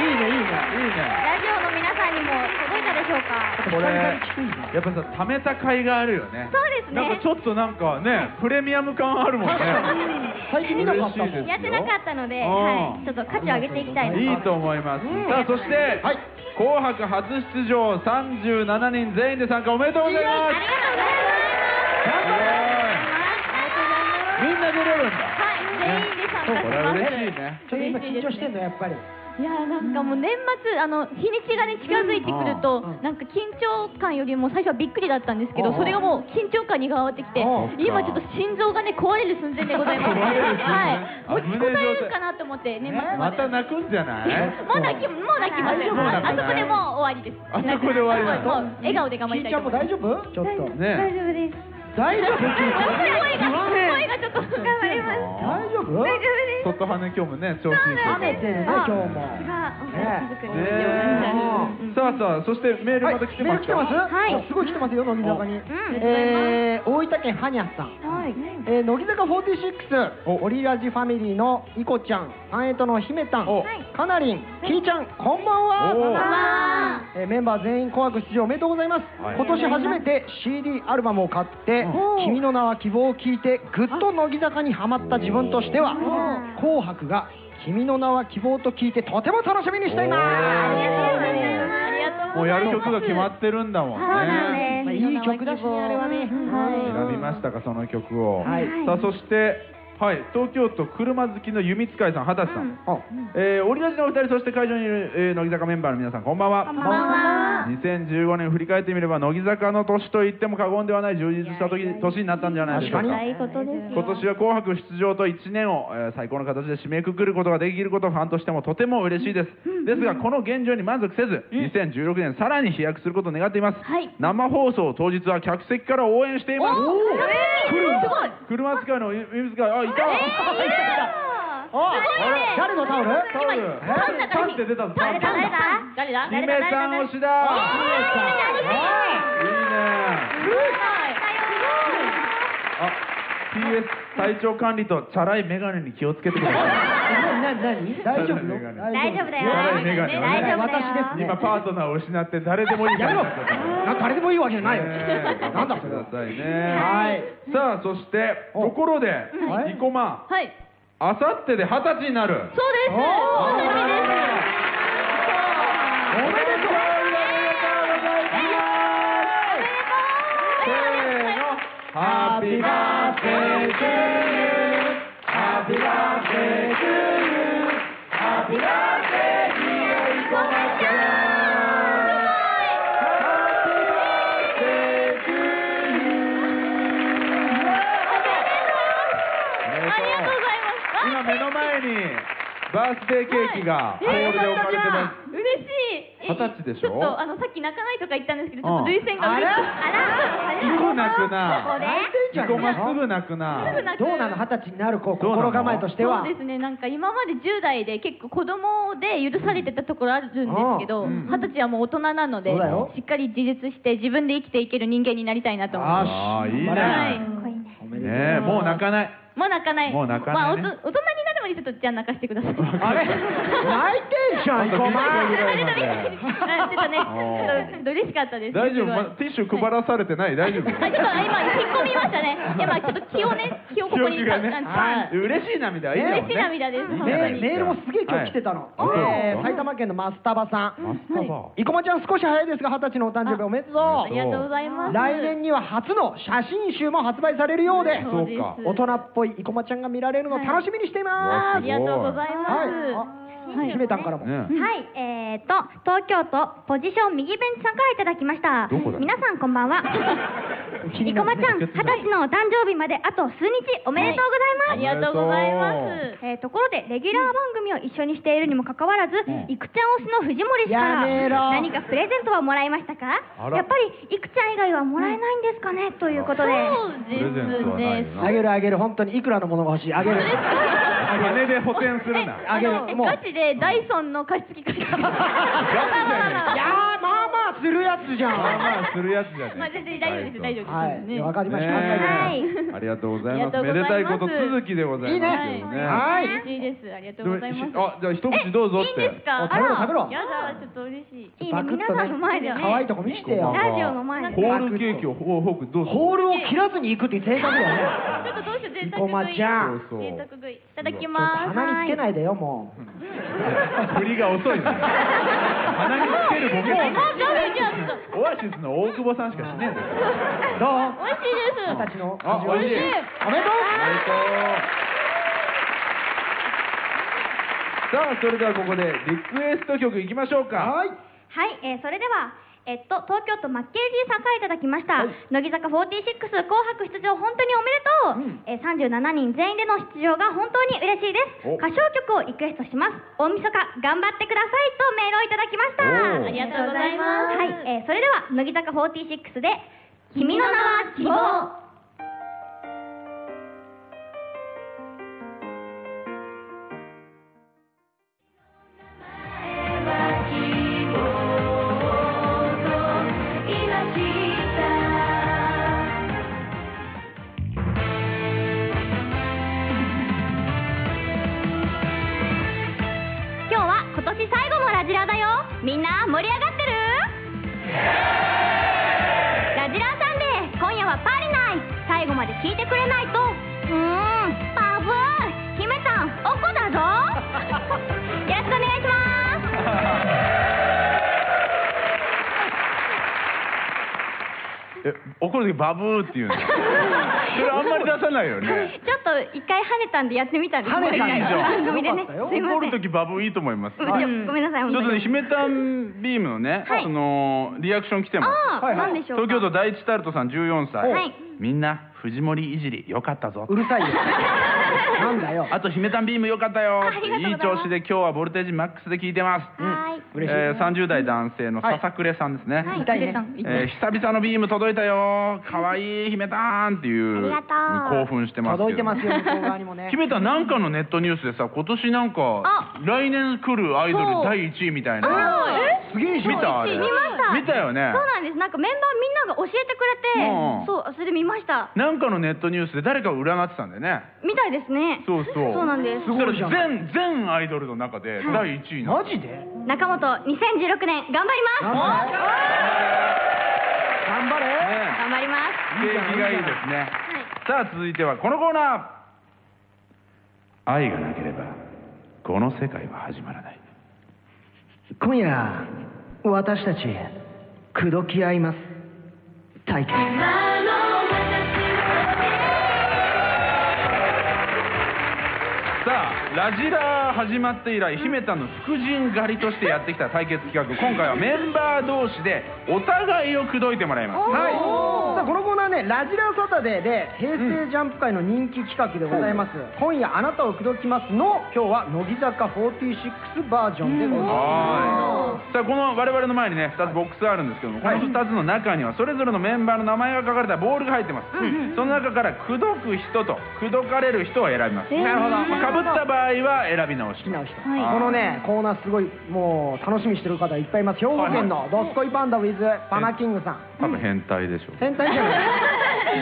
Speaker 2: エ
Speaker 3: いいねいいね
Speaker 2: ーイいいね
Speaker 4: ラジオの皆さんにも届いたでしょうか
Speaker 2: これやっぱさ貯めた甲斐があるよね
Speaker 4: そうですね
Speaker 2: なんかちょっとなんかねプレミアム感あるもん
Speaker 4: <laughs>
Speaker 2: ね
Speaker 3: 最近見なかったもん
Speaker 2: 嬉しいですよ
Speaker 4: やってなかったので、
Speaker 2: うん
Speaker 4: はい、ちょっと価値を上げていきたい
Speaker 2: い
Speaker 4: ない
Speaker 2: と思います、さあそして、
Speaker 3: はい
Speaker 2: 紅白初出場37人全員で参加おめでとうございま
Speaker 4: あ
Speaker 2: す
Speaker 4: りがとうございます
Speaker 2: みんな出れるんだ
Speaker 4: はい、全員で
Speaker 2: こ
Speaker 4: 参加し
Speaker 2: れは
Speaker 4: ます
Speaker 2: 嬉しいね
Speaker 3: ちょっと今緊張してんのやっぱり
Speaker 7: いやーなんかもう年末あの日にちがね近づいてくると、
Speaker 3: うん
Speaker 7: なんか緊張感よりも最初はびっくりだったんですけ
Speaker 3: う
Speaker 7: ど
Speaker 3: ん
Speaker 7: それがもう緊張感に変わってきて
Speaker 3: うん
Speaker 7: 今ちょっと心臓がね壊れる寸前でございます
Speaker 2: 壊れる寸前
Speaker 7: はい持ちこたえるかなと思って年末ま
Speaker 2: ま
Speaker 7: で
Speaker 2: た泣くんじゃない
Speaker 7: もう泣きもう泣きません
Speaker 2: もう泣かない
Speaker 7: あそこでもう終わりです
Speaker 2: あそこで終わりなんだ
Speaker 7: もう笑顔で頑張り
Speaker 3: キ
Speaker 7: た
Speaker 3: イ
Speaker 7: い
Speaker 3: ち
Speaker 7: と
Speaker 3: ゃん
Speaker 7: 思
Speaker 3: も
Speaker 7: いま
Speaker 3: 大丈夫
Speaker 7: す
Speaker 3: ちょっと
Speaker 2: ね
Speaker 7: 丈夫です
Speaker 3: 大丈夫キイちゃん
Speaker 7: 声が声がちょっと頑張ります
Speaker 3: 大丈夫
Speaker 2: 外羽根今日もね調子いい
Speaker 3: 雨でね今日もね
Speaker 2: ねえさあさあそしてメール
Speaker 3: は
Speaker 2: ま
Speaker 3: い
Speaker 2: た来て
Speaker 3: メー
Speaker 2: ます
Speaker 3: ル来て
Speaker 2: か、
Speaker 3: ますあすごい来てますよ乃木坂にえー大分県はにゃさん
Speaker 7: はい
Speaker 3: えー乃木坂46
Speaker 2: お
Speaker 3: オリラジファミリーのいこちゃんアンエトの姫たん
Speaker 2: お
Speaker 3: かなりんきいちゃんこんばん
Speaker 2: おー
Speaker 3: は
Speaker 4: わ
Speaker 3: えーメンバー全員「紅白」出場おめでとうございます、
Speaker 2: はい
Speaker 3: 今年初めて CD アルバムを買って「君の名は希望」を聴いてぐっと乃木坂にはまった自分としては「紅白」が「君の名は希望」と聞いてとても楽しみにしています
Speaker 4: ありがとうございます
Speaker 2: もうやる曲が決まってるんだもんね
Speaker 3: まあいい曲だしねあれはね、
Speaker 2: 選びましたかその曲を、
Speaker 3: はい
Speaker 2: さあそして、はい、東京都車好きの弓使いさん二十歳さん、
Speaker 3: あ
Speaker 2: えー、オリラジのお二人そして会場にいる、えー乃木坂メンバーの皆さんこんばんは2015年振り返ってみれば乃木坂の年と言っても過言ではない充実した時年になったんじゃないでしょうか
Speaker 3: 確か
Speaker 7: いいことです
Speaker 2: 今年は「紅白」出場と1年を、えー最高の形で締めくくることができることファンとしてもとても嬉しいです、ですがこの現状に満足せず2016年さらに飛躍することを願っています、生放送当日は客席から応援しています車使いのゆゆみ使いあいた、
Speaker 3: あ誰のタオル
Speaker 2: タオルえタンって出たぞタン
Speaker 4: 誰だ
Speaker 7: 誰だ
Speaker 2: 姫さん推し
Speaker 3: あ
Speaker 2: だ
Speaker 3: 姫さん
Speaker 2: いいねあ PS 体調管理とチャラいメガネに気をつけてください
Speaker 3: 何何大丈夫
Speaker 2: 誰
Speaker 3: よ
Speaker 2: だ
Speaker 4: 大丈夫だよ
Speaker 2: やばいメガネはね
Speaker 4: 大丈夫だよ
Speaker 3: 私 <laughs> ですね
Speaker 2: 今パートナーを失って誰でもいい
Speaker 3: やめろ
Speaker 2: 感じになっちゃった
Speaker 3: なんか誰でもいいわけじゃないよ
Speaker 2: ねえ
Speaker 3: なんだそ
Speaker 2: く
Speaker 3: れ
Speaker 2: ださいね
Speaker 3: はい
Speaker 2: さあそしてところで
Speaker 3: はい
Speaker 2: 生駒
Speaker 7: はい
Speaker 2: あさってで二十歳になる
Speaker 7: そうです
Speaker 3: おー
Speaker 7: 楽しみです
Speaker 3: おめでとう
Speaker 2: せーのハッピーバースデートゥーユーハッピーバースデートゥーユーハッピーバースデーディア生駒ちゃんハッピーバースデートゥーユーおめでとう
Speaker 7: ありがとうございます
Speaker 2: 今目の前にバースデーケーキが
Speaker 7: え
Speaker 2: ホールで置かれてます
Speaker 7: 嬉しい
Speaker 8: 二十歳でし
Speaker 11: ちょっと
Speaker 8: ょ
Speaker 11: あのさっき泣かないとか言ったんですけどちょっと涙腺がう
Speaker 3: あ
Speaker 11: る
Speaker 3: ら
Speaker 11: あらあ
Speaker 8: ニコ泣く
Speaker 11: ここ
Speaker 8: な
Speaker 11: で
Speaker 8: ニコマすぐ泣くな
Speaker 11: すぐ泣く
Speaker 3: どうなの二十歳になる子
Speaker 8: どうなの
Speaker 3: 心構えとして
Speaker 11: そう
Speaker 3: は
Speaker 11: ですねなんか今まで10代で結構子供で許されてたところあるんですけど
Speaker 8: うん
Speaker 11: 二十歳はもう大人なので
Speaker 3: そうだよ
Speaker 11: しっかり自立して自分で生きていける人間になりたいなと思います
Speaker 8: ああいいね
Speaker 3: 頑張れ
Speaker 11: はい
Speaker 3: おめでとう
Speaker 8: ねえもう泣かない
Speaker 11: もう泣かない
Speaker 8: もう泣かないね
Speaker 11: まあ、おと大人になるまでちょっとじゃあ泣かしてください
Speaker 3: あれ泣いてんじゃん、生
Speaker 11: あ
Speaker 3: 駒。
Speaker 11: どれどれあちょっとねちょっと嬉しかったです
Speaker 8: 大丈夫
Speaker 11: すごい
Speaker 8: まティッシュ配らされてない大丈夫
Speaker 11: あちょっと今引っ込みましたね。今ちょっと気をね、気をここに
Speaker 8: 記憶がね
Speaker 11: はい
Speaker 8: 嬉しい涙はいいもん
Speaker 11: 嬉し
Speaker 8: ね
Speaker 11: い涙で
Speaker 8: う
Speaker 11: す。
Speaker 8: ん
Speaker 11: 本当
Speaker 3: メ
Speaker 11: に
Speaker 3: メールもすげえ今日来てたの、
Speaker 8: はい
Speaker 3: えー
Speaker 8: はい
Speaker 3: 埼玉県のマスタバさん、
Speaker 8: マスタバ
Speaker 3: 生駒ちゃん少し早いですが二十歳のお誕生日おめでと
Speaker 11: ありがとうございます。
Speaker 3: う来年には初の写真集も発売されるようで
Speaker 8: そうか
Speaker 3: 大人っぽい生駒ちゃんが見られるのを楽しみにしてい
Speaker 8: は
Speaker 3: ま
Speaker 11: あ
Speaker 3: す
Speaker 11: りがとうござい
Speaker 3: はい、
Speaker 11: ま
Speaker 3: あ姫たんからも、
Speaker 8: ね
Speaker 4: はい、えーと、東京都ポジション右ベンチさんからいただきました。
Speaker 8: どこだ
Speaker 4: 皆さんこんばんは。
Speaker 3: 気に
Speaker 4: 生
Speaker 3: な
Speaker 4: 駒
Speaker 3: る
Speaker 4: ちゃん、二十歳のお誕生日まであと数日おめでとうございます。
Speaker 11: す。ありがとうございます。
Speaker 4: えーところでレギュラー番組を一緒にしているにもかかわらず、いくちゃん推しの藤森
Speaker 3: や
Speaker 4: さ
Speaker 3: め
Speaker 4: ん
Speaker 3: ろ
Speaker 4: 何かプレゼントはもらいましたか
Speaker 8: あら
Speaker 4: やっぱりいくちゃん以外はもらえないんですかね、ということで
Speaker 8: プレゼントはないよな
Speaker 3: あげるあげる本当にいくらのものが欲しいあ
Speaker 2: <laughs>
Speaker 3: げる
Speaker 8: 金で補填するな
Speaker 3: あげる
Speaker 11: え
Speaker 3: もう
Speaker 11: ガチでダイソンの加湿器買った。まあま
Speaker 3: いやーまあまあするやつじゃん
Speaker 8: まあまあするやつじゃねえ
Speaker 11: まあ全然大丈夫です大丈夫です。
Speaker 3: はいわかりました、
Speaker 8: ね
Speaker 4: い
Speaker 8: えありがとうございます
Speaker 11: あり
Speaker 8: め
Speaker 11: がとう
Speaker 8: でたい
Speaker 11: ござい
Speaker 8: こ
Speaker 11: ます
Speaker 8: と続きでございますけどね
Speaker 3: はい
Speaker 11: 嬉しいです。ありが
Speaker 8: で
Speaker 11: とう
Speaker 8: も
Speaker 11: ございます。
Speaker 8: あじゃあ一口どうぞって
Speaker 11: いいんですか。
Speaker 3: お食べろ食べろ
Speaker 11: やだちょっと嬉しい。
Speaker 4: いい
Speaker 3: バ
Speaker 4: ね
Speaker 3: クッとね
Speaker 4: 皆さんの前でね
Speaker 3: 可愛いとこ見せてよ
Speaker 4: ラジオの前で
Speaker 8: ホールケーキをフォークどうぞ
Speaker 3: ホールを切らずに行くっていう贅沢だよね
Speaker 11: ちょっとどうしよう贅
Speaker 3: 生
Speaker 11: 沢食
Speaker 3: 駒
Speaker 11: い。
Speaker 3: ちゃん
Speaker 8: そうそう
Speaker 11: 贅沢食い。いただきます。
Speaker 3: 鼻につけないでよも
Speaker 8: 振りが遅いね鼻につけるボケ
Speaker 11: もう食べちゃった。
Speaker 8: オアシスの大久保さんしかしねえんだよ
Speaker 3: うどう
Speaker 11: 美味しいです。
Speaker 3: 二十歳の
Speaker 8: あ美味しい
Speaker 3: おめでとう
Speaker 8: ありがとうさあそれではここでリクエスト曲いきましょうかはい
Speaker 4: はい、えーそれでは、えっと、東京都マッケンジーさんからいただきました、乃木坂46紅白出場本当におめでとう、えー37人全員での出場が本当に嬉しいです
Speaker 8: お
Speaker 4: 歌唱曲をリクエストします大晦日頑張ってくださいと
Speaker 8: おーあ
Speaker 4: メールをいただきました
Speaker 11: りがとうございます
Speaker 4: はい、えーそれでは乃木坂46で「君の名は希望」今日は今年最後のラジラだよみんな盛り上がってるラジラーサンデー今夜はパリナイ最後まで聞いてくれないとうーんパブー姫さんおこだぞよろしくお願いします
Speaker 2: <laughs> え怒る時バブーって言うんだよそれあんまり出さないよね
Speaker 4: ちょっと一回跳ねたんでやってみたんです
Speaker 3: 跳ねたんだよ
Speaker 4: 番組でね
Speaker 3: よかったよ
Speaker 4: すいま
Speaker 2: 怒
Speaker 4: せん
Speaker 2: る時バブーいいと思いますちょ
Speaker 4: うんごめんなさい
Speaker 2: っ
Speaker 4: 本当
Speaker 2: とね
Speaker 4: に
Speaker 2: 姫たんビームのね
Speaker 4: はい
Speaker 2: そのリアクション来ても
Speaker 4: ああ、
Speaker 3: はいはい
Speaker 4: なんでしょうか
Speaker 2: 東京都第一タルトさん14歳
Speaker 4: はい
Speaker 2: みんな藤森いじりよかったぞ
Speaker 3: うるさいよなんだよ
Speaker 2: あと姫たんビームよかったよ
Speaker 4: ありがとうござ
Speaker 2: い
Speaker 4: い
Speaker 2: い
Speaker 4: ます
Speaker 2: 調子で今日はボルテージマックスで聞いてます
Speaker 4: はーい
Speaker 3: 嬉しい
Speaker 2: えー30代男性の笹暮さんですね
Speaker 4: はい
Speaker 3: 痛いね
Speaker 4: ヒデさん
Speaker 2: えー久々のビーム届いたよかわいい姫たんっていう
Speaker 4: ありがとう
Speaker 2: 興奮してますけど
Speaker 3: 届いてますよ向こう側
Speaker 2: <laughs>
Speaker 3: にもね
Speaker 2: 姫たんなんかのネットニュースでさ今年なんか
Speaker 4: あ
Speaker 2: 来年来るアイドル第1位みたいな
Speaker 3: すげえじゃん
Speaker 2: 見たあれ
Speaker 4: 見ました
Speaker 2: 見たよね
Speaker 4: そうなんですなんかメンバーみんなが教えてくれて、
Speaker 2: うん
Speaker 4: そうそれで見ました
Speaker 2: なんかのネットニュースで誰かを占ってたんだよね
Speaker 4: みたいですね
Speaker 2: そうそう
Speaker 4: そうなんです
Speaker 2: そしたら全全アイドルの中で第1位なの
Speaker 3: マジで
Speaker 4: 中本2016年頑張り
Speaker 3: 頑
Speaker 4: ます
Speaker 3: 張れ頑張れ
Speaker 2: ね
Speaker 4: 頑張ります
Speaker 2: 景気がいいですね、さあ続いてはこのコーナー愛がなければこの世界は始まらない
Speaker 3: 今夜私たち口説き合います対決
Speaker 2: さラジラ始まって以来姫たんの副陣狩りとしてやってきた対決企画今回はメンバー同士でお互いを口説いてもらいます
Speaker 3: はい、さあこのコーナーね、ラジラサタデーで、平成ジャンプ界の人気企画でございます、今夜あなたを口説きますの、今日は乃木坂46バージョンでございま
Speaker 2: さあこの我々の前にね2つボックスがあるんですけどもこの2つの中にはそれぞれのメンバーの名前が書かれたボールが入ってます、その中から口説く人と口説かれる人を選びます、
Speaker 3: えーなるほど
Speaker 2: まあかぶった場合は選び直し直し
Speaker 3: す。このね、コーナーすごい、もう楽しみにしてる方いっぱいいます。兵庫県のどすこいパンダ with パナキングさん。
Speaker 2: 多分変態でしょう、
Speaker 3: 変態じゃ <laughs> な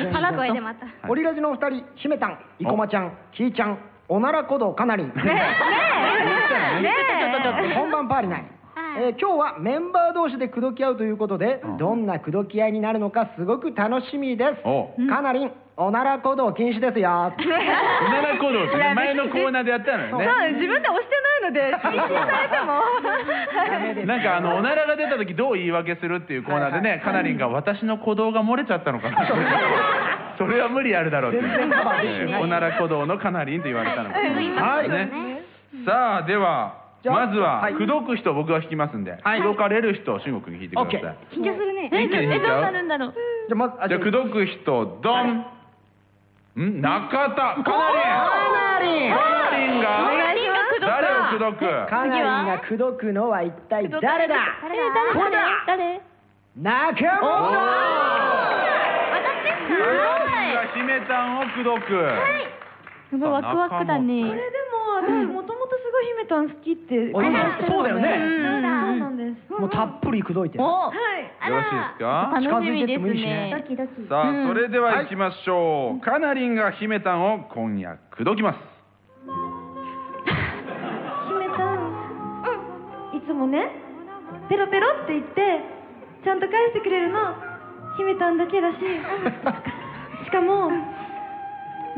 Speaker 3: い。
Speaker 7: 腹声でまた。
Speaker 3: オリラジのお二人、姫たん、生駒ちゃん、きーちゃん、おならこどかなりん。
Speaker 7: えねえちょっとちょっとちょっと
Speaker 3: 本番パーリない。えー今日はメンバー同士で口説き合うということで、どんな口説き合いになるのかすごく楽しみです
Speaker 2: お
Speaker 3: かなりんおなら行動禁止ですよ
Speaker 2: おなら行動ってね前のコーナーでやったのよね
Speaker 12: そう自分で押してないので禁止されても
Speaker 2: <laughs> なんかあのおならが出た時どう言い訳するっていうコーナーでねかなりんが私の鼓動が漏れちゃったの
Speaker 3: <laughs>
Speaker 2: かなそれは無理あるだろうっていう
Speaker 3: 全然カバーできてない
Speaker 2: おなら鼓動のかなりんと言われたの
Speaker 3: はい
Speaker 2: ねさあでは
Speaker 3: じゃあ
Speaker 2: まずは
Speaker 3: はい
Speaker 2: 口説く人僕が引きますんで
Speaker 3: はい
Speaker 2: 口説かれる人しんごくん引いてください
Speaker 3: オッケー
Speaker 11: 緊張するね。
Speaker 2: え
Speaker 11: え、どう
Speaker 2: えどうな
Speaker 11: な
Speaker 2: る
Speaker 11: るんだろう。
Speaker 3: じゃあまずあ
Speaker 2: じゃあ口説く人ドンん中田かな
Speaker 3: かなり
Speaker 2: りんかなりん
Speaker 11: お
Speaker 2: が
Speaker 11: 願いします。
Speaker 2: 誰を口説く
Speaker 3: かなりんが口説くのは一体誰だ
Speaker 11: 誰だ
Speaker 3: これだ
Speaker 11: 誰
Speaker 3: 中
Speaker 2: おー
Speaker 3: 本
Speaker 2: かなりんが姫たんを口説く
Speaker 11: すごいワクワクだね。
Speaker 12: これでも私もともとすごい姫たん好きって
Speaker 3: お今そうだよね
Speaker 12: そうなんです
Speaker 3: もうたっぷり口説いてる
Speaker 11: お、
Speaker 12: はい
Speaker 2: よろしいですか
Speaker 11: 楽しみです
Speaker 3: 近づいてってもいいし
Speaker 11: ね。
Speaker 3: ね
Speaker 11: ドキ
Speaker 2: さあ、それでは行きましょう、かなりんが姫たんを今夜口説き <laughs> ます
Speaker 12: 姫たん、うん、いつもねペロペロって言ってちゃんと返してくれるの姫たんだけだししかも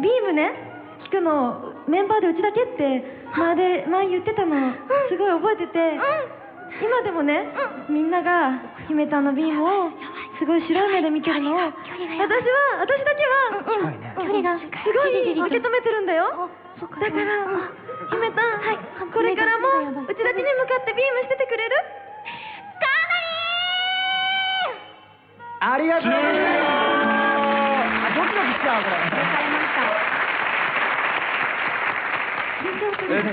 Speaker 12: ビームね聞くのメンバーでうちだけって前で前言ってたのすごい覚えてて今でもねみんなが姫たんのビームをすごい白い目で見てるのを私は私だけは
Speaker 11: 距離が。す
Speaker 12: すごい受け止めてるんだよだから姫たん、これからもうちだけに向かってビームしててくれる
Speaker 3: ありがとうございますあドキドキしちゃうこれ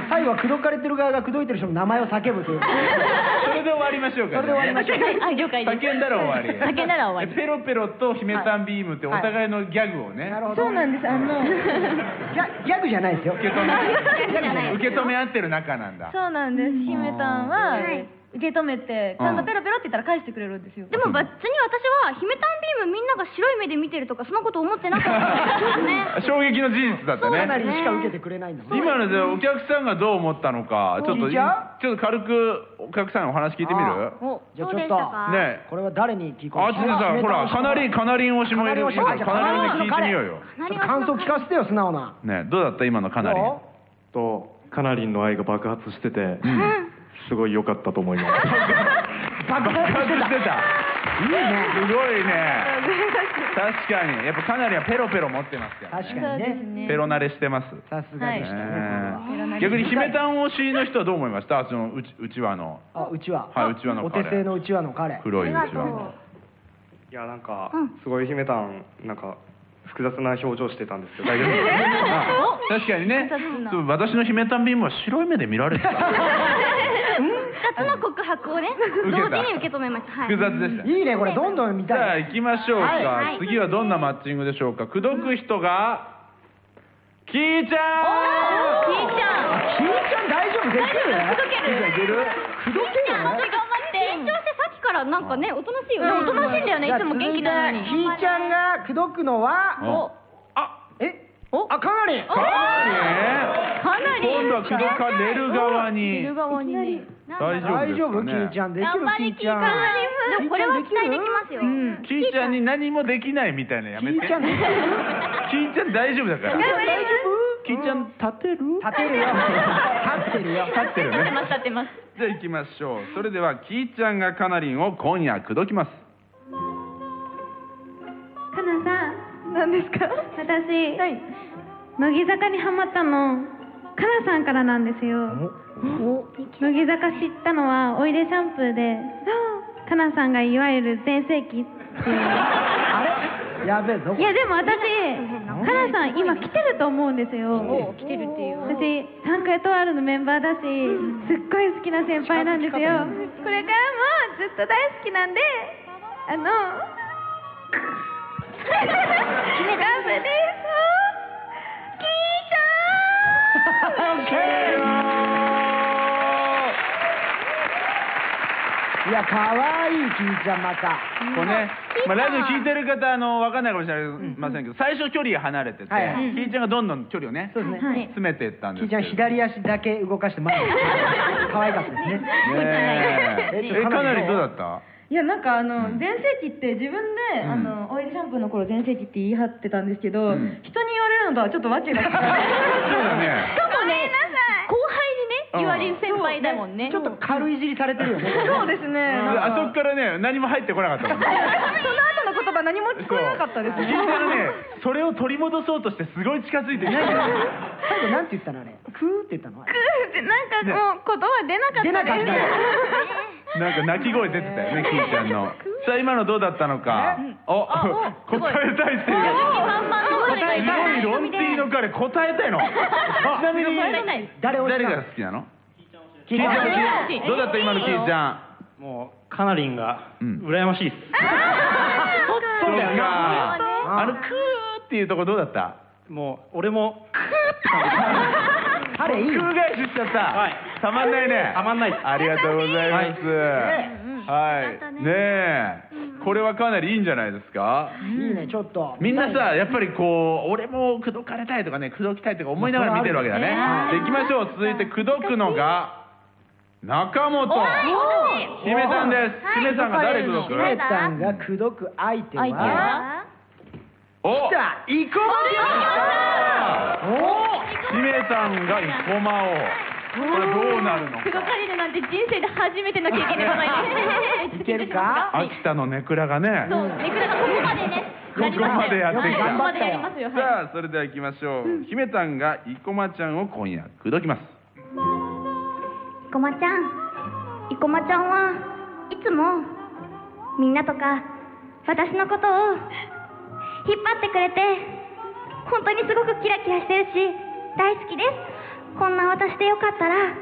Speaker 3: 最後は口説かれてる側が口説いてる人の名前を叫ぶという
Speaker 2: それで終わりましょうか、ね、
Speaker 3: それで終わりましょう
Speaker 11: あ、了解です。
Speaker 2: <laughs> 叫んだら終わり
Speaker 11: 叫んだら終わり
Speaker 2: えペロペロと姫たんビームってお互いのギャグをね、
Speaker 3: なるほど
Speaker 12: そうなんですあの
Speaker 3: ギャギャグじゃないですよ
Speaker 2: 受け止 <laughs> め受け止め合ってる仲なんだ
Speaker 12: そうなんです姫たんは受け止めてちゃん
Speaker 2: う
Speaker 12: と
Speaker 2: ん
Speaker 12: ペロペロって言ったら返してくれるんですよ
Speaker 7: でも別に私は姫タンビームみんなが白い目で見てるとかそんなこと思ってなかったですね
Speaker 2: 衝撃の事実だった
Speaker 3: かな
Speaker 2: ね
Speaker 3: りしか受けてくれないんだもんね
Speaker 2: 今のでお客さんがどう思ったのかちょっと
Speaker 3: 聞い
Speaker 2: ち
Speaker 3: ちゃ
Speaker 2: ょっと軽くお客さんにお話聞いてみる
Speaker 3: おじゃあちょ
Speaker 7: どうで
Speaker 3: っ
Speaker 7: したか
Speaker 3: と
Speaker 2: ねえ
Speaker 3: これは誰に聞こう
Speaker 2: あっちでさんほらかなりんかなりん推しもいるし
Speaker 3: か
Speaker 2: か
Speaker 3: なりん推し
Speaker 2: なりんで聞いてみようよ
Speaker 3: ちょっと感想聞かせてよ素直な
Speaker 2: ねどうだった今のかなりん
Speaker 3: ど
Speaker 13: とかなりの愛が爆発してて、すごい良かったと思います
Speaker 3: 爆
Speaker 2: 爆
Speaker 3: 発
Speaker 2: 発
Speaker 3: して
Speaker 2: してた
Speaker 3: た
Speaker 2: いいねすごいね確かにやっぱかなりはペロペロ持ってますから、
Speaker 3: 確
Speaker 2: ね、
Speaker 3: かにね
Speaker 2: ペロ慣れしてます、
Speaker 3: さすがでしたねこれは
Speaker 2: ね逆に姫たん推しの人はどう思いましたそのうちうちわの
Speaker 3: あうちわ
Speaker 2: はいうちわの
Speaker 3: お
Speaker 2: 彼
Speaker 3: 手製のうちわの彼
Speaker 2: 黒いうちわの
Speaker 13: <laughs> いやなんか、すごい姫たんなんか複雑な表情してたん <laughs> ですけど大丈夫
Speaker 2: あ確かにねそう私の姫たんビームは白い目で見られてた
Speaker 7: 二つの告白をね
Speaker 2: 受
Speaker 7: 同
Speaker 2: けた
Speaker 7: 時に受け止めましたはい
Speaker 2: 複雑でしたね
Speaker 3: いいねこれどんどん見
Speaker 2: じ
Speaker 3: た
Speaker 2: ゃあ
Speaker 3: い
Speaker 2: 行きましょうか、
Speaker 3: は
Speaker 2: 次はどんなマッチングでしょうか口説く人がキー
Speaker 11: ひ
Speaker 2: ちゃん
Speaker 11: ーちゃん。
Speaker 3: ひーちゃん大丈夫できる
Speaker 2: いける
Speaker 3: 口説ける
Speaker 11: 頑
Speaker 3: よね
Speaker 11: 張って。
Speaker 7: 緊張してさっきからなんかねおとなしいよね
Speaker 11: おと
Speaker 7: おとな
Speaker 11: なしいんだよね。いつも元気なの
Speaker 3: ひ
Speaker 11: に。
Speaker 3: ーちゃんが口説くのは
Speaker 2: おあ
Speaker 3: えあかなり
Speaker 2: かな
Speaker 11: かなり。
Speaker 2: り今度は口説かれる側に
Speaker 11: 昼側にね。
Speaker 2: 大
Speaker 3: 大丈
Speaker 2: 丈
Speaker 3: 夫
Speaker 2: 夫で
Speaker 3: キー
Speaker 2: す
Speaker 3: ち
Speaker 2: か
Speaker 3: ゃ
Speaker 2: ね
Speaker 3: んできるキーちゃん
Speaker 7: でもこれは期待できますよ
Speaker 11: うん。
Speaker 2: キーちゃんに何もできないみたいなのや
Speaker 3: キ
Speaker 2: めて
Speaker 3: ーちゃんできる
Speaker 2: キーちゃん大丈夫だから
Speaker 3: 大丈夫
Speaker 2: キーちゃん立てる
Speaker 3: 立てるよ立ってる
Speaker 2: <laughs>
Speaker 3: よ
Speaker 2: 立ってるね
Speaker 11: 立ってます。
Speaker 2: じゃあ行きましょうそれではキーちゃんがかなりんを今夜口説きます
Speaker 12: かなさん何ですか私、乃木坂にハマったのカナさんからなんですよ乃木坂知ったのはおいでシャンプーでカナさんがいわゆる全盛期っていう
Speaker 3: やべえぞ
Speaker 12: いやでも私カナさん今来てると思うんですよ
Speaker 11: 来てるっていう
Speaker 12: 私サンクエトワールのメンバーだしすっごい好きな先輩なんですよこれからもずっと大好きなんであのラブですキーちゃん
Speaker 3: いや、かわいい、キーちゃん、また。
Speaker 2: こうね、まあ、ラジオ聞いてる方、あの、わかんないかもしれませんけど、最初距離が離れてて、
Speaker 3: はいはい
Speaker 2: ひいちゃんがどんどん距離をね、
Speaker 3: そうですねはい
Speaker 2: 詰めていったん
Speaker 3: キ
Speaker 2: で
Speaker 3: ー
Speaker 2: す
Speaker 3: ちゃん、左足だけ動かして前に。可愛かったですね。
Speaker 2: ねええ、かなりどうだった
Speaker 14: いやなんかあの全盛期って自分で、あのオイルシャンプーの頃全盛期って言い張ってたんですけど、人に言われるのとはちょっと訳が違う
Speaker 2: そうだね
Speaker 14: しかもね後
Speaker 2: う
Speaker 14: 輩にね言
Speaker 2: ん
Speaker 14: われる先輩だもんねちょっと軽いじりされてるよねそうですね
Speaker 2: あそこからね、何も入ってこなか <laughs> ったもんね。
Speaker 14: その後の言葉何も聞こえなかったです
Speaker 2: 聞いてるね、それを取り戻そうとしてすごい近づいてきて
Speaker 3: 最後、なんて言ったのあれ。クーって言ったのあれ
Speaker 14: ってなんかもう言葉出なかった
Speaker 3: 出なかった
Speaker 2: なんか泣き声出てたよね、キーちゃんの。さあ、今のどうだったのか。お、答えたいって <laughs> いう。すごい、ロンティーの彼、答えたいの。ちなみに、
Speaker 13: 誰
Speaker 2: 誰が好きなのキ
Speaker 13: キ
Speaker 2: ーち
Speaker 13: ーちゃん
Speaker 2: ゃん、どうだった今のキーちゃん。
Speaker 13: もうカナリンが羨ましいっす、
Speaker 2: そうか。あの、クーっていうとこどうだった
Speaker 13: もう俺も
Speaker 2: 彼いい空返ししちゃった、たまんないねたまんないありがとうございますはい、ねえこれはかなりいいんじゃないですか
Speaker 3: いいね、ちょっと。
Speaker 2: みんなさやっぱりこう俺も口説かれたいとかね口説きたいとか思いながら見てるわけだね
Speaker 3: まあそれはある
Speaker 2: で行きましょう続いて口説くのが中本姫さんです姫さんが誰口説く
Speaker 3: 姫さんが口説く相手
Speaker 2: 相手
Speaker 3: は
Speaker 2: はお
Speaker 3: 来た生駒
Speaker 2: お姫さんが生駒をこれどうなるの
Speaker 11: 口説かれるなんて人生で初めての経験でございます
Speaker 3: いけるか
Speaker 2: 秋田のネクラがね
Speaker 11: そうネクラがここまでね
Speaker 2: ここまでやってき
Speaker 11: はいここま
Speaker 2: た
Speaker 11: でやりますよはい
Speaker 2: さあそれでは行きましょう姫たんが生駒ちゃんを今夜口説きます
Speaker 4: 生駒ちゃん生駒ちゃんはいつもみんなとか私のことを引っ張ってくれて本当にすごくキラキラしてるし大好きですこんな私でよかったら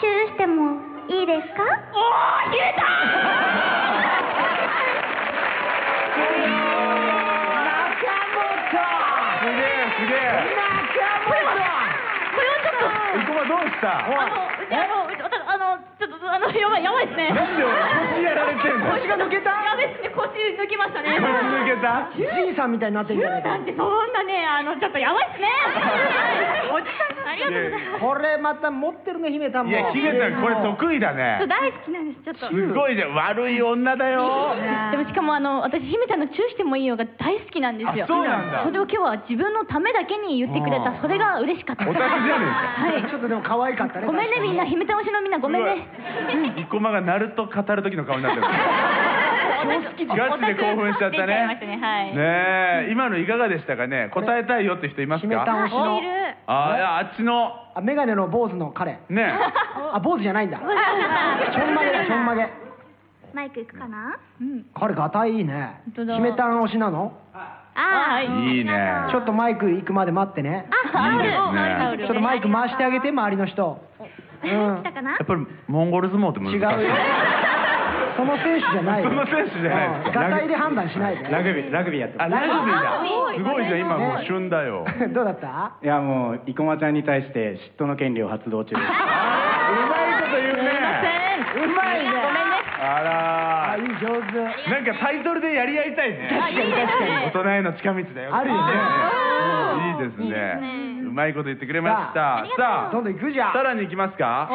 Speaker 4: チューしてもいいですかおお言え
Speaker 11: これはちょっと
Speaker 2: すげえすげえ生駒どうした
Speaker 11: あの、うちあの、うち私あの、ちょっと、あの、やばい、やばいですね。
Speaker 2: なんで俺腰やられてんの
Speaker 3: 腰が抜けた
Speaker 11: やべっすね、腰抜けましたね。
Speaker 2: けた
Speaker 3: じいさんみたいになってるじゃないか
Speaker 11: なんて、そんなね、あの、ちょっとやばいっすね。おじさんが。ありがとうございます。
Speaker 3: これまた持ってるね姫さんも
Speaker 2: いや姫たんこれ得意だ
Speaker 11: ちょっと
Speaker 2: ね
Speaker 11: 大好きなんです、ちょっと。
Speaker 2: すごいじゃん悪い女だよ
Speaker 11: でもしかもあの私姫ちゃんのチューしてもいいよが大好きなんですよ
Speaker 2: あそうなんだ
Speaker 11: それを今日は自分のためだけに言ってくれたそれが嬉しかった
Speaker 2: お互いじゃね
Speaker 11: はい
Speaker 3: ちょっとでも可愛かったね
Speaker 11: ごめんねみんな姫ちゃん推しのみんなごめんね
Speaker 2: 生駒がナルト語る時の顔になって <laughs> るガチで興奮しちゃったね
Speaker 11: はい
Speaker 2: ねえ今のいかがでしたかね答えたいよって人います
Speaker 3: 姫
Speaker 2: か
Speaker 3: たん推しの
Speaker 2: あいやあっちの
Speaker 3: あメガネの坊主の彼
Speaker 2: <laughs> ね
Speaker 3: あ坊主じゃ <laughs> ないんだちょんまげだちょんまげ
Speaker 4: マイクいくかなうん
Speaker 3: 彼がたいいいね
Speaker 4: 当だ
Speaker 3: 姫たん推しなの
Speaker 4: ああ
Speaker 2: いいね
Speaker 3: ちょっとマイク行くまで待ってね
Speaker 4: あタオ
Speaker 2: いい
Speaker 3: ち
Speaker 4: ル
Speaker 2: で
Speaker 3: ょ
Speaker 2: す
Speaker 3: っと
Speaker 2: ね
Speaker 3: マイク回してあげて周りの人うん
Speaker 4: 来たかな
Speaker 2: やっぱりモンゴル相撲って難しい
Speaker 3: 違うよその選手じゃない
Speaker 2: <laughs>
Speaker 3: よ
Speaker 2: その選手じゃないです
Speaker 3: うん合体で判断しないで
Speaker 13: ラグビーラグビーやって
Speaker 2: あラグビーだ
Speaker 3: あ
Speaker 2: すごいじゃん今もう
Speaker 3: ね
Speaker 2: 旬だよ
Speaker 3: どうだった
Speaker 13: いやもう生駒ちゃんに対して嫉妬の権利を発動中です
Speaker 2: うまいこと言うね
Speaker 3: うまいね
Speaker 2: あら
Speaker 3: あいい上手
Speaker 2: なんかタイトルでやり合いたいね
Speaker 3: 確かに確かに
Speaker 2: 大人への近道だよ
Speaker 3: あるよね
Speaker 2: いいですねうまいこと言ってくれました
Speaker 3: さ
Speaker 2: さ
Speaker 3: あ
Speaker 2: あ
Speaker 3: どんどん行くじゃん
Speaker 2: さらに行きますか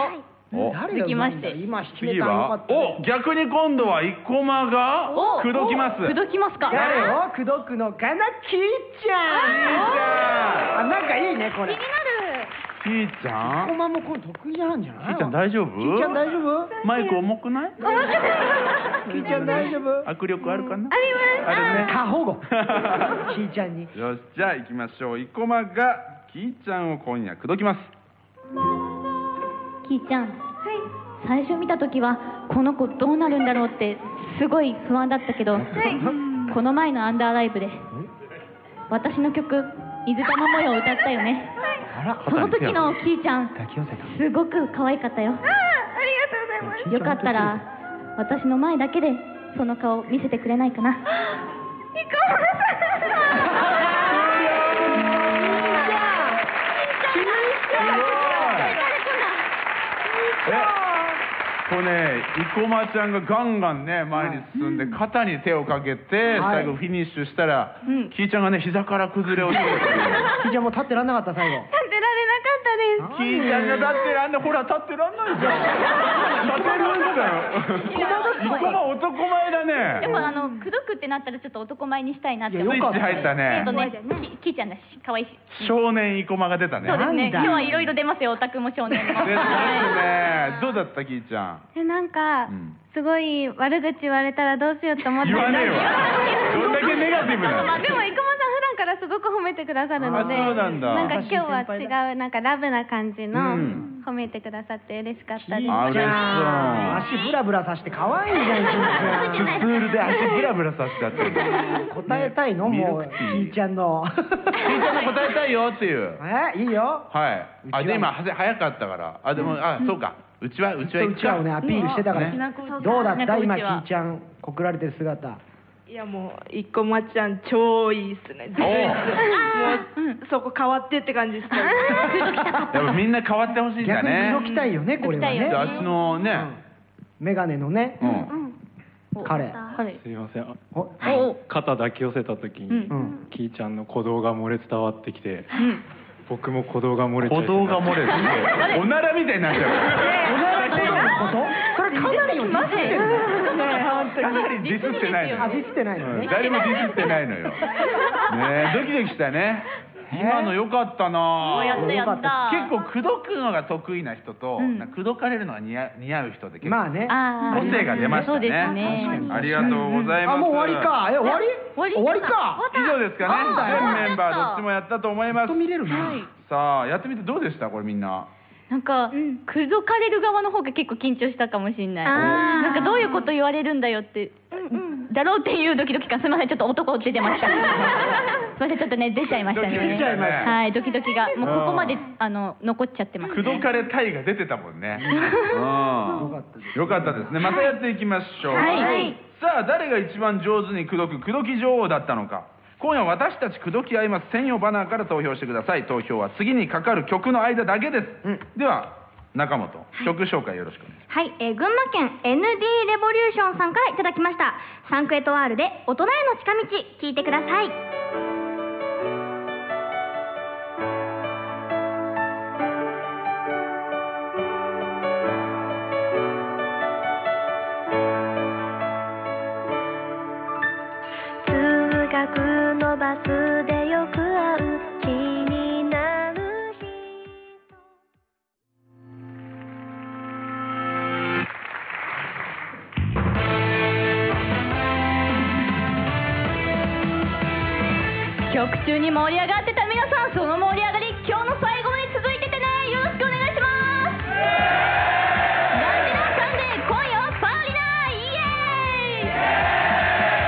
Speaker 2: お
Speaker 3: 誰がうまいんだ今決め
Speaker 2: 次
Speaker 3: たのよか
Speaker 2: は
Speaker 3: ったね
Speaker 2: お逆に今度は生駒が口説きます <laughs>
Speaker 3: お
Speaker 2: き
Speaker 11: ます
Speaker 2: か
Speaker 3: 誰を口説くのかなキーちゃんあなんかいいねこれキ
Speaker 2: ひーちゃん
Speaker 3: ーマもこれ得意なんじゃない
Speaker 2: ひーちゃん大丈夫
Speaker 3: キーちゃん大丈夫
Speaker 2: マイク重くない
Speaker 3: キーちゃん大丈夫
Speaker 2: 握力あるかな <laughs>
Speaker 3: <laughs> あれね過保護キーちゃんに
Speaker 2: よしじゃあ行きましょう生駒がキーちゃんを今夜口説きます
Speaker 11: キーちゃん、最初見た時はこの子どうなるんだろうってすごい不安だったけど、この前のアンダーライブで私の曲「水玉模様」を歌ったよねその時のキーちゃんすごく可愛かったよ
Speaker 12: ありがとうございます
Speaker 11: よかったら私の前だけでその顔見せてくれないかな
Speaker 2: <laughs> これね、生駒ちゃんがガンガンね、前に進んで、肩に手をかけて、
Speaker 3: はい
Speaker 2: 最後フィニッシュしたら、
Speaker 3: うん
Speaker 2: キーちゃんがね、膝から崩れ落ちてる。
Speaker 3: ひじゃんもう立ってらんなかった最後
Speaker 12: 食べられなかったです
Speaker 2: キーちゃんが立ってらんない、ほら、立ってらんないじゃん。立てるんだよ。生駒男前だね。
Speaker 11: でもあの口説くってなったらちょっと男前にしたいなって思
Speaker 2: いやよかったスイッチ入ったね
Speaker 11: えっとねききーちゃんだし可愛いし
Speaker 2: 少年生駒が出たね。
Speaker 11: そうですね今日はいろいろ出ますよオタクも少年も
Speaker 2: ですね。どうだった、キーちゃん。
Speaker 12: えなんか、すごい悪口言われたらどうしようと思って
Speaker 2: 言わねえよどんだけネガティブなの
Speaker 12: でも生駒さん普段からすごく褒めてくださるので
Speaker 2: あそうなんだ
Speaker 12: なんか今日は違うなんかラブな感じの、
Speaker 2: うん
Speaker 12: 褒めてくださって嬉しかったです
Speaker 2: あ、嬉し
Speaker 3: 足ブラブラさして可愛いじゃんひじゃ
Speaker 2: そう。スツ
Speaker 3: ん
Speaker 2: ールで足ブラブラさせちゃってる。
Speaker 3: 答えたいのもうひーちゃ
Speaker 2: <laughs>
Speaker 3: んの
Speaker 2: キーちゃんの答えたいよっていう。
Speaker 3: えいいよ
Speaker 2: はい。あ、で、今、はぜ早かったから。あ、でも、あ、そうか。うちは、うちは
Speaker 3: う
Speaker 2: 行く
Speaker 3: ちわ
Speaker 2: か。
Speaker 3: をねアピールしてたから、
Speaker 2: ね
Speaker 3: どうだった今
Speaker 15: う
Speaker 3: ひ
Speaker 15: ちわ
Speaker 3: ーちゃん告られてる姿
Speaker 15: いやもう、いこまちゃん、超いいっすね。ずるいっすもうそこ変わってって感じ
Speaker 5: <laughs>
Speaker 15: した。
Speaker 2: やっぱみんな変わってほしいんだね。
Speaker 3: 逆に口説きたいよねこれはね
Speaker 2: であっちのね、
Speaker 3: メガネのね、彼
Speaker 13: <laughs>
Speaker 16: すいませんあ
Speaker 3: お
Speaker 16: 肩抱き寄せた時に、キーちゃんの鼓動が漏れ伝わってきて、僕も鼓動が漏れちゃいそうになっ
Speaker 2: 鼓動が漏れ
Speaker 16: て
Speaker 2: るおならみたいになっちゃう
Speaker 3: おならことそれかなりをディスってるね <laughs>
Speaker 2: かなりディスってないのよ
Speaker 3: あディスってないの
Speaker 2: うん
Speaker 3: ね
Speaker 2: 誰もディスってないのよ。ねえ、ドキドキしたね。今の良かったなぁ
Speaker 3: やったやった
Speaker 2: 結構口説くのが得意な人と、なんか口説かれるのが似合似合う人で結構
Speaker 3: まあね
Speaker 2: 個性が出ましたね
Speaker 3: そうですね確かに
Speaker 2: ありがとうございます
Speaker 3: あもう終わりかえ終わり終わりか
Speaker 2: 以上ですか
Speaker 3: なんだよ
Speaker 2: ね全メンバーどっちもやったと思いますさあやってみてどうでしたこれみんな
Speaker 5: なんか、口説かれる側の方が結構緊張したかもしれないなんかどういうこと言われるんだよって、だろうっていうドキドキ感すみませんちょっと男出てまし
Speaker 2: <laughs>
Speaker 5: たすみませんちょっとね出ちゃいましたね
Speaker 2: ドキドキだね
Speaker 5: はいドキドキがもうここまであの残っちゃってます、ね、
Speaker 2: 口説かれたいが出てたもんねうんよかったですねまたやっていきましょう
Speaker 1: はい
Speaker 2: さあ誰が一番上手に口説く口説き女王だったのか今夜私たち口説き合います専用バナーから投票してください投票は次にかかる曲の間だけです、では中本曲紹介よろしくお願いします
Speaker 17: はい、えー群馬県 ND レボリューションさんからいただきましたサンクエトワールで大人への近道聞いてください
Speaker 18: 通学のバスでよく会う気になる
Speaker 11: 曲中に盛り上がってた皆さんその盛り上がり今日の最後まで続いててねよろしくお願いしますラジナサンデー今夜はパーリナイエ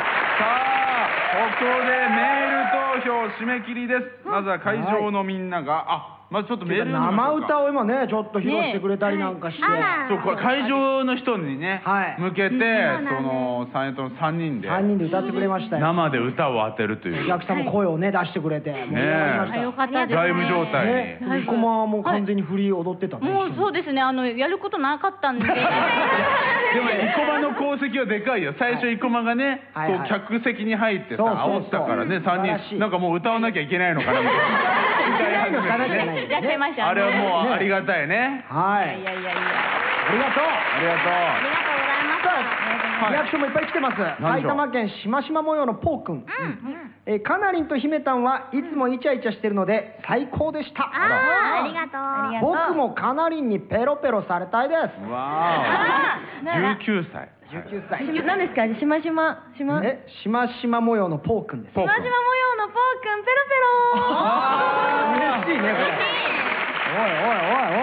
Speaker 2: ここでメール投票締め切りです。まずは会場のみんなが、あ、まずちょっとメールの
Speaker 3: 生歌を今ねちょっと披露してくれたりなんかして、
Speaker 2: そうこれ会場の人にね、向けて、その、サイエントの3人で、
Speaker 3: 3人で歌ってくれましたよ
Speaker 2: 生で歌を当てるという。
Speaker 3: お客さんも声をね出してくれて盛り上がりました
Speaker 5: あよかったですね
Speaker 2: ライブ状態に
Speaker 3: ね振り駒はもう完全に振り踊ってたね
Speaker 5: もうそうですねあのやることなかったんで
Speaker 2: でも、生駒の功績はでかいよ。最初、生駒がね、こ
Speaker 3: はいは
Speaker 2: う、
Speaker 3: い
Speaker 2: 客席に入ってさ、
Speaker 3: そう
Speaker 2: 煽
Speaker 3: そう
Speaker 2: ったからね、3人、なんかもう歌わなきゃいけないのかな、み
Speaker 3: <laughs>
Speaker 2: たいな。
Speaker 3: けないのかなじゃない
Speaker 5: やってま <laughs> したね
Speaker 2: あれはもう、ありがたいね。
Speaker 3: はい
Speaker 5: いやいやいや
Speaker 3: ありがとう
Speaker 2: ありがとう。
Speaker 3: リアクションもいっぱい来てます
Speaker 2: 何でし
Speaker 3: 埼
Speaker 2: ょう
Speaker 3: 玉県しましま模様のポーくんえーかなりんとひめたんはいつもイチャイチャしてるので最高でした
Speaker 17: あーありがとう
Speaker 3: 僕もかなりんにペロペロされたいです
Speaker 2: わ19歳。
Speaker 3: 19歳
Speaker 14: 何ですかしましましま
Speaker 3: えしましま模様のポーくんです
Speaker 14: しましま模様のポーくんペロペロ
Speaker 3: あー嬉しいねこれ
Speaker 2: おいおいおいお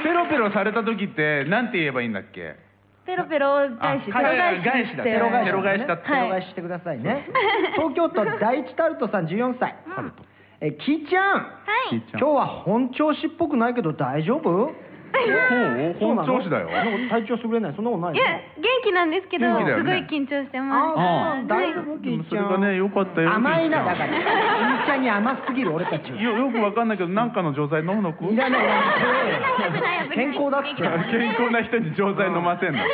Speaker 2: いペロペロされた時ってなんて言えばいいんだっけ
Speaker 14: ペロペロ返し
Speaker 2: あ返しだ
Speaker 3: ペロ返し
Speaker 2: ペロ返しだ
Speaker 3: ペロ返ししてくださいね東京都第一タルトさん14歳えキーちゃん
Speaker 2: キーちゃん
Speaker 3: 今日は本調子っぽくないけど大丈夫
Speaker 2: おう
Speaker 3: そうなの
Speaker 2: 本調子だよ
Speaker 3: なんか体調優れないそんなことない
Speaker 5: い
Speaker 3: よ
Speaker 5: や元気なんですけど、
Speaker 2: 元気だよ
Speaker 5: すごい
Speaker 2: ね
Speaker 5: 緊張してます
Speaker 3: あ
Speaker 5: はい
Speaker 3: ー大丈夫キーちゃん
Speaker 2: ねよかったよ
Speaker 3: 甘いなだか
Speaker 2: い
Speaker 3: らキーちゃんに甘すぎる俺たち
Speaker 2: やよくわかんないけどなんかの錠剤飲むのく
Speaker 3: いら <laughs> ないいらない
Speaker 2: 健
Speaker 3: <laughs> 健康だって
Speaker 2: 康な人に錠剤飲ませんの
Speaker 4: <laughs>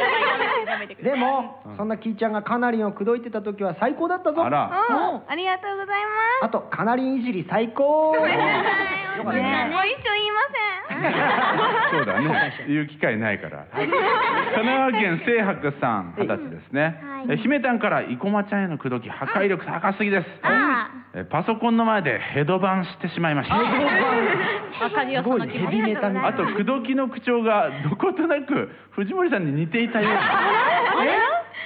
Speaker 3: でも、そんなキーちゃんがカナリンを口説いてた時は最高だったぞ
Speaker 2: あら
Speaker 3: うん
Speaker 5: ありがとうござい
Speaker 3: あとカナリンいじり最高
Speaker 5: ます。
Speaker 3: よかったね
Speaker 5: もう一生言いません。
Speaker 2: そうだね。言う機会ないから。神奈川県清白さん、二十歳ですね。え姫たんから生駒ちゃんへの口説き、破壊力高すぎです。えパソコンの前でヘドバンしてしまいました。
Speaker 5: わかるよ、その気持ち。
Speaker 2: あと、口説きの口調がどことなく藤森さんに似ていたような、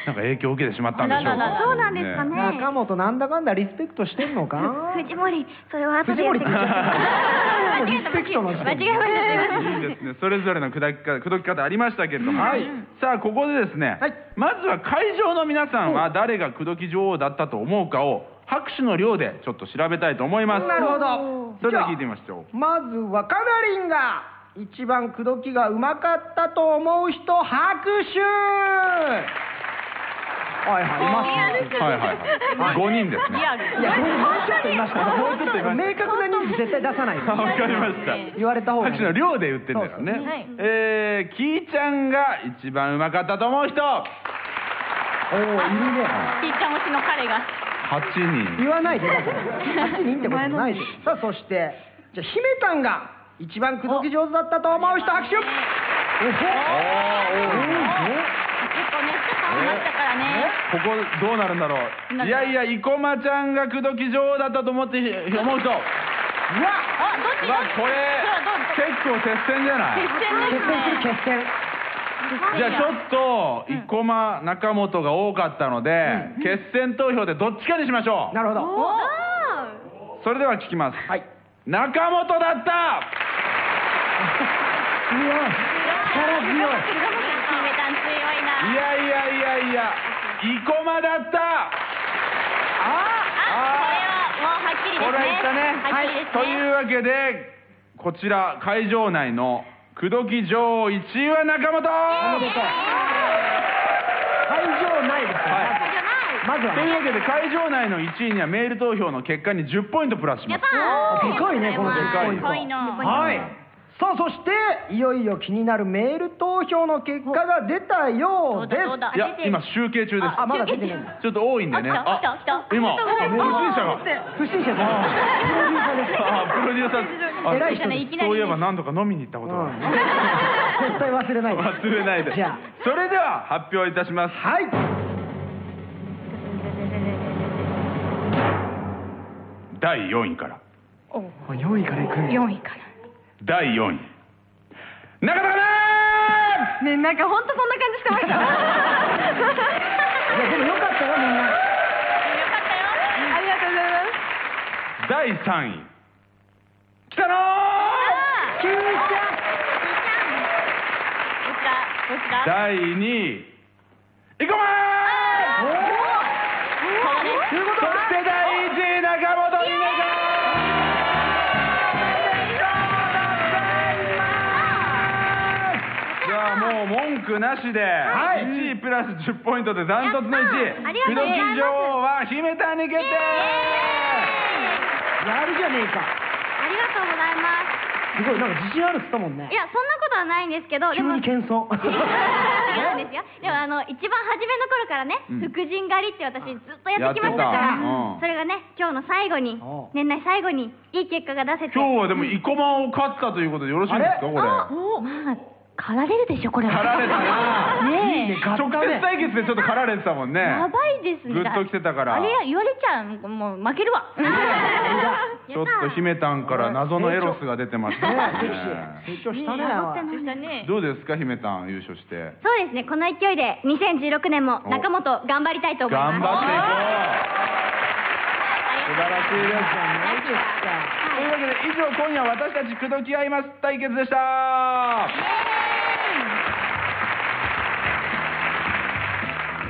Speaker 2: なんか影響を受けてしまったんでしょうか。
Speaker 17: そうなんですかね
Speaker 3: 中本なんだかんだリスペクトしてんのか
Speaker 17: 藤森それは後でやってくだ
Speaker 3: も
Speaker 17: さ
Speaker 3: う
Speaker 17: い
Speaker 3: リスペクト
Speaker 4: <laughs>
Speaker 3: の時点で
Speaker 17: 間違えました
Speaker 2: いいですね。それぞれの砕き方、砕き方ありましたけれども。さあ、ここでですね、まずは会場の皆さんは誰が口説き女王だったと思うかを、拍手の量でちょっと調べたいと思います。
Speaker 3: なるほど
Speaker 2: それでは聞いてみましょう。
Speaker 3: まずはカナリンが一番口説きがうまかったと思う人拍手はいはいいますね
Speaker 2: はいはいはい。5人ですね。
Speaker 3: いや、もうちょっといましたね。
Speaker 2: もうちょっといました
Speaker 3: 明確な人数絶対出さない。
Speaker 2: あ <laughs> わかりました。
Speaker 3: 言われた方がいい
Speaker 2: 拍手の量で言ってんだからね。えー、キーちゃんが一番うまかったと思う人、
Speaker 3: おお、いるね。
Speaker 5: ピッチャー推しの彼が。
Speaker 2: 8人。
Speaker 3: 言わないで、だから。8人ってことないで。さあ、そして、じゃあ、姫たんが一番口説き上手だったと思う人、拍手おほ
Speaker 5: 結構ね、ちょっと余ったからね。
Speaker 2: ここどうなるんだろう。いやいや、生駒ちゃんが口説き女王だったと思って、思う人。うわ
Speaker 5: あ、どっち
Speaker 2: うわこれ結構接戦じゃない
Speaker 3: <laughs> 決戦する、決戦。
Speaker 2: じゃあちょっと生駒中本が多かったので、決戦投票でどっちかにしましょう
Speaker 3: なるほど
Speaker 2: それでは聞きます、中本だった
Speaker 3: 強い力強い
Speaker 5: 姫たん強い
Speaker 2: い
Speaker 5: な。
Speaker 2: やいやいやいや生駒だった
Speaker 5: もうはっきりですね。
Speaker 2: これは言ったね
Speaker 5: はっきりです
Speaker 2: と
Speaker 5: ね。
Speaker 2: いうわけでこちら会場内の口説き女王1位は中本
Speaker 3: 会場内ですから
Speaker 2: はい
Speaker 3: まずは
Speaker 2: という
Speaker 3: ね。
Speaker 2: わけで会場内の1位にはメール投票の結果に10ポイントプラスします
Speaker 3: でかいね、この10ポイント。はい。さあ、そして、いよいよ気になるメール投票の結果が出たようです。
Speaker 2: いや今集計中です
Speaker 3: あ、まだ出てないんだ。
Speaker 2: ちょっと多いんでね
Speaker 5: あ来た来た来た
Speaker 2: 今不審者が
Speaker 3: 不審者じゃないプロデューサーです。
Speaker 2: あプロデューサーあ
Speaker 3: 偉い人です
Speaker 2: そういえば何度か飲みに行ったことがある
Speaker 3: 絶対忘れないで。
Speaker 2: 忘れないで
Speaker 3: じゃあ
Speaker 2: それでは発表いたします
Speaker 3: はい
Speaker 2: 第4位から
Speaker 3: 4位からいくん
Speaker 5: 4位から。
Speaker 2: 第4位中田かな
Speaker 14: ねなんか本当そんな感じしてました
Speaker 3: いや、でもよかったよ、みんな。
Speaker 14: ありがとうございます
Speaker 2: 第3位北野
Speaker 3: キューちゃん
Speaker 5: どっちだどっちだ
Speaker 2: 第2位生駒
Speaker 3: ということ
Speaker 2: そ
Speaker 3: は
Speaker 2: して第1位中本里奈じゃあもう文句なしで、
Speaker 3: はい
Speaker 2: 1位プラス10ポイントでダントツの1
Speaker 17: やったあり
Speaker 2: 位
Speaker 17: がとうござ
Speaker 2: 口説
Speaker 17: い
Speaker 2: き
Speaker 17: ます
Speaker 2: 女王は姫谷に決定
Speaker 3: やるじゃねえか。
Speaker 17: ありがとうございます
Speaker 3: ごい、なんか自信あるっつったもんね
Speaker 17: すい。やそんなことはないんですけどで
Speaker 3: 急
Speaker 17: も
Speaker 3: に謙遜。
Speaker 17: 違うんですよでもあの一番初めの頃からね、
Speaker 2: うん
Speaker 17: 福神狩りって私ずっとやってきましたから
Speaker 2: やってたうん
Speaker 17: それがね今日の最後に
Speaker 2: お
Speaker 17: 年内最後にいい結果が出せて
Speaker 2: 今日はでも生駒を勝ったということでよろしいんですかこれ
Speaker 17: あまあ
Speaker 11: 駆られるでしょこれは
Speaker 2: 駆られたな
Speaker 11: ねえ
Speaker 2: 直接対決でちょっと駆られてたもんね
Speaker 11: やばいですね
Speaker 2: グッときてたか
Speaker 11: あ
Speaker 2: ら
Speaker 11: れや言われちゃうもう負ける
Speaker 2: <laughs>
Speaker 17: <laughs>
Speaker 11: わ
Speaker 2: ちょっと姫たんから謎のエロスが出て <laughs> ますね
Speaker 3: 成長した <laughs> ね
Speaker 11: ね
Speaker 2: どうですか姫たん優勝して
Speaker 17: そうですねこの勢いで2016年も中本頑張りたいと思います
Speaker 2: 頑張素晴らしいですというわけで以上今夜私たち口説き合います対決でした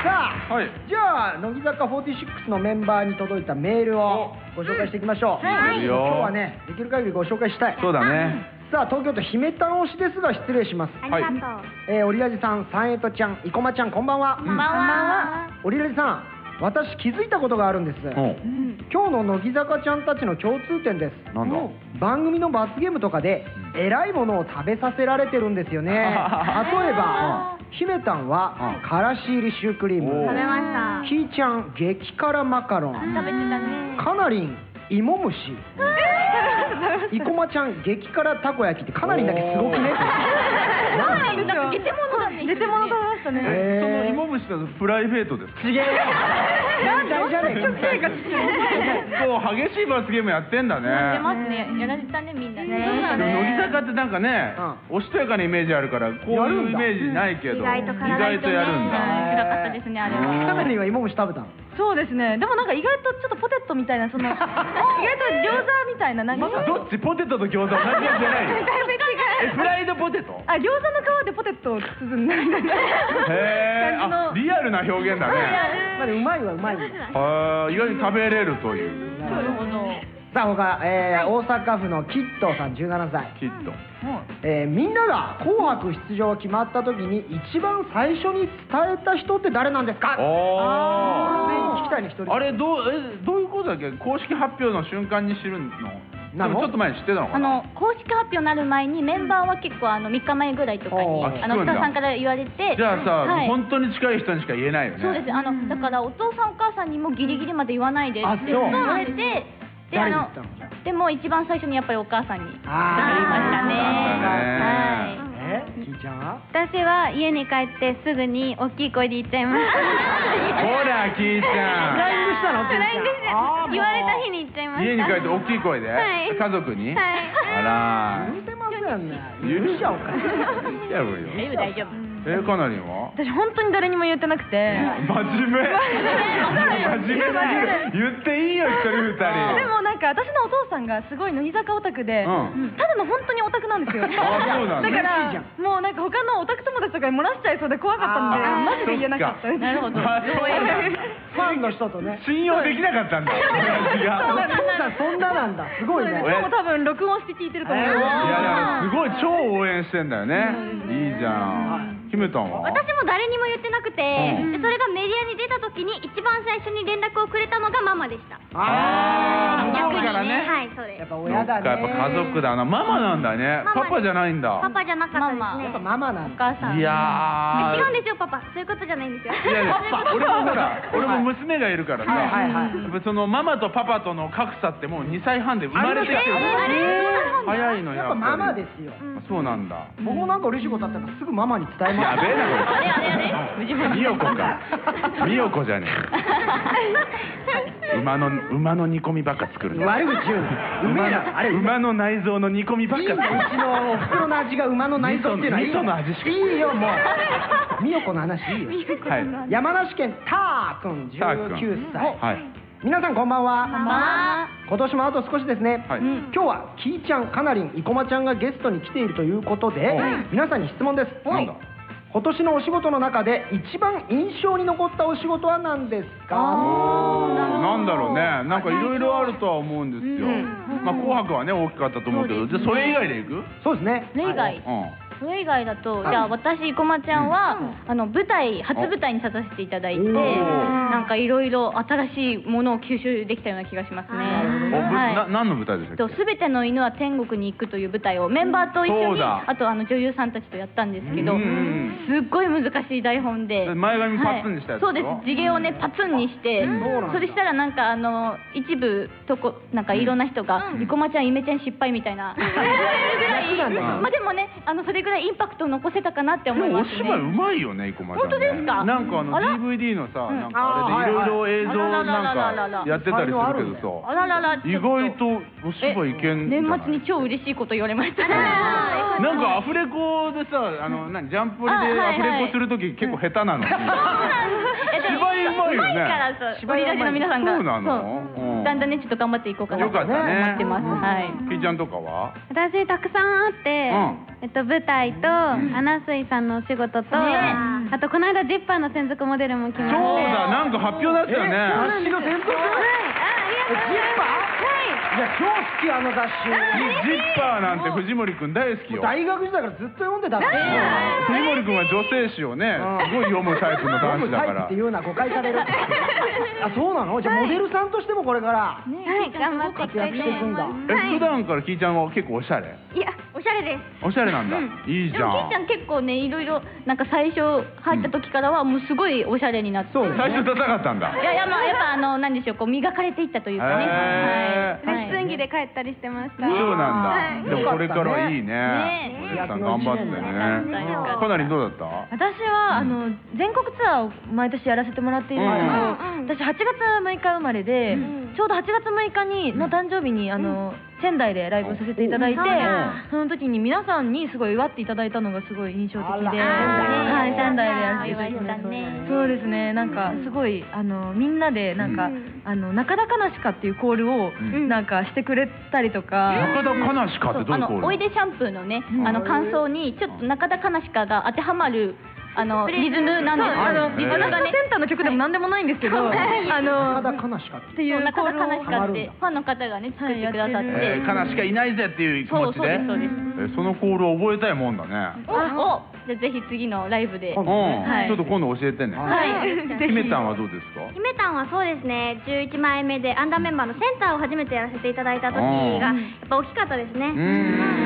Speaker 3: さあ、じゃあ乃木坂46のメンバーに届いたメールをご紹介していきましょう、
Speaker 2: はいはい
Speaker 3: 今日はねできる限りご紹介したい
Speaker 2: そうだね
Speaker 3: さあ東京都姫たん推しですが失礼します
Speaker 2: ありがとう
Speaker 3: えー、オリラジさんサンエトちゃん生駒ちゃんこんばんはこんばん
Speaker 4: は
Speaker 3: オリラジさん私気づいたことがあるんです今日の乃木坂ちゃんたちの共通点です
Speaker 2: なんだ
Speaker 3: 番組の罰ゲームとかで偉いものを食べさせられてるんですよね例えば姫たんはからし入りシュークリーム
Speaker 4: 食べま
Speaker 3: ひーちゃん激辛マカロン
Speaker 4: 食べてたね
Speaker 3: かなりん芋虫生駒ちゃん激辛たこ焼きってかなりんだけすごくね
Speaker 4: なんでだって出て物だね
Speaker 14: 出て物食べましたね
Speaker 2: えその芋虫とプライベートですか
Speaker 3: 違え
Speaker 14: なんでじゃねえか
Speaker 2: もう激しい罰ゲームやってんだね
Speaker 5: 出ますねやられたねみんなね
Speaker 2: でも乃木坂ってなんかね、おしとやかなイメージあるからこういうイメージないけど、意外とやるんだ
Speaker 5: 辛かったですねあれ
Speaker 3: 北中
Speaker 5: は
Speaker 3: には芋虫食べたの
Speaker 14: そうですねでもなんか意外とちょっとポテトみたいなそ
Speaker 11: <laughs>
Speaker 14: の意外と餃子みたいななんか
Speaker 2: まさ
Speaker 14: <laughs>
Speaker 2: どっちポテトと餃子同じやつじゃない
Speaker 5: <laughs>
Speaker 2: よ
Speaker 14: だいぶ違う
Speaker 2: えフライドポテト
Speaker 14: あ餃子の皮でポテトを包んだみたいな
Speaker 2: へえ
Speaker 14: 感じの
Speaker 2: あリアルな表現だね
Speaker 3: まあでもうまいはうまい
Speaker 2: はー意外に食べれるという
Speaker 3: なるほどさあ他、えー大阪府のキットーさん17歳
Speaker 2: キット
Speaker 3: えーみんなが「紅白」出場決まった時に一番最初に伝えた人って誰なんですか
Speaker 2: あー
Speaker 3: 全員聞きたいね一人
Speaker 2: あれどうえどういうことだっけ公式発表の瞬間に知るの
Speaker 3: な
Speaker 2: で
Speaker 3: の
Speaker 2: もちょっと前に知ってたのか
Speaker 11: あ
Speaker 2: な
Speaker 11: の公式発表になる前にメンバーは結構あの3日前ぐらいとかに
Speaker 2: あ
Speaker 11: あ
Speaker 2: 聞く
Speaker 11: の
Speaker 2: ん
Speaker 11: スタ
Speaker 2: だ
Speaker 11: ッフさんから言われて
Speaker 2: じゃあさ、
Speaker 11: はい
Speaker 2: 本当に近い人にしか言えないよね
Speaker 11: そうですあのだからお父さんお母さんにもギリギリまで言わないで
Speaker 2: あ
Speaker 11: って言
Speaker 2: そう
Speaker 11: われてであ
Speaker 2: 誰に言
Speaker 11: の
Speaker 2: ったの
Speaker 11: でも一番最初にやっぱりお母さんに
Speaker 3: あ
Speaker 2: ー
Speaker 3: えひーちゃんは
Speaker 6: 私は家に帰ってすぐに大きい声で言っちゃいます
Speaker 2: ほらキーちゃん
Speaker 6: フライングしたの
Speaker 2: キーちゃん
Speaker 6: フライングして
Speaker 2: あーもう
Speaker 6: 言われた日に言っちゃいました
Speaker 2: 家に帰って大きい声で、
Speaker 6: はい
Speaker 2: 家族
Speaker 6: は
Speaker 2: に、
Speaker 6: い
Speaker 2: あらー
Speaker 3: 言ってますよね
Speaker 2: 許しちゃおう
Speaker 3: <laughs>
Speaker 2: か許しちゃおうよ
Speaker 5: 大丈夫
Speaker 2: えかなりんは
Speaker 14: 私本当に誰にも言ってなくて
Speaker 2: 真面目真面目だね言っていいよ一人二人
Speaker 14: でもなんか私のお父さんがすごい乃木坂オタクで、
Speaker 2: うん
Speaker 14: ただの本当にオタクなんですよだか
Speaker 2: あそうなんだ
Speaker 14: らもうなんか他のオタク友達とかに漏らしちゃいそうで怖かったんで
Speaker 2: あー
Speaker 14: マジで言えなかったです
Speaker 2: そっかなるほどあそうなんだ
Speaker 3: ファンの人とね
Speaker 2: 信用できなかったんだ私
Speaker 3: お父
Speaker 2: が
Speaker 3: さんそんななんだすごいね
Speaker 2: そう
Speaker 14: 今日も多分録音して聞いてると思う、
Speaker 2: いやでもすごい超応援してんだよねいいじゃん姫たんは
Speaker 17: 私も誰にも言ってなくて、
Speaker 2: うん
Speaker 17: でそれがメディアに出た時に一番最初に連絡をくれたのがママでした
Speaker 2: あー向こうからね
Speaker 17: はいそうです
Speaker 3: やっぱ
Speaker 2: な
Speaker 3: 親
Speaker 2: んか
Speaker 3: だ
Speaker 2: やっ
Speaker 3: ね
Speaker 2: ぱ家族だなママなんだね
Speaker 17: ママ
Speaker 2: パパじゃないんだ
Speaker 17: パパじゃなかったですねやっぱ
Speaker 3: ママなん
Speaker 17: お母さん
Speaker 2: いやー
Speaker 17: 違うんですよパパそういうことじゃないんですよ
Speaker 2: い
Speaker 3: <laughs>
Speaker 2: やいや俺も
Speaker 17: <laughs>
Speaker 2: ほら俺も娘がいるからさ、
Speaker 17: はいはい
Speaker 2: やっぱそのママとパパとの格差ってもう2歳半で生まれてきてる
Speaker 3: ありますねあ
Speaker 2: 早いの
Speaker 3: やっぱママですよ
Speaker 2: あそうなんだ
Speaker 3: 僕もなんか嬉しいことあったらすぐママに伝えます
Speaker 2: やべえなこれ
Speaker 3: あれあれ
Speaker 2: 美代子
Speaker 3: <laughs>
Speaker 2: か美代子じゃねえ馬の馬の煮込みばっか作るね
Speaker 3: 悪口言うなうめえなあれ
Speaker 2: 馬の内臓の煮込みばっ
Speaker 3: いい
Speaker 2: か
Speaker 3: よう
Speaker 2: 作る
Speaker 3: ちのお袋の味が馬の内臓っていうのはいい
Speaker 2: 味噌の味しか
Speaker 3: いいよもう美代子の話いいよ
Speaker 2: は
Speaker 3: 山梨県たーくん
Speaker 2: たーくん
Speaker 3: 19歳
Speaker 2: はい
Speaker 3: 皆さんこんばんは
Speaker 4: んばんは
Speaker 3: 今年もあと少しですね、
Speaker 2: はい
Speaker 3: 今日はきーちゃんかなりん生駒ちゃんがゲストに来ているということで、皆さんに質問です
Speaker 2: なんだ
Speaker 3: 今年のお仕事の中で一番印象に残ったお仕事は何ですか
Speaker 2: なんだろうねなんかいろいろあるとは思うんですよ、まあ紅白はね大きかったと思うけ
Speaker 11: そ
Speaker 2: ど
Speaker 11: うですね
Speaker 2: じゃあそれ以外でいく
Speaker 3: そうですね
Speaker 11: それ以外
Speaker 2: うん
Speaker 11: それ以外だと
Speaker 2: はい
Speaker 11: じゃあ私生駒ちゃんはあの舞台初舞台に立たせていただいて
Speaker 2: おー
Speaker 5: なんかいろいろ新しいものを吸収できたような気がしますね。
Speaker 2: おぶな何の舞台でしたっけ
Speaker 5: とすべての犬は天国に行くという舞台をメンバーと一緒
Speaker 2: そう
Speaker 5: に
Speaker 2: だ
Speaker 5: あとあの女優さんたちとやったんですけ
Speaker 2: う
Speaker 5: ど
Speaker 2: んう
Speaker 5: すっごい難しい台本で
Speaker 2: 前髪パツンにしたやつ
Speaker 5: はい、そうです地毛をねパツンにしてそれしたらなんかあの一部とこなんかいろんな人が「生駒ちゃんイメチェン失敗」みた
Speaker 2: <laughs>
Speaker 5: いな言われるぐらい
Speaker 2: そうなんだ
Speaker 5: <laughs> まあでもねあのそれぐらいインパクトを残せたかなって
Speaker 2: で
Speaker 5: 思い
Speaker 2: も
Speaker 5: ま
Speaker 2: お
Speaker 5: すね
Speaker 2: 芝居うまいよね、生駒ちゃんね。
Speaker 5: 本当ですか
Speaker 2: なんかあの
Speaker 5: あら
Speaker 2: DVD のさ、
Speaker 5: うん
Speaker 2: なんかあれでいろいろ映像
Speaker 5: あらららららら
Speaker 2: なんかやってたりするけど
Speaker 5: あららら
Speaker 2: さ、意外とお芝居いけんじゃ
Speaker 5: 年
Speaker 2: ない
Speaker 5: 末に超嬉しいこと言われました <laughs>
Speaker 2: なんかアフレコでさ、あの、何、ジャンプリで
Speaker 5: あはいは
Speaker 2: ア
Speaker 5: い
Speaker 2: フレコするとき結構下手なの。
Speaker 5: <laughs>
Speaker 2: 芝居うまいよね
Speaker 5: からそう、
Speaker 2: 芝居
Speaker 5: 鬼
Speaker 2: うまい
Speaker 5: ラジの皆さんが。
Speaker 2: そうなの
Speaker 5: そう
Speaker 2: うん
Speaker 5: だんだんね、ちょっと頑張っていこうかな
Speaker 2: よ
Speaker 5: と
Speaker 2: か
Speaker 5: 思
Speaker 2: っ
Speaker 5: った
Speaker 2: ね。
Speaker 5: てます。はい。
Speaker 2: きーちゃんとかは
Speaker 19: 私たくさんあって、えっと、舞台と、アナスイさんのお仕事と、あとこの間ジッパーの専属モデルも来まして
Speaker 2: そうだ、なんか発表だったよね。
Speaker 19: え
Speaker 2: の
Speaker 19: は
Speaker 2: 先
Speaker 19: いあありがとうございます
Speaker 2: いや、超好き、あの雑誌。ジッパーなんて藤森くん大好きよ。
Speaker 3: 大学時代からずっと読んでたんで
Speaker 2: 藤森くんは女性誌をね、すごい読むタイプの男子だから。
Speaker 3: っていうのは誤解
Speaker 2: <laughs>
Speaker 3: されるあそうなのじゃあモデルさんとしてもこれから
Speaker 19: はい頑張っていきたいと思いま
Speaker 2: え、
Speaker 19: す
Speaker 2: 普段からきーちゃんは結構おしゃれ。
Speaker 19: いやおしゃれです
Speaker 2: おしゃれなんだ。いいじ
Speaker 5: で
Speaker 2: ゃ
Speaker 5: も、けいちゃ
Speaker 2: ん。
Speaker 5: ん結構ね、いろいろ、なんか最初入った時からは、もうすごいおしゃれになって。
Speaker 2: 最初ダサかったんだ。
Speaker 5: いやいや、まあ、やっぱ、あの、なんでしょう、こう磨かれていったというかね。
Speaker 2: へー
Speaker 5: はい。
Speaker 19: レッスン着で帰ったりしてました
Speaker 2: そうなんだ。でもこれからいいね。
Speaker 19: ね
Speaker 2: おじさん頑張ってね。かなりどうだった
Speaker 20: 私は、あの全国ツアーを毎年やらせてもらっているんですけど、私8月6日生まれで、ちょうど8月6日にの誕生日にあの、仙台でライブをさせていただいて、
Speaker 19: うん
Speaker 20: その時に皆さんにすごい祝っていただいたのがすごい印象的で、
Speaker 19: あら
Speaker 20: はい、仙台でやらせていただいてます、そうですねなんかすごいあのみんなでなんか、あの中田かなしかっていうコールをなんかしてくれたりとか、
Speaker 2: 中田かなしかってどういうコール
Speaker 5: あのおいでシャンプーのね、あの感想にちょっと中田かなしかが当てはまるあのリズムなんです
Speaker 20: そうあの
Speaker 5: リズム
Speaker 20: 私のセンターの曲でも何でもないんですけど、あの
Speaker 3: 中田かなしかって
Speaker 5: っていう中田かなしか
Speaker 2: ハマ
Speaker 5: っ
Speaker 2: るん
Speaker 5: て
Speaker 2: だ
Speaker 5: ファンの方がね作ってくださって、
Speaker 2: えー、かなしかいないぜっていう気持ち
Speaker 5: そう
Speaker 2: で。
Speaker 5: そうですそうで
Speaker 2: えそのコールを覚えたいもんだね。
Speaker 5: おおじゃあぜひ次のライブで、
Speaker 2: うん、
Speaker 5: はい
Speaker 2: ちょっと今度教えてね。
Speaker 5: はい
Speaker 2: ひめたんはどうですか。
Speaker 4: 姫たんはそうですね11枚目でアンダーメンバーのセンターを初めてやらせていただいた時が
Speaker 3: うん
Speaker 4: やっぱ大きかったですねえ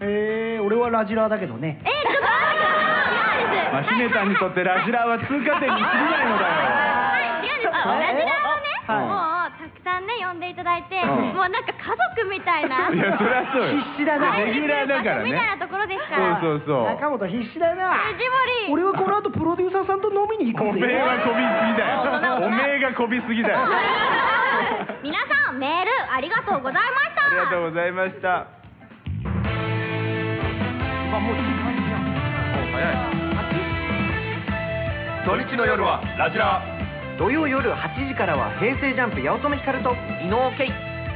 Speaker 3: えー、俺はラジラーだけどね
Speaker 4: えちょっと待って違うんで
Speaker 2: まあ、ひめ
Speaker 4: す
Speaker 2: たんにとってラジラーは通過点に過ぎないのだよ。
Speaker 4: はい、違うんです。
Speaker 2: あ
Speaker 4: ラジラーをね、
Speaker 2: は
Speaker 4: もうたくさんね呼んでいただいて、
Speaker 2: うん
Speaker 4: もうなんか家族みたいな。
Speaker 2: いやそりゃそうよ必死だなレギュラーだからね
Speaker 4: みたいなところですか
Speaker 2: そう
Speaker 4: ら。
Speaker 2: そうそう。
Speaker 3: 中本必死だな
Speaker 4: 藤森
Speaker 3: 俺はこの後プロデューサーさんと飲みに行
Speaker 2: お
Speaker 3: くん
Speaker 2: め
Speaker 3: だ
Speaker 2: え
Speaker 3: よ
Speaker 2: はこびすぎだよ。おめえがこびすぎだよ。
Speaker 4: 皆さんメールありがとうございました。
Speaker 2: ありがとうございました。あ、もういい感じじゃん。
Speaker 21: 土日の夜はラジラ
Speaker 22: 土曜夜8時からは平成ジャンプ八乙女光と伊野尾圭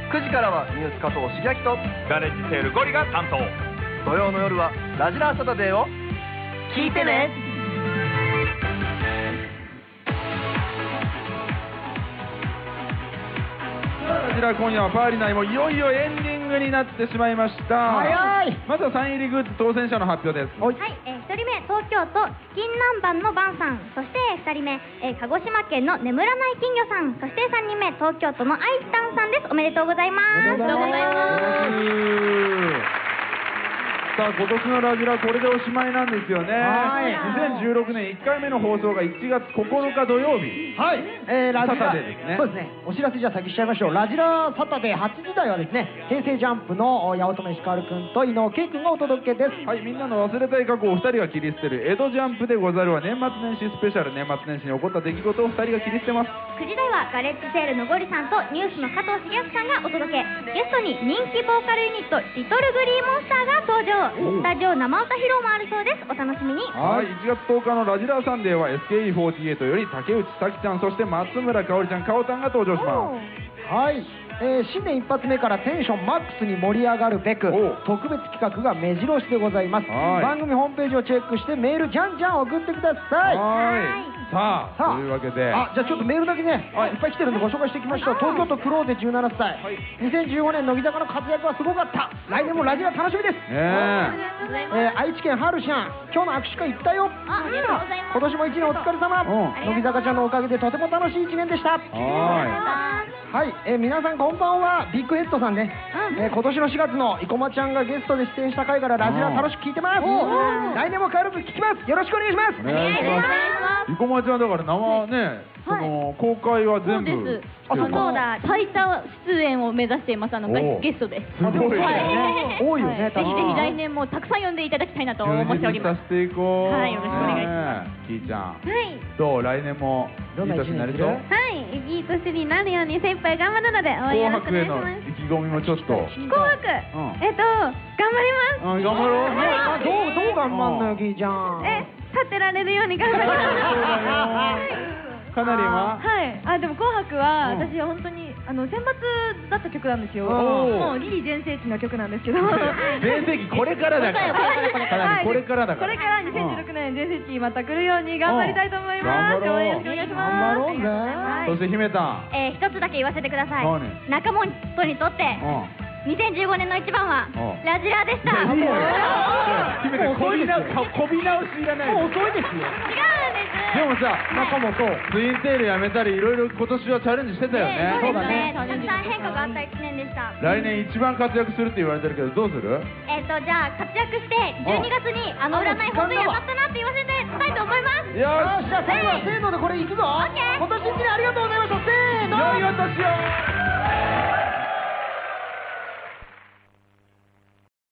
Speaker 22: 9時からはニュース加藤茂明と
Speaker 21: ガレッジセールゴリが担当
Speaker 22: 土曜の夜はラジラーサタデーを聞いてね
Speaker 23: こちら今夜はパーリナイもいよいよエンディングになってしまいました
Speaker 4: 早
Speaker 23: いまずはサイン入りグッズ当選者の発表です
Speaker 4: はい、えー、1人目東京都チキン南蛮のバンさんそして2人目、えー鹿児島県の眠らない金魚さんそして3人目東京都のアイタンさんですおめでとうございます
Speaker 23: さあ今年のラジラこれでおしまいなんですよね
Speaker 22: はい
Speaker 23: 2016年1回目の放送が1月9日土曜日
Speaker 3: はい、えー、ラジラ
Speaker 23: サタデーですね
Speaker 3: そうですねお知らせじゃあ先しちゃいましょうラジラーサタデー8時台はですね平成ジャンプの八乙女光くんと伊野尾圭くんがお届けです
Speaker 23: はい、みんなの忘れたい過去をお二人が切り捨てる江戸ジャンプでござるは年末年始スペシャル年末年始に起こった出来事を二人が切り捨てます
Speaker 4: 9時台はガレッジセールのゴリさんとニュースの加藤茂明さんがお届けゲストに人気ボーカルユニットリトルグリーモンスターが登場スタジオ生歌披露もあるそうですお楽しみに
Speaker 23: はい、1月10日のラジラーサンデーは SKE48 より竹内咲ちゃんそして松村香織ちゃんかおたんが登場します
Speaker 3: はい、えー新年一発目からテンションマックスに盛り上がるべく特別企画が目白押しでございます
Speaker 23: はい
Speaker 3: 番組ホームページをチェックしてメールじゃんじゃん送ってください
Speaker 23: はい
Speaker 2: さあというわけで
Speaker 3: あじゃあちょっとメールだけね、い、っぱい来てるんでご紹介していきましょう東京都クローゼ17歳、2015年乃木坂の活躍はすごかった来年もラジオ楽しみです、
Speaker 2: ねえ
Speaker 3: えー愛知県はるしゃん今日の握手会行ったよ
Speaker 4: ありがとうございます
Speaker 3: 今年も一年お疲れ様
Speaker 2: うん
Speaker 3: 乃木坂ちゃんのおかげでとても楽しい一年でした
Speaker 2: は
Speaker 3: はい、えー皆さんこんばんはビッグヘッドさんね、えー今年の4月の生駒ちゃんがゲストで出演した回からラジラ楽しく聞いてます来年も軽く聞きますよろしくお願いします
Speaker 2: お願いします生駒ちゃんだから生ね、その公開は全部
Speaker 5: そうです
Speaker 2: 来てる
Speaker 5: そうだ最多出演を目指していますあの
Speaker 2: おう
Speaker 5: ゲストです
Speaker 2: すごいね
Speaker 5: はい
Speaker 2: 多いよね
Speaker 5: はいぜ
Speaker 2: 多
Speaker 5: ひぜ
Speaker 2: 分
Speaker 5: ひ来年もたくさん呼んでいただきたいなと
Speaker 2: 充
Speaker 5: 思っており
Speaker 2: 実
Speaker 5: ま
Speaker 2: さ
Speaker 5: す
Speaker 2: せていこう
Speaker 5: はいよろしくお願いし
Speaker 2: ますキイち
Speaker 24: は
Speaker 2: ゃん
Speaker 24: い
Speaker 2: どう来年もいい年になりそう
Speaker 24: はい、いい年になるように精一杯頑張るので応援よ
Speaker 2: 紅
Speaker 24: ろしくお
Speaker 2: 白
Speaker 24: 願い
Speaker 2: へ
Speaker 24: し
Speaker 2: の
Speaker 24: ます
Speaker 2: 意気込みもちょっと
Speaker 24: 紅白、
Speaker 2: ん
Speaker 24: えっと頑張りま
Speaker 2: うん
Speaker 24: す
Speaker 2: 頑張ろうね
Speaker 24: はい
Speaker 3: どうどう頑張んのよキイちゃん
Speaker 24: え立ってられるように頑張ります
Speaker 2: かなりは
Speaker 25: はい、あでも「紅白は」
Speaker 2: うん
Speaker 25: 私は本当にあの選抜だった曲なんですよも
Speaker 2: おー
Speaker 25: うギリ全盛期の曲なんですけど
Speaker 2: <laughs> 全盛期これからだからかなりこれからだ
Speaker 25: こ
Speaker 2: から
Speaker 25: れから2016年全盛期また来るように頑張りたいと思います
Speaker 2: うん頑張ろう
Speaker 25: 応援よろしくお願いします
Speaker 2: 頑張ろうぜそして姫たん
Speaker 4: えー、一つだけ言わせてください
Speaker 2: 何
Speaker 4: 中本にとって
Speaker 2: うん
Speaker 4: 2015年の一番は
Speaker 2: うん
Speaker 4: ラジラでした
Speaker 2: いいよ
Speaker 4: 違うん
Speaker 2: 姫
Speaker 4: です
Speaker 2: たんこびなこび直しいらないもう遅いですよでもさ中本ツインテールやめたりいろいろ今年はチャレンジしてたよね
Speaker 4: そうですねたくさん変化があった一年でした
Speaker 2: 来年一番活躍するって言われてるけどどうする
Speaker 4: えっ、とじゃあ活躍して12月にあの占い本当に当たったなって言わせてたいと思いま
Speaker 2: よ
Speaker 4: す
Speaker 2: し
Speaker 4: じゃあ最後はせーのでこれいくぞ今年一年ありがとうございましたせーの
Speaker 2: 良いお年を